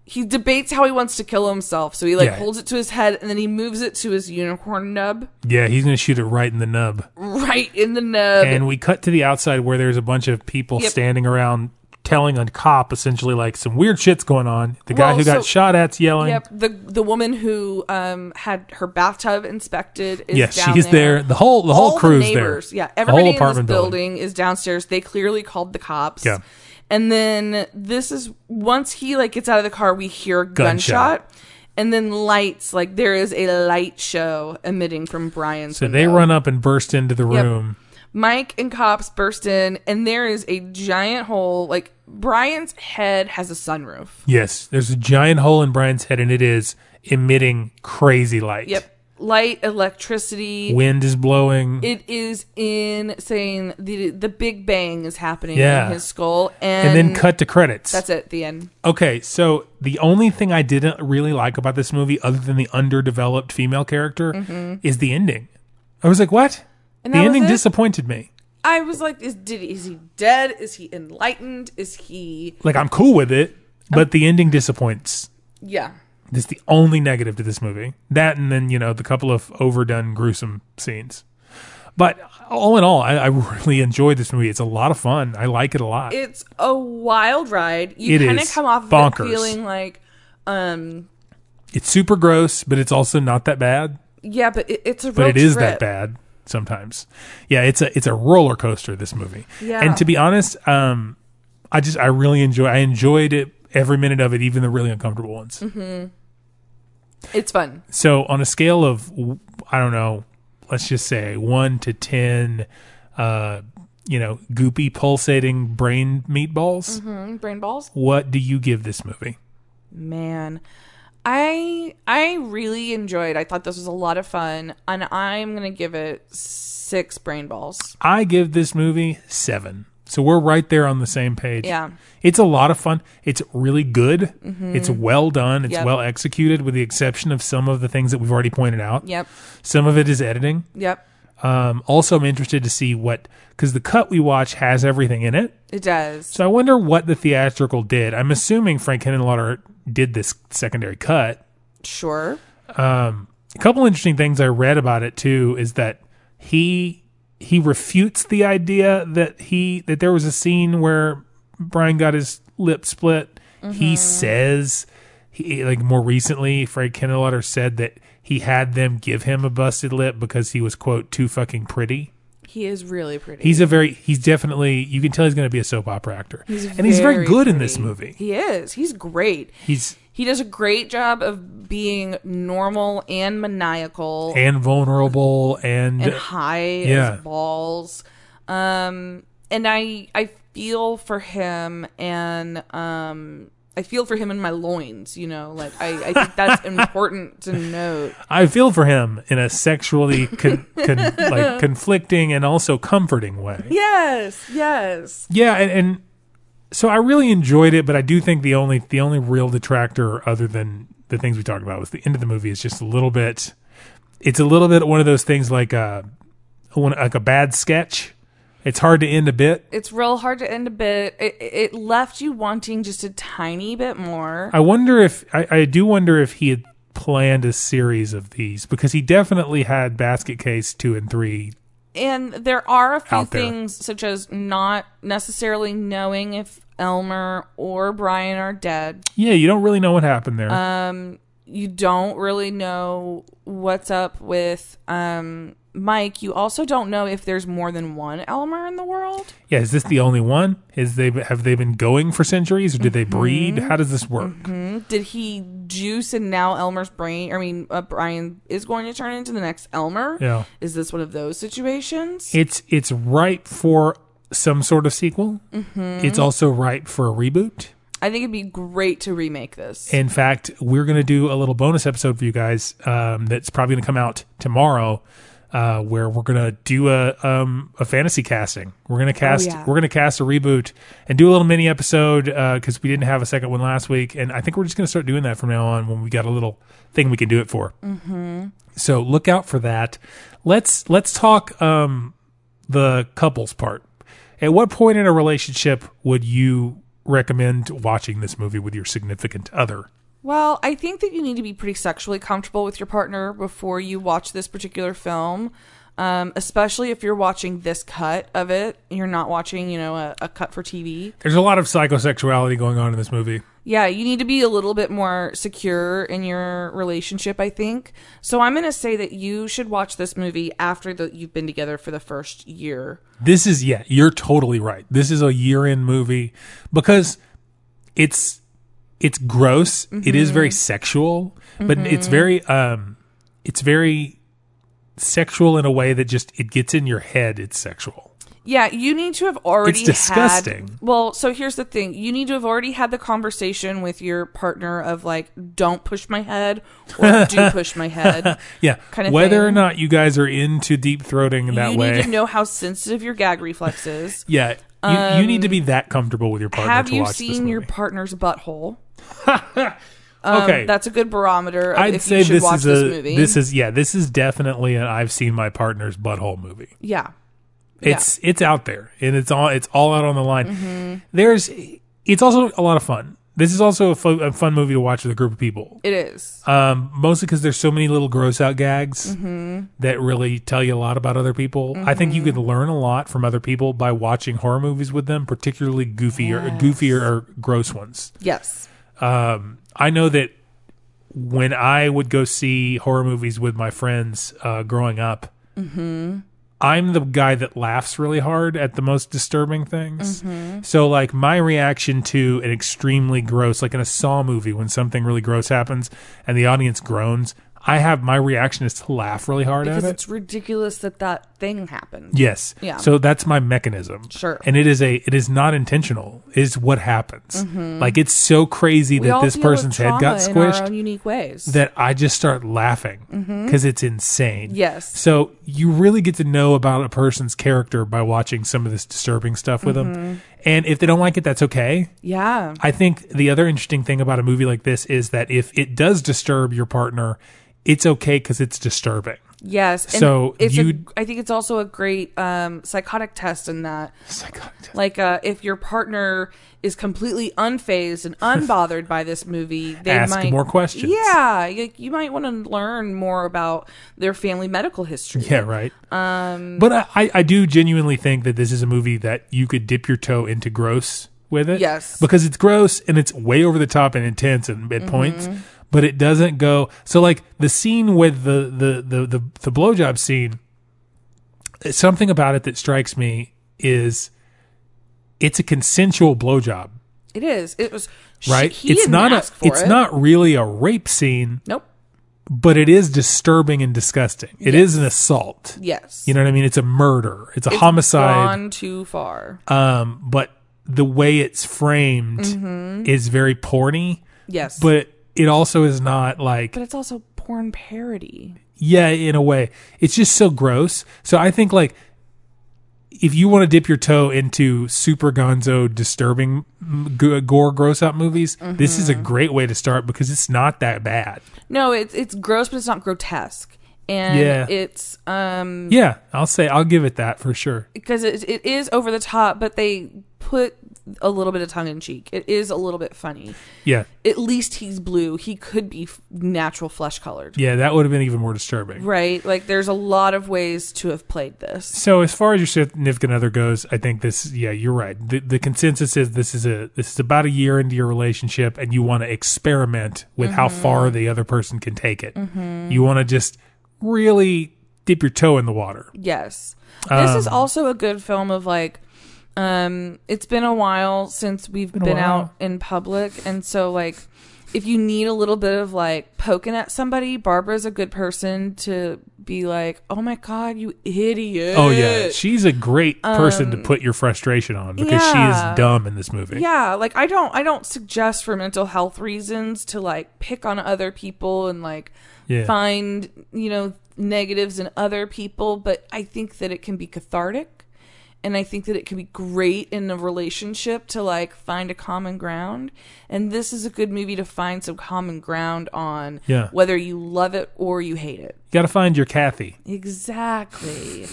Speaker 7: he debates how he wants to kill himself. So he like
Speaker 6: Yeah.
Speaker 7: holds it to his head and then he moves it to his unicorn nub
Speaker 6: Yeah, he's gonna shoot it right in the nub.
Speaker 7: right in the nub.
Speaker 6: And we cut to the outside where there's a bunch of people
Speaker 7: Yep.
Speaker 6: standing around telling a cop essentially like some weird shit's going on. The guy
Speaker 7: Well,
Speaker 6: who got
Speaker 7: so-
Speaker 6: shot at's yelling.
Speaker 7: Yep, the the woman who um had her bathtub inspected is
Speaker 6: Yes,
Speaker 7: down
Speaker 6: she's there. The whole the whole
Speaker 7: All
Speaker 6: crew's
Speaker 7: neighbors,
Speaker 6: there.
Speaker 7: Yeah,
Speaker 6: The
Speaker 7: everybody
Speaker 6: whole apartment
Speaker 7: in this
Speaker 6: building.
Speaker 7: building, is downstairs. They clearly called the cops.
Speaker 6: Yeah.
Speaker 7: And then this is once he like gets out of the car, we hear a
Speaker 6: Gunshot.
Speaker 7: gunshot. and then lights. Like there is a light show emitting from Brian's.
Speaker 6: So they
Speaker 7: window.
Speaker 6: run up and burst into the room.
Speaker 7: Mike and cops burst in, and there is a giant hole. Like Brian's head has a sunroof.
Speaker 6: Yes, there's a giant hole in Brian's head and it is emitting crazy light.
Speaker 7: Yep. Light, electricity.
Speaker 6: Wind is blowing.
Speaker 7: it is insane. The the Big Bang is happening
Speaker 6: Yeah.
Speaker 7: in his skull, and,
Speaker 6: and then cut to credits.
Speaker 7: That's it. The end.
Speaker 6: Okay, so the only thing I didn't really like about this movie, other than the underdeveloped female character, is the ending. I was like, what?
Speaker 7: Mm-hmm. And
Speaker 6: the
Speaker 7: that was
Speaker 6: ending
Speaker 7: it?
Speaker 6: disappointed me.
Speaker 7: I was like, is did is he dead? Is he enlightened? Is he?
Speaker 6: Like, I'm cool with it,
Speaker 7: Oh.
Speaker 6: but the ending disappoints.
Speaker 7: Yeah.
Speaker 6: That's the only negative to this movie. That, and then you know the couple of overdone, gruesome scenes. But all in all, I, I really enjoyed this movie. It's a lot of fun. I like it a lot.
Speaker 7: It's a wild ride. You
Speaker 6: It
Speaker 7: kind of
Speaker 6: is
Speaker 7: come off of it
Speaker 6: bonkers.
Speaker 7: feeling like, um,
Speaker 6: it's super gross, but it's also not that bad.
Speaker 7: yeah, but it, it's a real
Speaker 6: but it is
Speaker 7: trip.
Speaker 6: that bad sometimes. Yeah, it's a it's a roller coaster. This movie,
Speaker 7: Yeah.
Speaker 6: and to be honest, um, I just I really enjoy. I enjoyed it every minute of it, even the really uncomfortable ones.
Speaker 7: It's fun.
Speaker 6: So on a scale of I don't know, let's just say one to ten, uh, you know, goopy pulsating brain meatballs.
Speaker 7: Brain balls.
Speaker 6: What do you give this movie?
Speaker 7: Man, I I really enjoyed. I thought this was a lot of fun, and I'm gonna give it six brain balls.
Speaker 6: I give this movie seven. So we're right there on the same page.
Speaker 7: Yeah. Mm-hmm.
Speaker 6: It's a lot of fun. It's really good. It's well done. It's
Speaker 7: Yep.
Speaker 6: well executed, with the exception of some of the things that we've already pointed out.
Speaker 7: Yep.
Speaker 6: Some of it is editing.
Speaker 7: Yep.
Speaker 6: Um, also, I'm interested to see what, because the cut we watch has everything in it.
Speaker 7: It does.
Speaker 6: So I wonder what the theatrical did. I'm assuming Frank Henenlotter did this secondary cut.
Speaker 7: Sure.
Speaker 6: A couple interesting things I read about it too is that he he refutes the idea that he that there was a scene where Brian got his lip split. He says he like more recently Frank Kennelotter said that he had them give him a busted lip because he was quote too fucking pretty.
Speaker 7: He is really pretty.
Speaker 6: He's a very he's definitely you can tell he's going to be a soap opera actor. and he's very good in this
Speaker 7: pretty.
Speaker 6: movie.
Speaker 7: He is. He's great.
Speaker 6: He's
Speaker 7: He does a great job of being normal and maniacal and,
Speaker 6: and vulnerable and,
Speaker 7: high
Speaker 6: Yeah.
Speaker 7: as balls. Um, and I I feel for him and um I feel for him in my loins. You know, like I I think that's important to note.
Speaker 6: I feel for him in a sexually con- con- like conflicting and also comforting way.
Speaker 7: Yes, yes.
Speaker 6: Yeah, and, and so I really enjoyed it, but I do think the only the only real detractor, other than the things we talked about, was the end of the movie. Is just a little bit. It's a little bit one of those things like a one like a bad sketch. It's hard to end a bit.
Speaker 7: It's real hard to end a bit. It, it left you wanting just a tiny bit more.
Speaker 6: I wonder if I, I do wonder if he had planned a series of these because he definitely had Basket Case two and three.
Speaker 7: and there are a few
Speaker 6: Out there.
Speaker 7: things such as not necessarily knowing if Elmer or Brian are dead.
Speaker 6: Yeah, you don't really know what happened there.
Speaker 7: You don't really know what's up with um Mike. You also don't know if there's more than one Elmer in the world.
Speaker 6: Yeah, is this the only one? Is they have they been going for centuries, or did they breed? How does this work?
Speaker 7: Did he juice and now Elmer's brain, I mean, uh, Brian is going to turn into the next Elmer?
Speaker 6: Yeah.
Speaker 7: Is this one of those situations?
Speaker 6: It's it's ripe for some sort of sequel. It's also ripe for a reboot.
Speaker 7: I think it'd be great to remake this.
Speaker 6: In fact, we're going to do a little bonus episode for you guys um, that's probably going to come out tomorrow, uh, where we're going to do a um, a fantasy casting. We're going to cast
Speaker 7: yeah.
Speaker 6: we're going to cast a reboot and do a little mini episode because we didn't have a second one last week, and I think we're just going to start doing that from now on when we got a little thing we can do it for. Mm-hmm. So look out for that. Let's let's talk um, the couples part. At what point in a relationship would you recommend watching this movie with your significant other?
Speaker 7: Well, I think that you need to be pretty sexually comfortable with your partner before you watch this particular film, um, especially if you're watching this cut of it. and You're not watching, you know, a, a cut for TV.
Speaker 6: There's a lot of psychosexuality going on in this movie.
Speaker 7: Yeah, you need to be a little bit more secure in your relationship, I think. So I'm going to say that you should watch this movie after that you've been together for the first year.
Speaker 6: This is yeah, you're totally right. This is a year-end movie because it's it's gross. It is
Speaker 7: Mm-hmm.
Speaker 6: very sexual, but it's very um it's very sexual in a way that just it gets in your head it's sexual.
Speaker 7: Yeah, you need to have already
Speaker 6: It's disgusting.
Speaker 7: had- well, so here's the thing. You need to have already had the conversation with your partner of like, don't push my head or do push my head.
Speaker 6: Yeah.
Speaker 7: Kinda
Speaker 6: Whether or
Speaker 7: thing.
Speaker 6: not you guys are into deep throating in that
Speaker 7: you
Speaker 6: way.
Speaker 7: need to know how sensitive your gag reflex is.
Speaker 6: Yeah, you, you need to be that comfortable with your partner.
Speaker 7: Um, Have
Speaker 6: to
Speaker 7: you
Speaker 6: watch this
Speaker 7: seen
Speaker 6: movie.
Speaker 7: your um, partner's butthole?
Speaker 6: okay,
Speaker 7: That's a good barometer of
Speaker 6: I'd
Speaker 7: if
Speaker 6: say
Speaker 7: you should
Speaker 6: this
Speaker 7: watch
Speaker 6: is a
Speaker 7: this movie.
Speaker 6: is yeah this is definitely an I've seen my partner's butthole movie.
Speaker 7: yeah.
Speaker 6: It's
Speaker 7: Mm-hmm.
Speaker 6: it's out there and it's all it's all out on the line. There's it's also a lot of fun. This is also a fu- a fun movie to watch with a group of people.
Speaker 7: It is.
Speaker 6: um, mostly because there's so many little gross out gags
Speaker 7: Mm-hmm.
Speaker 6: that really tell you a lot about other people. I think you could learn a lot from other people by watching horror movies with them, particularly goofy or goofier or gross ones.
Speaker 7: Yes.
Speaker 6: Um, I know that when I would go see horror movies with my friends uh, growing up,
Speaker 7: Mm-hmm.
Speaker 6: I'm the guy that laughs really hard at the most disturbing things.
Speaker 7: Mm-hmm.
Speaker 6: So, like, my reaction to an extremely gross, like in a Saw movie, when something really gross happens and the audience groans, I have my reaction is to laugh really hard
Speaker 7: Because
Speaker 6: at it.
Speaker 7: it's ridiculous that that thing happened.
Speaker 6: Yes.
Speaker 7: Yeah.
Speaker 6: So that's my mechanism.
Speaker 7: Sure.
Speaker 6: And it is a it is not intentional. Is what happens. Like it's so crazy
Speaker 7: Mm-hmm. We
Speaker 6: that
Speaker 7: all
Speaker 6: this
Speaker 7: deal with
Speaker 6: person's head
Speaker 7: trauma
Speaker 6: got
Speaker 7: in our
Speaker 6: squished
Speaker 7: own unique ways.
Speaker 6: that I just start laughing because it's insane.
Speaker 7: Mm-hmm. Yes.
Speaker 6: So you really get to know about a person's character by watching some of this disturbing stuff with
Speaker 7: Mm-hmm.
Speaker 6: them. And if they don't like it, that's okay.
Speaker 7: yeah.
Speaker 6: I think the other interesting thing about a movie like this is that if it does disturb your partner, it's okay because it's disturbing.
Speaker 7: Yes. And
Speaker 6: So
Speaker 7: it's a-
Speaker 6: you-
Speaker 7: I think it's also a great um, psychotic test in that, like, uh, if your partner is completely unfazed and unbothered by this movie, they
Speaker 6: Ask
Speaker 7: might
Speaker 6: more questions.
Speaker 7: Yeah, you, you might want to learn more about their family medical history.
Speaker 6: Yeah, right. Um, but I, I, I do genuinely think that this is a movie that you could dip your toe into gross with it.
Speaker 7: Yes.
Speaker 6: Because it's gross and it's way over the top and intense and at points,
Speaker 7: Mm-hmm.
Speaker 6: but it doesn't go. So, like the scene with the, the, the, the, the blowjob scene, something about it that strikes me is it's a consensual blowjob,
Speaker 7: It is. It was she-
Speaker 6: right?
Speaker 7: he
Speaker 6: it's
Speaker 7: didn't
Speaker 6: not
Speaker 7: ask
Speaker 6: a,
Speaker 7: for
Speaker 6: it's
Speaker 7: it.
Speaker 6: not really a rape scene,
Speaker 7: Nope.
Speaker 6: but it is disturbing and disgusting. It is an assault.
Speaker 7: Yes.
Speaker 6: You know what I mean? It's a murder. It's a
Speaker 7: It's
Speaker 6: homicide.
Speaker 7: Gone too far.
Speaker 6: Um, but the way it's framed
Speaker 7: Mm-hmm.
Speaker 6: is very porny,
Speaker 7: yes.
Speaker 6: but it also is not like
Speaker 7: but it's also porn parody.
Speaker 6: yeah, in a way. It's just so gross. So I think like if you want to dip your toe into super gonzo disturbing mm, g- gore gross out movies, this
Speaker 7: Mm-hmm.
Speaker 6: is a great way to start because it's not that bad.
Speaker 7: No, it's it's gross, but it's not grotesque. And
Speaker 6: Yeah.
Speaker 7: it's um
Speaker 6: Yeah, I'll say I'll give it that for sure.
Speaker 7: because it, it is over the top, but they put a little bit of tongue in cheek. It is a little bit funny.
Speaker 6: Yeah.
Speaker 7: At least he's blue. He could be f- natural flesh colored.
Speaker 6: Yeah, that would have been even more disturbing.
Speaker 7: Right? Like there's a lot of ways to have played this.
Speaker 6: So as far as your significant other goes, I think this. Yeah, you're right. The, the consensus is this is a this is about a year into your relationship, and you want to experiment with how
Speaker 7: Mm-hmm.
Speaker 6: far the other person can take it. You want to just really dip your toe in the water.
Speaker 7: Yes. This
Speaker 6: Um,
Speaker 7: is also a good film of like um it's been a while since we've been,
Speaker 6: a while.
Speaker 7: out in public and so like if you need a little bit of like poking at somebody, Barbara's a good person to be like, "Oh my god, you idiot."
Speaker 6: Oh yeah, she's a great person to put your frustration on because she
Speaker 7: Um, yeah.
Speaker 6: is dumb in this movie.
Speaker 7: yeah like i don't i don't suggest for mental health reasons to like pick on other people and like
Speaker 6: Yeah.
Speaker 7: find you know negatives in other people but i think that it can be cathartic and i think that it can be great in a relationship to like find a common ground and this is a good movie to find some common ground on
Speaker 6: Yeah.
Speaker 7: whether you love it or you hate it
Speaker 6: got to find your Kathy.
Speaker 7: exactly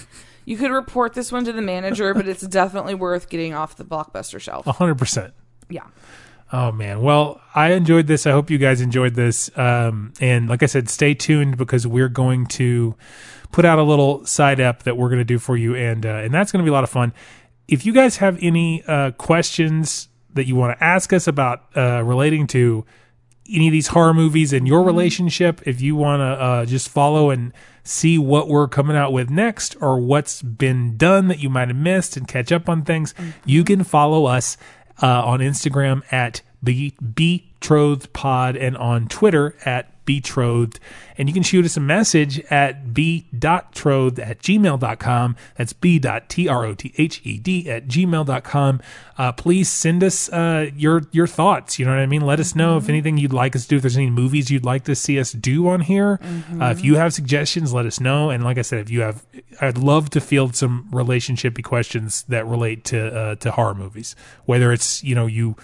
Speaker 7: you could report this one to the manager but it's definitely worth getting off the blockbuster shelf
Speaker 6: hundred percent.
Speaker 7: yeah
Speaker 6: Oh man. Well, I enjoyed this. I hope you guys enjoyed this. Um, and like I said, stay tuned because we're going to put out a little side app that we're going to do for you, and uh, and that's going to be a lot of fun. If you guys have any uh, questions that you want to ask us about uh, relating to any of these horror movies and your relationship, if you want to uh, just follow and see what we're coming out with next or what's been done that you might have missed and catch up on things, you can follow us uh, on Instagram at Be- Betrothed Pod and on Twitter at Betrothed. And you can shoot us a message at b.trothed at gmail.com. That's b.trothed E at gmail.com. Uh, please send us uh, your, your thoughts. You know what I mean? Let us know if anything you'd like us to do, if there's any movies you'd like to see us do on here. Uh, if you have suggestions, let us know. And like I said, if you have, I'd love to field some relationship questions that relate to, uh, to horror movies, whether it's, you know, you,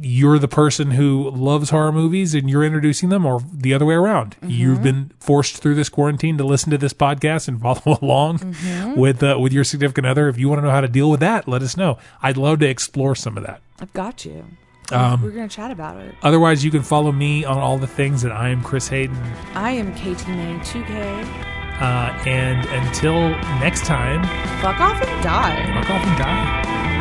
Speaker 6: you're the person who loves horror movies and you're introducing them, or the other way around. You've been forced through this quarantine to listen to this podcast and follow along with uh, with your significant other. If you want to know how to deal with that, let us know. I'd love to explore some of that.
Speaker 7: I've got you. We're gonna chat about it.
Speaker 6: Otherwise, you can follow me on all the things that I am Chris Hayden.
Speaker 7: I am KT92K.
Speaker 6: Uh, and until next time,
Speaker 7: Fuck off and die.
Speaker 6: fuck off and die.